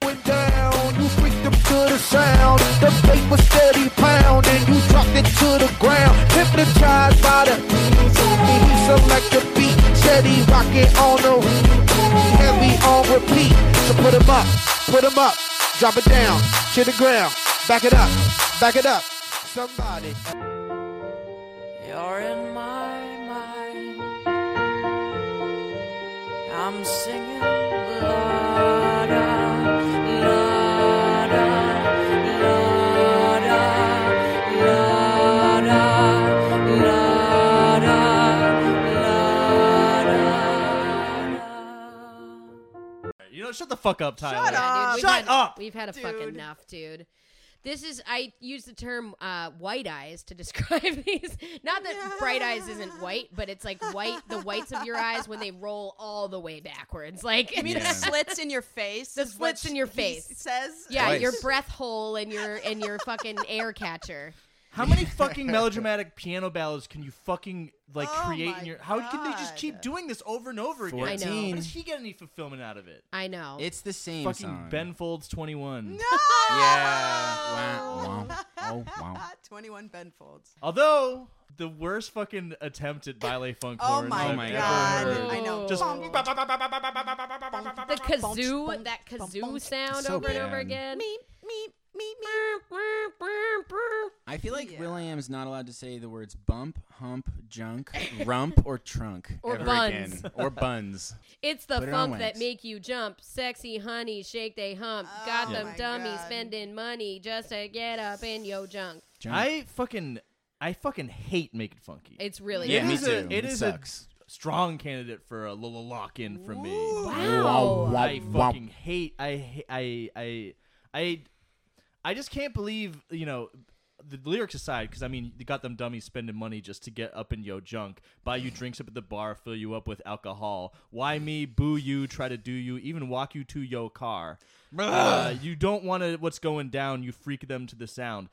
[SPEAKER 8] went down. You freaked up to the sound. The bass was steady pounding. You dropped it to the ground. Hypnotized by the beat. He select the beat. Steady rocking on the heavy on repeat. So put 'em up, put 'em up. Drop it down to the ground. Back it up, back it up. Somebody.
[SPEAKER 9] You're in my mind. I'm singing ah, la da la da ah, la da la da la da la da.
[SPEAKER 2] You know, shut the fuck up, Tyler.
[SPEAKER 4] Shut up.
[SPEAKER 1] Yeah, dude, we've
[SPEAKER 2] Shut
[SPEAKER 1] had,
[SPEAKER 2] up,
[SPEAKER 1] We've had a fuck
[SPEAKER 4] dude.
[SPEAKER 1] enough, dude. This is I use the term uh, white eyes to <laughs> describe these. Not that bright eyes isn't white, but it's like white the whites of your eyes when they roll all the way backwards. Like
[SPEAKER 4] You mean the slits in your face?
[SPEAKER 1] The
[SPEAKER 4] is what
[SPEAKER 1] slits in your
[SPEAKER 4] he
[SPEAKER 1] face.
[SPEAKER 4] says.
[SPEAKER 1] <laughs> yeah,
[SPEAKER 3] Twice.
[SPEAKER 1] your breath hole and your and your fucking air catcher.
[SPEAKER 2] How many fucking melodramatic piano ballads can you fucking like
[SPEAKER 4] Oh
[SPEAKER 2] create
[SPEAKER 4] my
[SPEAKER 2] in your? How can they just
[SPEAKER 4] God.
[SPEAKER 2] keep doing this over and over again?
[SPEAKER 1] I know.
[SPEAKER 2] How
[SPEAKER 3] 14.
[SPEAKER 2] does he get any fulfillment out of it?
[SPEAKER 1] I know.
[SPEAKER 3] It's the same
[SPEAKER 2] Fucking
[SPEAKER 3] song.
[SPEAKER 2] Ben Folds Twenty One.
[SPEAKER 1] <laughs>
[SPEAKER 3] Yeah. Wow. wow. Oh wow.
[SPEAKER 4] <laughs> Twenty-one Benfolds.
[SPEAKER 2] Although the worst fucking attempt at ballet funk
[SPEAKER 4] Oh
[SPEAKER 2] horns
[SPEAKER 4] my,
[SPEAKER 2] I've
[SPEAKER 3] my
[SPEAKER 2] ever
[SPEAKER 4] god!
[SPEAKER 2] heard.
[SPEAKER 4] I know.
[SPEAKER 2] Just-
[SPEAKER 4] Bum, bum,
[SPEAKER 1] the kazoo, that kazoo sound
[SPEAKER 3] So
[SPEAKER 1] over and over
[SPEAKER 3] bad.
[SPEAKER 1] again.
[SPEAKER 3] I feel like William's not allowed to say the words bump, hump,
[SPEAKER 1] <laughs>
[SPEAKER 3] junk, rump, or trunk
[SPEAKER 1] Or
[SPEAKER 3] ever
[SPEAKER 1] buns.
[SPEAKER 3] again. Or buns.
[SPEAKER 1] It's the
[SPEAKER 3] Put it on
[SPEAKER 1] funk that
[SPEAKER 3] wax.
[SPEAKER 1] make you jump. Sexy honey, shake they hump. Got
[SPEAKER 4] Oh
[SPEAKER 1] them
[SPEAKER 4] my
[SPEAKER 1] dummies
[SPEAKER 4] God.
[SPEAKER 1] spending money just to get up in yo junk.
[SPEAKER 3] Junk.
[SPEAKER 2] I fucking, I fucking hate "Make It Funky."
[SPEAKER 1] It's really
[SPEAKER 3] yeah,
[SPEAKER 2] it
[SPEAKER 3] me
[SPEAKER 2] is
[SPEAKER 3] too.
[SPEAKER 2] a- it
[SPEAKER 3] it
[SPEAKER 2] is a-
[SPEAKER 3] sucks.
[SPEAKER 2] strong candidate for a little lock in from me.
[SPEAKER 1] Wow.
[SPEAKER 2] I
[SPEAKER 3] Wow.
[SPEAKER 2] fucking hate. I ha- I I I I just can't believe you know. The lyrics aside, because I mean, you got them dummies spending money just to get up in yo junk, buy you drinks up at the bar, fill you up with alcohol. Why me? Boo you! Try to do you, even walk you to yo car. Uh, you don't want to. What's going down? You freak them to the sound.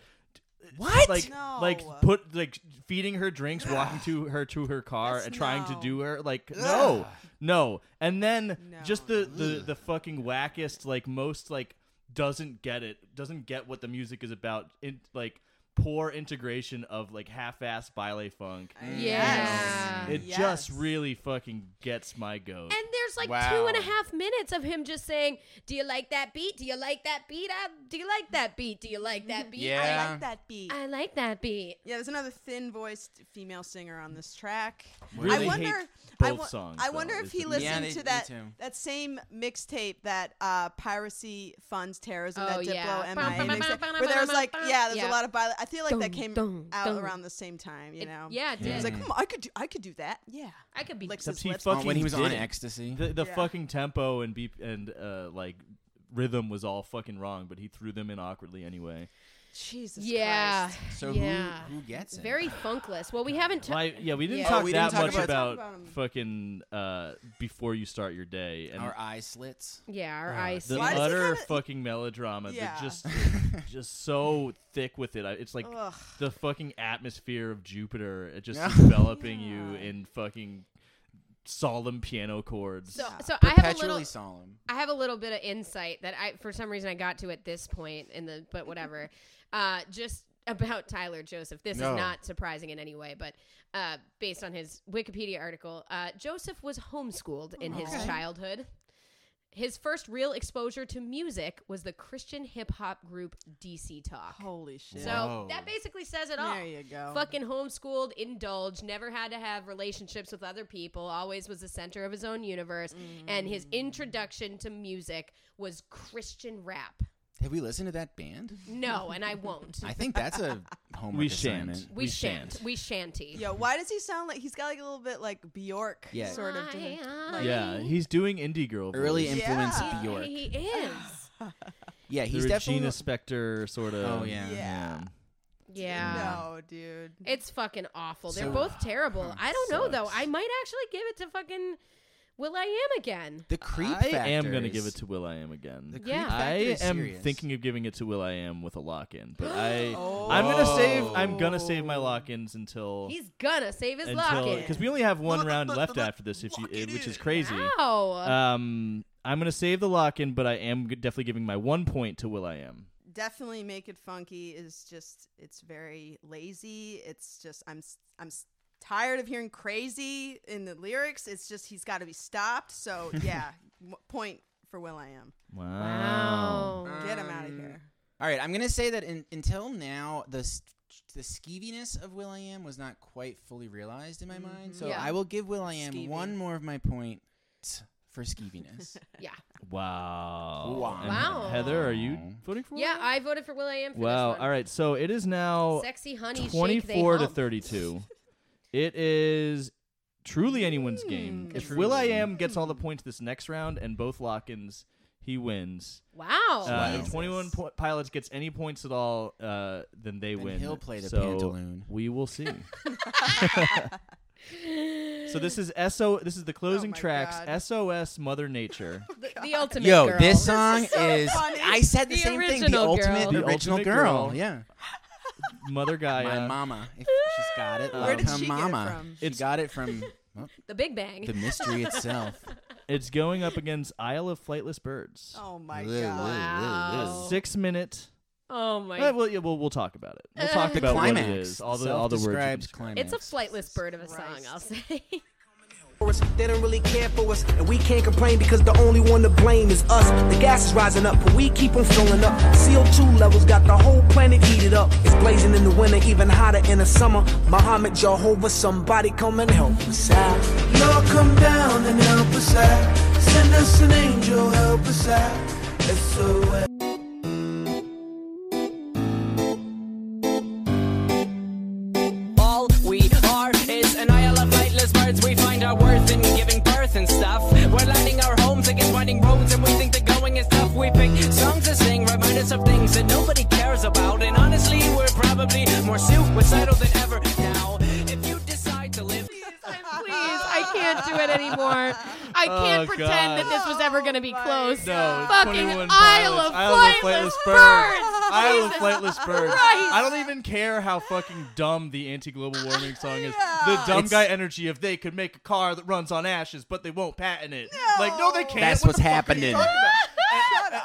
[SPEAKER 2] What? Like,
[SPEAKER 4] No.
[SPEAKER 2] like put like feeding her drinks, walking to her to her car,
[SPEAKER 4] That's
[SPEAKER 2] and trying to
[SPEAKER 4] no.
[SPEAKER 2] do her like no, no. And then
[SPEAKER 4] No.
[SPEAKER 2] just the the the fucking wackest, like most like doesn't get it, doesn't get what the music is about. In like poor integration of like half-ass ballet funk.
[SPEAKER 1] Yes.
[SPEAKER 2] It
[SPEAKER 4] Yes.
[SPEAKER 2] just really fucking gets my
[SPEAKER 1] And
[SPEAKER 2] goat.
[SPEAKER 1] there's it's like
[SPEAKER 3] Wow.
[SPEAKER 1] two and a half minutes of him just saying, "Do you like that beat? Do you like that beat? I, do you like that beat? Do you like that beat?
[SPEAKER 4] I
[SPEAKER 3] Yeah.
[SPEAKER 4] like that beat.
[SPEAKER 1] I like that beat."
[SPEAKER 4] Yeah, there's another thin-voiced female singer on this track.
[SPEAKER 2] Really
[SPEAKER 4] I
[SPEAKER 2] hate
[SPEAKER 4] wonder. I,
[SPEAKER 2] both
[SPEAKER 4] wo-
[SPEAKER 2] songs,
[SPEAKER 4] I
[SPEAKER 2] though,
[SPEAKER 4] wonder
[SPEAKER 2] is
[SPEAKER 4] if he
[SPEAKER 2] the-
[SPEAKER 4] listened
[SPEAKER 3] Yeah, they-
[SPEAKER 4] to
[SPEAKER 3] me
[SPEAKER 4] that
[SPEAKER 3] too.
[SPEAKER 4] that same mixtape that uh, piracy funds terrorism.
[SPEAKER 1] Oh,
[SPEAKER 4] that Diplo
[SPEAKER 1] yeah.
[SPEAKER 4] and
[SPEAKER 1] Bum, bum,
[SPEAKER 4] Miami
[SPEAKER 1] bum,
[SPEAKER 4] mixtape,
[SPEAKER 1] bum,
[SPEAKER 4] where there was
[SPEAKER 1] bum,
[SPEAKER 4] like,
[SPEAKER 1] bum.
[SPEAKER 4] yeah, there's
[SPEAKER 1] Yeah.
[SPEAKER 4] a lot of violence. I feel like that
[SPEAKER 1] Dun,
[SPEAKER 4] came
[SPEAKER 1] dun,
[SPEAKER 4] out
[SPEAKER 1] dun.
[SPEAKER 4] around the same time. You
[SPEAKER 1] It-
[SPEAKER 4] know.
[SPEAKER 1] yeah, it
[SPEAKER 4] He was
[SPEAKER 1] did.
[SPEAKER 4] like, "Come on, I could do, I could do that. Yeah,
[SPEAKER 1] I could be.
[SPEAKER 4] licks
[SPEAKER 2] Except
[SPEAKER 4] his
[SPEAKER 2] he
[SPEAKER 4] lips.
[SPEAKER 2] fucking
[SPEAKER 3] Oh, when he was on
[SPEAKER 2] did it.
[SPEAKER 3] ecstasy.
[SPEAKER 2] The, the
[SPEAKER 4] Yeah.
[SPEAKER 2] fucking tempo and beep and uh, like rhythm was all fucking wrong, but he threw them in awkwardly anyway.
[SPEAKER 4] Jesus
[SPEAKER 1] yeah,
[SPEAKER 4] Christ.
[SPEAKER 3] so
[SPEAKER 1] yeah,
[SPEAKER 3] who, who gets it?
[SPEAKER 1] very funkless. Well, we haven't. ta-
[SPEAKER 2] Why- yeah, we didn't
[SPEAKER 1] Yeah.
[SPEAKER 2] talk
[SPEAKER 3] Oh, we
[SPEAKER 2] that
[SPEAKER 3] didn't talk
[SPEAKER 2] much about,
[SPEAKER 3] about-
[SPEAKER 4] Talk about 'em.
[SPEAKER 2] fucking uh, before you start your day and
[SPEAKER 3] Our eye slits.
[SPEAKER 1] yeah, our eyes.
[SPEAKER 2] the
[SPEAKER 4] Why does it
[SPEAKER 2] utter
[SPEAKER 4] kinda-
[SPEAKER 2] fucking melodrama. the
[SPEAKER 4] Yeah.
[SPEAKER 2] just just so thick with it. I- It's like
[SPEAKER 4] Ugh.
[SPEAKER 2] the fucking atmosphere of Jupiter it just
[SPEAKER 3] Yeah.
[SPEAKER 2] enveloping you
[SPEAKER 4] Yeah.
[SPEAKER 2] in fucking solemn piano chords.
[SPEAKER 1] So,
[SPEAKER 4] Yeah.
[SPEAKER 1] so I
[SPEAKER 3] Perpetually
[SPEAKER 1] have a little.
[SPEAKER 3] solemn.
[SPEAKER 1] I have a little bit of insight that I, for some reason, I got to at this point in the, but
[SPEAKER 4] <laughs>
[SPEAKER 1] whatever. uh, just about Tyler Joseph. This
[SPEAKER 3] No.
[SPEAKER 1] is not surprising in any way, but uh, based on his Wikipedia article, uh, Joseph was homeschooled in his childhood. His first real exposure to music was the Christian hip hop group DC Talk.
[SPEAKER 4] Holy shit.
[SPEAKER 1] So
[SPEAKER 3] Whoa.
[SPEAKER 1] that basically says it all.
[SPEAKER 4] there you go.
[SPEAKER 1] Fucking homeschooled, indulged, never had to have relationships with other people, always was the center of his own universe. And his introduction to music was Christian rap.
[SPEAKER 3] Have we listened to that band?
[SPEAKER 1] No, and I won't.
[SPEAKER 3] <laughs> I think
[SPEAKER 1] <laughs>
[SPEAKER 3] that's a homework
[SPEAKER 2] We shan't.
[SPEAKER 3] assignment.
[SPEAKER 1] we,
[SPEAKER 2] we
[SPEAKER 1] shan't.
[SPEAKER 2] shan't.
[SPEAKER 1] We shanty.
[SPEAKER 4] Yo, why does he sound like he's got like a little bit like Bjork
[SPEAKER 3] Yeah.
[SPEAKER 4] sort of?
[SPEAKER 1] I
[SPEAKER 4] doing-
[SPEAKER 1] am-
[SPEAKER 4] like-
[SPEAKER 2] yeah, he's doing indie girl.
[SPEAKER 3] Early
[SPEAKER 2] voice.
[SPEAKER 3] influence
[SPEAKER 4] Yeah.
[SPEAKER 3] Bjork.
[SPEAKER 1] He
[SPEAKER 2] <sighs>
[SPEAKER 1] is.
[SPEAKER 3] Yeah,
[SPEAKER 2] The
[SPEAKER 3] he's
[SPEAKER 2] Regina
[SPEAKER 3] definitely.
[SPEAKER 2] Spector sort of.
[SPEAKER 3] Oh, yeah.
[SPEAKER 4] Yeah.
[SPEAKER 1] Yeah.
[SPEAKER 4] No, dude.
[SPEAKER 1] It's fucking awful. They're
[SPEAKER 3] So-
[SPEAKER 1] both terrible. I don't know though.
[SPEAKER 2] Sucks.
[SPEAKER 1] I might actually give it to fucking Will I Am again.
[SPEAKER 3] The creep
[SPEAKER 2] I am gonna
[SPEAKER 3] factors.
[SPEAKER 2] give it to Will I Am again.
[SPEAKER 3] The creep
[SPEAKER 1] Yeah.
[SPEAKER 3] factor
[SPEAKER 2] I
[SPEAKER 3] is
[SPEAKER 2] am
[SPEAKER 3] serious.
[SPEAKER 2] thinking of giving it to Will I Am with a lock in,
[SPEAKER 3] <gasps>
[SPEAKER 2] but I I'm <gasps> gonna save I'm gonna save my lock ins until
[SPEAKER 1] He's gonna save his
[SPEAKER 2] until
[SPEAKER 1] locket.
[SPEAKER 2] because we only have one round left after this, if you, eh, which is crazy.
[SPEAKER 1] Wow.
[SPEAKER 2] Um, I'm gonna save the lock in, but I am g- definitely giving my one point to Will I Am.
[SPEAKER 4] Definitely make it funky is just it's very lazy. It's just I'm s- I'm s- tired of hearing crazy in the lyrics. It's just he's got to be
[SPEAKER 1] <laughs>
[SPEAKER 4] stopped. So yeah, w- point for Will I am.
[SPEAKER 2] Wow.
[SPEAKER 1] Wow.
[SPEAKER 4] Get him out of
[SPEAKER 3] Um,
[SPEAKER 4] here.
[SPEAKER 3] All right, I'm gonna say that in, until now, the s- the skeeviness of Will I Am was not quite fully realized in my mind. So
[SPEAKER 1] Yeah.
[SPEAKER 3] I will give Will I Am
[SPEAKER 4] Skeevy.
[SPEAKER 3] one more of my points for
[SPEAKER 4] <laughs>
[SPEAKER 3] skeeviness.
[SPEAKER 1] Yeah.
[SPEAKER 2] Wow.
[SPEAKER 3] Wow.
[SPEAKER 2] And
[SPEAKER 1] Wow.
[SPEAKER 2] Heather, are you voting for? Will
[SPEAKER 1] Yeah,
[SPEAKER 2] I Am?
[SPEAKER 1] I voted for Will I Am for
[SPEAKER 2] Wow.
[SPEAKER 1] this one.
[SPEAKER 2] All right. So it is now
[SPEAKER 1] Sexy honey,
[SPEAKER 2] 24 to
[SPEAKER 1] shake, they hump. <laughs>
[SPEAKER 2] 32. it is truly anyone's game.
[SPEAKER 1] Hmm.
[SPEAKER 2] If Will I Am gets all the points this next round and both lock-ins, he wins.
[SPEAKER 1] Wow.
[SPEAKER 4] Oh,
[SPEAKER 2] Uh,
[SPEAKER 3] Jesus.
[SPEAKER 2] if 21 po- pilots gets any points at all, uh, then they
[SPEAKER 3] Then
[SPEAKER 2] win.
[SPEAKER 3] he'll play the
[SPEAKER 2] so
[SPEAKER 3] pantaloon.
[SPEAKER 2] We will
[SPEAKER 3] <laughs>
[SPEAKER 2] see. so this is so this is the closing
[SPEAKER 4] Oh my
[SPEAKER 2] tracks.
[SPEAKER 4] God.
[SPEAKER 2] SOS Mother Nature.
[SPEAKER 4] <laughs>
[SPEAKER 1] Um, the, the ultimate
[SPEAKER 3] Yo,
[SPEAKER 1] girl.
[SPEAKER 3] this song
[SPEAKER 4] is so
[SPEAKER 3] is.
[SPEAKER 4] funny.
[SPEAKER 3] I said the,
[SPEAKER 1] The
[SPEAKER 3] same thing. The
[SPEAKER 1] original
[SPEAKER 3] ultimate
[SPEAKER 1] girl. The
[SPEAKER 3] original
[SPEAKER 2] ultimate
[SPEAKER 3] girl.
[SPEAKER 2] girl. uh,
[SPEAKER 3] Yeah,
[SPEAKER 2] Mother Gaia.
[SPEAKER 3] my mama.
[SPEAKER 4] <laughs>
[SPEAKER 3] If she's got it.
[SPEAKER 4] Where
[SPEAKER 3] Like
[SPEAKER 4] did
[SPEAKER 3] her
[SPEAKER 4] she get it
[SPEAKER 3] mama.
[SPEAKER 4] from?
[SPEAKER 3] She got it from
[SPEAKER 4] <laughs>
[SPEAKER 3] well,
[SPEAKER 1] the Big Bang.
[SPEAKER 3] the mystery itself.
[SPEAKER 2] It's going up against Isle of Flightless Birds.
[SPEAKER 4] Oh my
[SPEAKER 3] Ugh,
[SPEAKER 4] god.
[SPEAKER 3] ugh, ugh, ugh.
[SPEAKER 1] Wow.
[SPEAKER 2] Six minute.
[SPEAKER 1] oh my.
[SPEAKER 2] Uh, well, yeah, we'll, we'll talk about it.
[SPEAKER 4] <laughs>
[SPEAKER 2] We'll talk
[SPEAKER 1] The
[SPEAKER 2] about
[SPEAKER 3] climax.
[SPEAKER 2] what it is. All the all the words. you can
[SPEAKER 3] Self-described
[SPEAKER 2] describe.
[SPEAKER 1] it's
[SPEAKER 3] climax.
[SPEAKER 1] a flightless bird of a song, I'll <laughs> say.
[SPEAKER 6] for us. They don't really care for us, and we can't complain because the only one to blame is us. The gas is rising up, but we keep on filling up. CO2 levels got the whole planet heated up. It's blazing in the winter, even hotter in the summer. Muhammad, Jehovah, somebody come and help us out. Lord, come down and help us out. Send us an angel, help us out. SOS.
[SPEAKER 7] All we are is an isle of lightless birds. We find our worth in giving birth and stuff. We're landing our homes against winding roads, and we think the going is tough. We pick songs to sing, remind us of things that nobody cares about. And honestly, we're probably more suicidal than ever now. If you decide to live.
[SPEAKER 4] <laughs>
[SPEAKER 1] Please, I can't do it anymore. I can't
[SPEAKER 2] Oh,
[SPEAKER 1] pretend that
[SPEAKER 2] God.
[SPEAKER 1] this was ever going to be close.
[SPEAKER 2] No, it's
[SPEAKER 1] Fucking
[SPEAKER 2] 21
[SPEAKER 1] Isle
[SPEAKER 2] pilots.
[SPEAKER 1] of
[SPEAKER 2] Isle
[SPEAKER 1] Flightless
[SPEAKER 2] of Flightless
[SPEAKER 1] Birds.
[SPEAKER 2] Isle of
[SPEAKER 1] Jesus
[SPEAKER 2] Flightless Birds.
[SPEAKER 1] Christ.
[SPEAKER 2] I don't even care how fucking dumb the anti-global warming song is. The dumb
[SPEAKER 3] It's-
[SPEAKER 2] guy energy of they could make a car that runs on ashes, but they won't patent it. Like, no, they can't.
[SPEAKER 3] That's
[SPEAKER 2] What
[SPEAKER 3] what's happening.
[SPEAKER 1] <laughs>
[SPEAKER 2] the-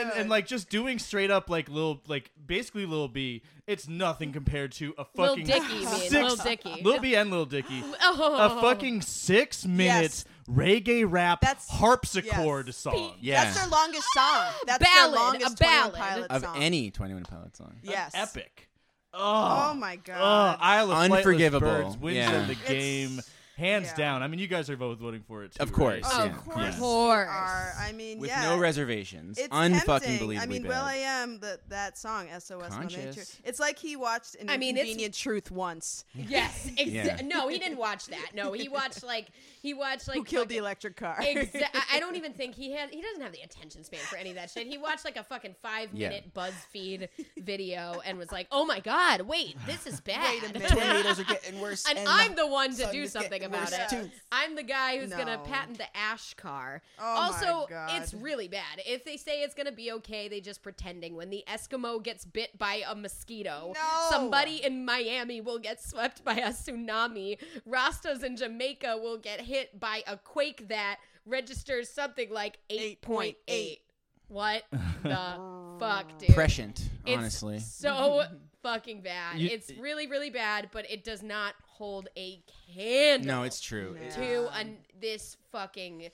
[SPEAKER 2] and, and like just doing straight up like little like basically Lil B, it's nothing compared to a
[SPEAKER 1] Lil
[SPEAKER 2] <laughs> fucking
[SPEAKER 1] Dicky, you mean.
[SPEAKER 2] six
[SPEAKER 1] Lil Dicky.
[SPEAKER 4] <laughs>
[SPEAKER 2] Lil B and Lil Dicky.
[SPEAKER 1] Oh.
[SPEAKER 2] a fucking six minutes reggae rap
[SPEAKER 4] That's-
[SPEAKER 2] harpsichord
[SPEAKER 4] yes.
[SPEAKER 2] song.
[SPEAKER 3] <laughs> Yeah.
[SPEAKER 4] That's their longest
[SPEAKER 1] <gasps>
[SPEAKER 4] song. That's
[SPEAKER 1] ballad,
[SPEAKER 4] their longest
[SPEAKER 1] a
[SPEAKER 4] 21
[SPEAKER 1] ballad.
[SPEAKER 4] Pilot
[SPEAKER 3] of
[SPEAKER 4] song.
[SPEAKER 3] any Twenty One Pilots song.
[SPEAKER 4] Yes.
[SPEAKER 2] Epic.
[SPEAKER 4] Oh
[SPEAKER 2] Oh,
[SPEAKER 4] my
[SPEAKER 2] oh
[SPEAKER 4] god.
[SPEAKER 2] Isle of Flightless
[SPEAKER 3] Unforgivable.
[SPEAKER 2] Birds wins
[SPEAKER 3] Yeah.
[SPEAKER 2] the
[SPEAKER 4] It's-
[SPEAKER 2] game hands
[SPEAKER 4] yeah.
[SPEAKER 2] down. I mean, you guys are both voting for it too.
[SPEAKER 3] Of course,
[SPEAKER 2] right?
[SPEAKER 4] Oh,
[SPEAKER 3] Yeah.
[SPEAKER 4] Of course,
[SPEAKER 2] Yes.
[SPEAKER 4] they
[SPEAKER 1] Course.
[SPEAKER 4] are. I mean,
[SPEAKER 3] With
[SPEAKER 4] yeah.
[SPEAKER 3] no reservations.
[SPEAKER 4] It's
[SPEAKER 3] Unfucking
[SPEAKER 4] tempting.
[SPEAKER 3] believably
[SPEAKER 4] I mean,
[SPEAKER 3] bad.
[SPEAKER 4] Will I Am that that song SOS Mother
[SPEAKER 3] Conscious.
[SPEAKER 4] Nature. It's like he watched an
[SPEAKER 1] I mean, it's-
[SPEAKER 4] Inconvenient Truth once.
[SPEAKER 1] <laughs> Yes. Ex-
[SPEAKER 3] Yeah.
[SPEAKER 1] No, he didn't watch that. No, he watched like he watched like
[SPEAKER 4] Who killed the
[SPEAKER 1] fucking-
[SPEAKER 4] electric car?
[SPEAKER 1] Exa- I-
[SPEAKER 4] <laughs>
[SPEAKER 1] I don't even think he had. He doesn't have the attention span for any of that shit. He watched like a fucking five
[SPEAKER 3] Yeah.
[SPEAKER 1] minute BuzzFeed video and was like, "Oh my god, wait, this is bad."
[SPEAKER 4] <sighs> Wait a minute.
[SPEAKER 3] are getting worse.
[SPEAKER 1] <laughs> And I'm the one to do
[SPEAKER 3] is
[SPEAKER 1] something
[SPEAKER 3] getting
[SPEAKER 1] about it.
[SPEAKER 4] worse, too.
[SPEAKER 1] I'm the guy who's gonna
[SPEAKER 4] No.
[SPEAKER 1] patent the ash car.
[SPEAKER 4] Oh, my
[SPEAKER 1] also,
[SPEAKER 4] God.
[SPEAKER 1] it's really bad. If they say it's gonna be okay, they just pretending. When the Eskimo gets bit by a mosquito,
[SPEAKER 4] No.
[SPEAKER 1] somebody in Miami will get swept by a tsunami. Rastas in Jamaica will get hit by a quake that registers something like eight point eight.
[SPEAKER 4] 8.8.
[SPEAKER 3] <laughs>
[SPEAKER 1] What <laughs> the fuck, dude?
[SPEAKER 3] prescient.
[SPEAKER 1] It's
[SPEAKER 3] Honestly,
[SPEAKER 1] so fucking bad.
[SPEAKER 2] You-
[SPEAKER 1] it's really, really bad, but it does not hold a candle.
[SPEAKER 3] no, it's true.
[SPEAKER 4] Yeah.
[SPEAKER 1] to an, this fucking.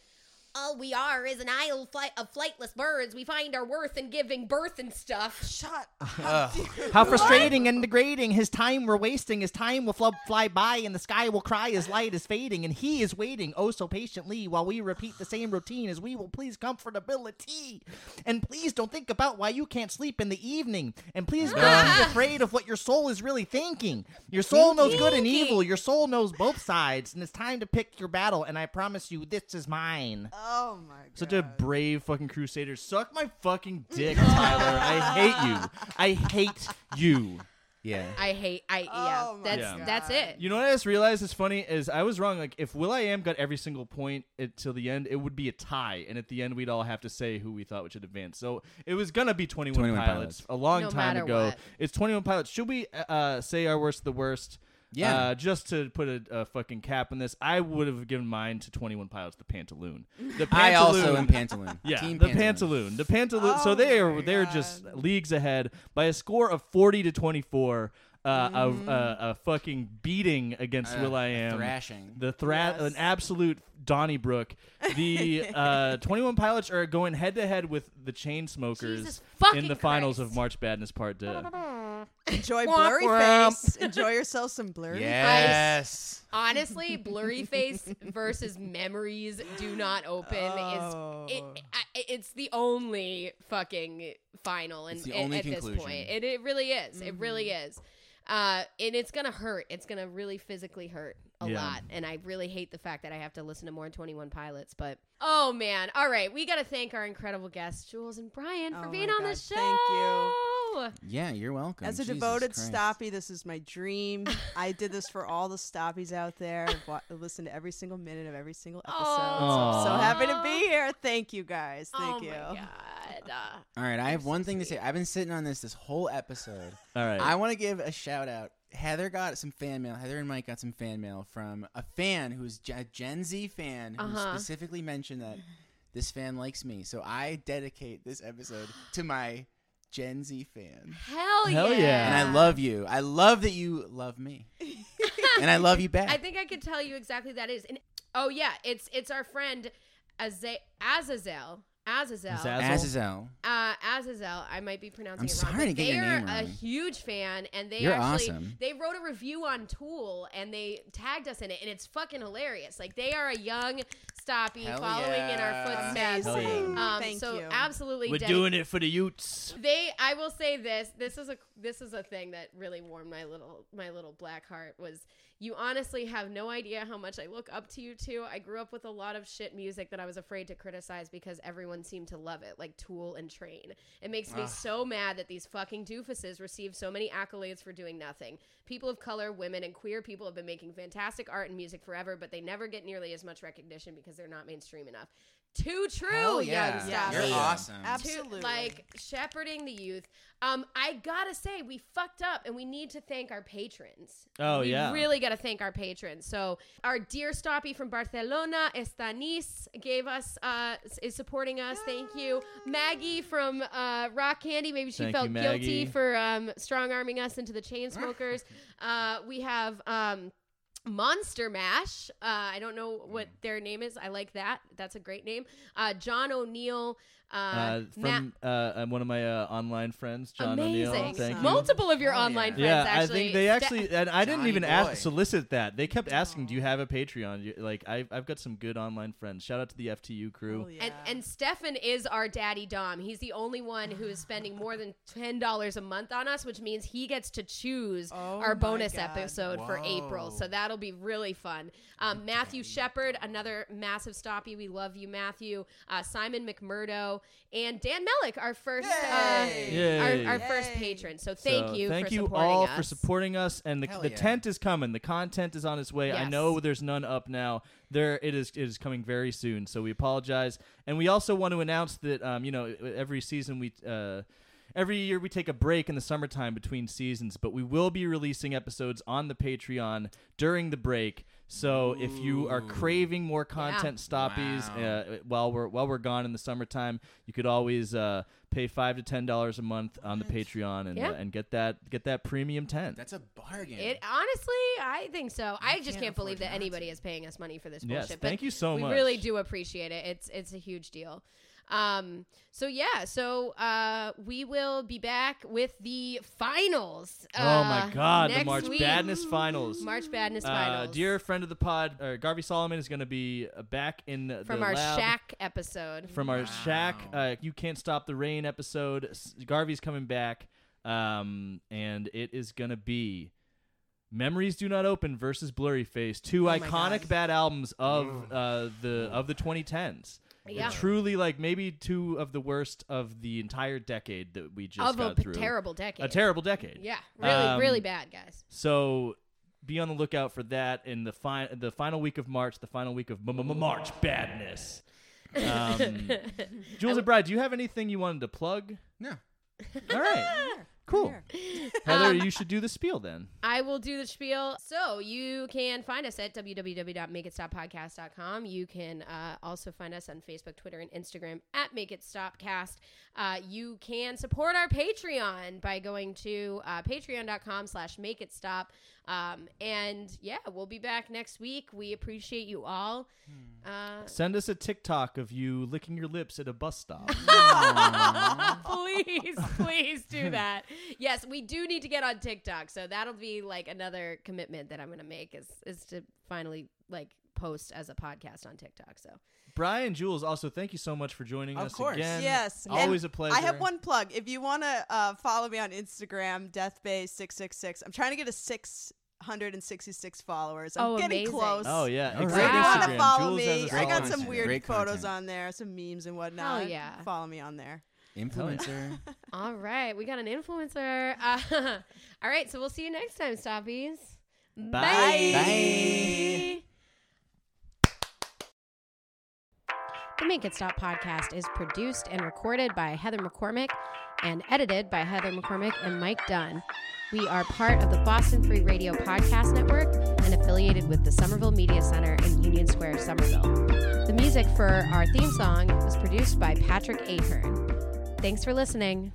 [SPEAKER 1] All we are is an isle flight of flightless birds. We find our worth in giving birth and stuff.
[SPEAKER 4] Shut up.
[SPEAKER 5] How frustrating and degrading. His time we're wasting. His time will fl- fly by, and the sky will cry. His light is fading, and he is waiting, oh so patiently, while we repeat the same routine as we will please comfortability. And please don't think about why you can't sleep in the evening. And please don't
[SPEAKER 1] <laughs>
[SPEAKER 5] be afraid of what your soul is really thinking. Your soul knows good and evil. Your soul knows both sides, and it's time to pick your battle. And I promise you, this is mine.
[SPEAKER 4] Oh my god.
[SPEAKER 2] Such a brave fucking crusader. Suck my fucking
[SPEAKER 4] <laughs>
[SPEAKER 2] dick, Tyler. I hate you. I hate you.
[SPEAKER 3] Yeah.
[SPEAKER 4] <laughs>
[SPEAKER 1] I hate. I
[SPEAKER 4] Oh
[SPEAKER 1] yeah.
[SPEAKER 4] my
[SPEAKER 1] That's
[SPEAKER 2] God.
[SPEAKER 1] that's it.
[SPEAKER 2] You know what I just realized is funny is I was wrong. Like if Will I Am got every single point it, till the end, it would be a tie, and at the end we'd all have to say who we thought we should advance. So it was gonna be Twenty One
[SPEAKER 3] 21
[SPEAKER 2] Pilots,
[SPEAKER 3] Pilots.
[SPEAKER 2] a long
[SPEAKER 1] No
[SPEAKER 2] time
[SPEAKER 1] matter
[SPEAKER 2] ago.
[SPEAKER 1] what.
[SPEAKER 2] It's Twenty One Pilots. Should we uh, say our worst, of the worst?
[SPEAKER 3] Yeah.
[SPEAKER 2] Uh, just to put a, a fucking cap on this, I would have given mine to Twenty One Pilots, the Pantaloon. The Pantaloon.
[SPEAKER 3] I also am pantaloon.
[SPEAKER 2] <laughs> Yeah,
[SPEAKER 3] Team
[SPEAKER 2] the pantaloon. The pantaloon. so
[SPEAKER 4] Oh
[SPEAKER 2] they are
[SPEAKER 4] my
[SPEAKER 2] they're
[SPEAKER 4] God.
[SPEAKER 2] just leagues ahead by a score of forty to twenty four. Uh, of uh, a fucking beating against
[SPEAKER 3] Uh,
[SPEAKER 2] Will I
[SPEAKER 3] a
[SPEAKER 2] Am,
[SPEAKER 3] thrashing.
[SPEAKER 2] the thra- an absolute Donnybrook. The uh, Twenty One Pilots are going head to head with the Chainsmokers
[SPEAKER 1] Jesus fucking
[SPEAKER 2] in the finals
[SPEAKER 1] Christ.
[SPEAKER 2] of March Madness Part Two.
[SPEAKER 4] Enjoy
[SPEAKER 1] Womp
[SPEAKER 4] blurry face. Enjoy yourself some blurry.
[SPEAKER 3] Yes.
[SPEAKER 1] Honestly,
[SPEAKER 4] <laughs>
[SPEAKER 1] blurry face versus memories do not open
[SPEAKER 4] Oh.
[SPEAKER 1] is it, I- it's the only fucking final and
[SPEAKER 3] It's the only
[SPEAKER 1] at
[SPEAKER 3] conclusion.
[SPEAKER 1] this point. It it really is. It really
[SPEAKER 4] Mm-hmm.
[SPEAKER 1] is. Uh, and it's gonna hurt. It's gonna really physically hurt a
[SPEAKER 2] Yeah.
[SPEAKER 1] lot. And I really hate the fact that I have to listen to more Twenty One Pilots. But oh man, all right, we gotta thank our incredible guests, Jules and Brian, for
[SPEAKER 4] Oh
[SPEAKER 1] being
[SPEAKER 4] my
[SPEAKER 1] on the
[SPEAKER 4] God,
[SPEAKER 1] show.
[SPEAKER 4] thank
[SPEAKER 3] Yeah, you're welcome.
[SPEAKER 4] As a
[SPEAKER 3] Jesus
[SPEAKER 4] devoted
[SPEAKER 3] Christ.
[SPEAKER 4] stoppie, this is my
[SPEAKER 1] <laughs>
[SPEAKER 4] dream. I did this for all the stoppies out there. I've wa- listened to every single minute of every single episode. So, I'm so happy to be here. Thank you guys.
[SPEAKER 1] oh
[SPEAKER 4] Thank you.
[SPEAKER 1] my god. Uh,
[SPEAKER 3] All right, I have one thing to say. I've been sitting on this this whole episode.
[SPEAKER 2] All right.
[SPEAKER 3] I want to give a shout out. Heather got some fan mail. Heather and Mike got some fan mail from a fan who's Gen- a Gen Z fan who
[SPEAKER 1] Uh-huh.
[SPEAKER 3] specifically mentioned that this fan likes me. So I dedicate this episode to my Gen Z fan.
[SPEAKER 1] Hell,
[SPEAKER 2] Hell
[SPEAKER 1] yeah.
[SPEAKER 2] yeah.
[SPEAKER 3] And I love you. I love that you
[SPEAKER 1] <laughs>
[SPEAKER 3] love me. and I love you back.
[SPEAKER 1] I think I could tell you exactly that is. And oh yeah, it's it's our friend Aza- Azazel. Azazel.
[SPEAKER 2] Azazel.
[SPEAKER 3] Azazel.
[SPEAKER 1] Uh, Azazel. I might be pronouncing
[SPEAKER 3] I'm
[SPEAKER 1] it wrong.
[SPEAKER 3] sorry
[SPEAKER 1] but
[SPEAKER 3] to get
[SPEAKER 1] they
[SPEAKER 3] your
[SPEAKER 1] are
[SPEAKER 3] name
[SPEAKER 1] a
[SPEAKER 3] wrong.
[SPEAKER 1] huge fan, and they
[SPEAKER 3] You're
[SPEAKER 1] actually
[SPEAKER 3] awesome.
[SPEAKER 1] they wrote a review on Tool, and they tagged us in it, and it's fucking hilarious. Like they are a young stoppie
[SPEAKER 3] Hell
[SPEAKER 1] following in our
[SPEAKER 3] yeah.
[SPEAKER 1] footsteps.
[SPEAKER 4] Amazing.
[SPEAKER 1] Um,
[SPEAKER 4] Thank
[SPEAKER 1] so
[SPEAKER 4] you.
[SPEAKER 1] absolutely,
[SPEAKER 2] We're
[SPEAKER 1] dedic-
[SPEAKER 2] doing it for the Utes.
[SPEAKER 1] they i will say this this is a this is a thing that really warmed my little my little black heart was you honestly have no idea how much i look up to you two i grew up with a lot of shit music that i was afraid to criticize because everyone seemed to love it like tool and train it makes
[SPEAKER 3] Ah.
[SPEAKER 1] me so mad that these fucking doofuses receive so many accolades for doing nothing people of color women and queer people have been making fantastic art and music forever but they never get nearly as much recognition because they're not mainstream enough too true
[SPEAKER 5] Oh,
[SPEAKER 3] Hell
[SPEAKER 1] young
[SPEAKER 3] yeah.
[SPEAKER 1] stop
[SPEAKER 3] You're awesome.
[SPEAKER 1] to,
[SPEAKER 4] Absolutely.
[SPEAKER 1] like shepherding the youth. Um, I gotta say, we fucked up, and we need to thank our patrons.
[SPEAKER 2] Oh,
[SPEAKER 1] we
[SPEAKER 2] yeah.
[SPEAKER 1] really gotta thank our patrons. So our dear Stoppy from Barcelona, Estanis, gave us uh, s- is supporting us. Thank you, Maggie from uh, Rock Candy. Maybe she
[SPEAKER 2] Thank
[SPEAKER 1] felt
[SPEAKER 2] you,
[SPEAKER 1] guilty
[SPEAKER 2] Maggie.
[SPEAKER 1] for um, strong arming us into the chain smokers. uh, we have. Um, Monster Mash. Uh, I don't know what
[SPEAKER 2] Mm.
[SPEAKER 1] their name is. I like that. That's a great name. Uh, John O'Neill. Uh,
[SPEAKER 2] Uh,
[SPEAKER 1] Na-
[SPEAKER 2] from uh, uh, one of my uh, online friends, John
[SPEAKER 1] amazing.
[SPEAKER 2] O'Neill. Thank you. Oh,
[SPEAKER 1] Multiple of your
[SPEAKER 3] Hell
[SPEAKER 1] online
[SPEAKER 3] yeah.
[SPEAKER 1] friends.
[SPEAKER 2] yeah,
[SPEAKER 1] actually.
[SPEAKER 2] I think they
[SPEAKER 1] Da-
[SPEAKER 2] actually, and I didn't
[SPEAKER 3] Johnny
[SPEAKER 2] even
[SPEAKER 3] boy.
[SPEAKER 2] ask solicit that. They kept asking, "Do you have a Patreon?" You- Like, I've I've got some good online friends. Shout out to the FTU crew.
[SPEAKER 4] Oh, yeah.
[SPEAKER 1] And, and Stefan is our daddy Dom. He's the only one who is spending more than ten dollars a month on us, which means he gets to choose
[SPEAKER 4] Oh
[SPEAKER 1] our
[SPEAKER 4] my
[SPEAKER 1] bonus
[SPEAKER 4] God.
[SPEAKER 1] episode for April.
[SPEAKER 3] Whoa.
[SPEAKER 1] So that'll be really fun. Um, Matthew Shepard, another massive stoppy. We love you, Matthew. Uh, Simon McMurdo and Dan Mellick, our first uh,
[SPEAKER 2] Yay.
[SPEAKER 1] our, our first
[SPEAKER 4] Yay.
[SPEAKER 1] patron. So thank
[SPEAKER 2] So
[SPEAKER 1] you.
[SPEAKER 2] thank
[SPEAKER 1] for
[SPEAKER 2] you
[SPEAKER 1] supporting
[SPEAKER 2] all
[SPEAKER 1] us.
[SPEAKER 2] for supporting us. And the,
[SPEAKER 3] Hell
[SPEAKER 2] the
[SPEAKER 3] yeah.
[SPEAKER 2] tent is coming. The content is on its way. I
[SPEAKER 1] Yes.
[SPEAKER 2] know there's none up now. There it is. It is coming very soon. So we apologize, and we also want to announce that um, you know every season we. Uh, Every year we take a break in the summertime between seasons, but we will be releasing episodes on the Patreon during the break. So if you are craving more content stoppies
[SPEAKER 3] Wow.
[SPEAKER 2] uh, while we're while we're gone in the summertime, you could always uh, pay five to ten dollars a month on the Patreon and
[SPEAKER 1] Yeah.
[SPEAKER 2] uh, and get that get that premium tent.
[SPEAKER 3] That's a bargain.
[SPEAKER 1] It honestly, I think so. I just
[SPEAKER 3] can't
[SPEAKER 1] can't believe
[SPEAKER 3] afford
[SPEAKER 1] that
[SPEAKER 3] not
[SPEAKER 1] anybody is paying us money for this
[SPEAKER 2] Yes,
[SPEAKER 1] bullshit. but
[SPEAKER 2] thank you so
[SPEAKER 1] we
[SPEAKER 2] much.
[SPEAKER 1] really do appreciate it. It's it's a huge deal. Um, so yeah, so uh, we will be back with the finals.
[SPEAKER 2] oh my
[SPEAKER 1] uh,
[SPEAKER 2] God, the
[SPEAKER 1] next
[SPEAKER 2] March
[SPEAKER 1] week.
[SPEAKER 2] Badness Finals.
[SPEAKER 1] March Badness
[SPEAKER 2] uh,
[SPEAKER 1] finals.
[SPEAKER 2] dear friend of the pod, uh, Garvey Solomon is going to be uh, back in the,
[SPEAKER 1] from
[SPEAKER 2] the
[SPEAKER 1] our
[SPEAKER 2] lab.
[SPEAKER 1] Shack episode.
[SPEAKER 2] from our shack.
[SPEAKER 3] Wow.
[SPEAKER 2] Uh, you can't stop the rain episode. S- Garvey's coming back, um, and it is gonna be memories do not open versus blurry face two
[SPEAKER 1] Oh my
[SPEAKER 2] iconic
[SPEAKER 1] God. Mm.
[SPEAKER 2] bad albums of uh, the of the 2010s
[SPEAKER 1] Yeah.
[SPEAKER 2] truly like maybe two of the worst of the entire decade that we just
[SPEAKER 1] of a
[SPEAKER 2] got
[SPEAKER 1] p-
[SPEAKER 2] through
[SPEAKER 1] terrible decade.
[SPEAKER 2] a terrible decade
[SPEAKER 1] Yeah, really,
[SPEAKER 2] Um,
[SPEAKER 1] really bad, guys.
[SPEAKER 2] so be on the lookout for that in the fi- the final week of March, the final week of m- m- March badness. Um, Jules and Bride, do you have anything you wanted to plug?
[SPEAKER 3] No.
[SPEAKER 2] All right. Cool. Heather, you should do the spiel then.
[SPEAKER 1] I will do the spiel. So you can find us at www.makeitstoppodcast.com. You can uh, also find us on Facebook, Twitter, and Instagram at Make It Stop Cast. Uh, you can support our Patreon by going to uh, patreon.com slash make it stop. Um, and yeah, we'll be back next week. We appreciate you all. Uh,
[SPEAKER 2] Send us a TikTok of you licking your lips at a bus stop.
[SPEAKER 1] <laughs> please, please do that. Yes, we do need to get on TikTok. So that'll be like another commitment that I'm going to make is is to finally like post as a podcast on TikTok. So
[SPEAKER 2] Brian, Jules, also thank you so much for joining
[SPEAKER 3] Of
[SPEAKER 2] us
[SPEAKER 3] course.
[SPEAKER 2] again.
[SPEAKER 4] Yes.
[SPEAKER 2] Always
[SPEAKER 4] And
[SPEAKER 2] a pleasure.
[SPEAKER 4] I have one plug. If you want to uh, follow me on Instagram, deathbay666. I'm trying to get a 666 followers. I'm
[SPEAKER 1] Oh,
[SPEAKER 4] getting
[SPEAKER 1] amazing.
[SPEAKER 4] close.
[SPEAKER 2] Oh yeah.
[SPEAKER 3] All
[SPEAKER 2] A
[SPEAKER 4] So
[SPEAKER 2] great
[SPEAKER 4] if you
[SPEAKER 1] Wow.
[SPEAKER 4] want
[SPEAKER 2] Instagram.
[SPEAKER 4] to follow
[SPEAKER 2] Jules has
[SPEAKER 4] me,
[SPEAKER 2] a
[SPEAKER 4] I got
[SPEAKER 2] solid
[SPEAKER 4] some
[SPEAKER 2] Instagram.
[SPEAKER 4] weird
[SPEAKER 3] Great
[SPEAKER 4] photos
[SPEAKER 3] content.
[SPEAKER 4] on there, some memes and whatnot.
[SPEAKER 1] Hell yeah.
[SPEAKER 4] Follow me on there.
[SPEAKER 3] Influencer.
[SPEAKER 1] all right, we got an influencer. <laughs> Uh, all right, so we'll see you next time, Stoppies.
[SPEAKER 3] Bye.
[SPEAKER 1] The Make It Stop podcast is produced and recorded by Heather McCormick and edited by Heather McCormick and Mike Dunn. We are part of the Boston Free Radio Podcast Network and affiliated with the Somerville Media Center in Union Square, Somerville. The music for our theme song was produced by Patrick Ahern. Thanks for listening.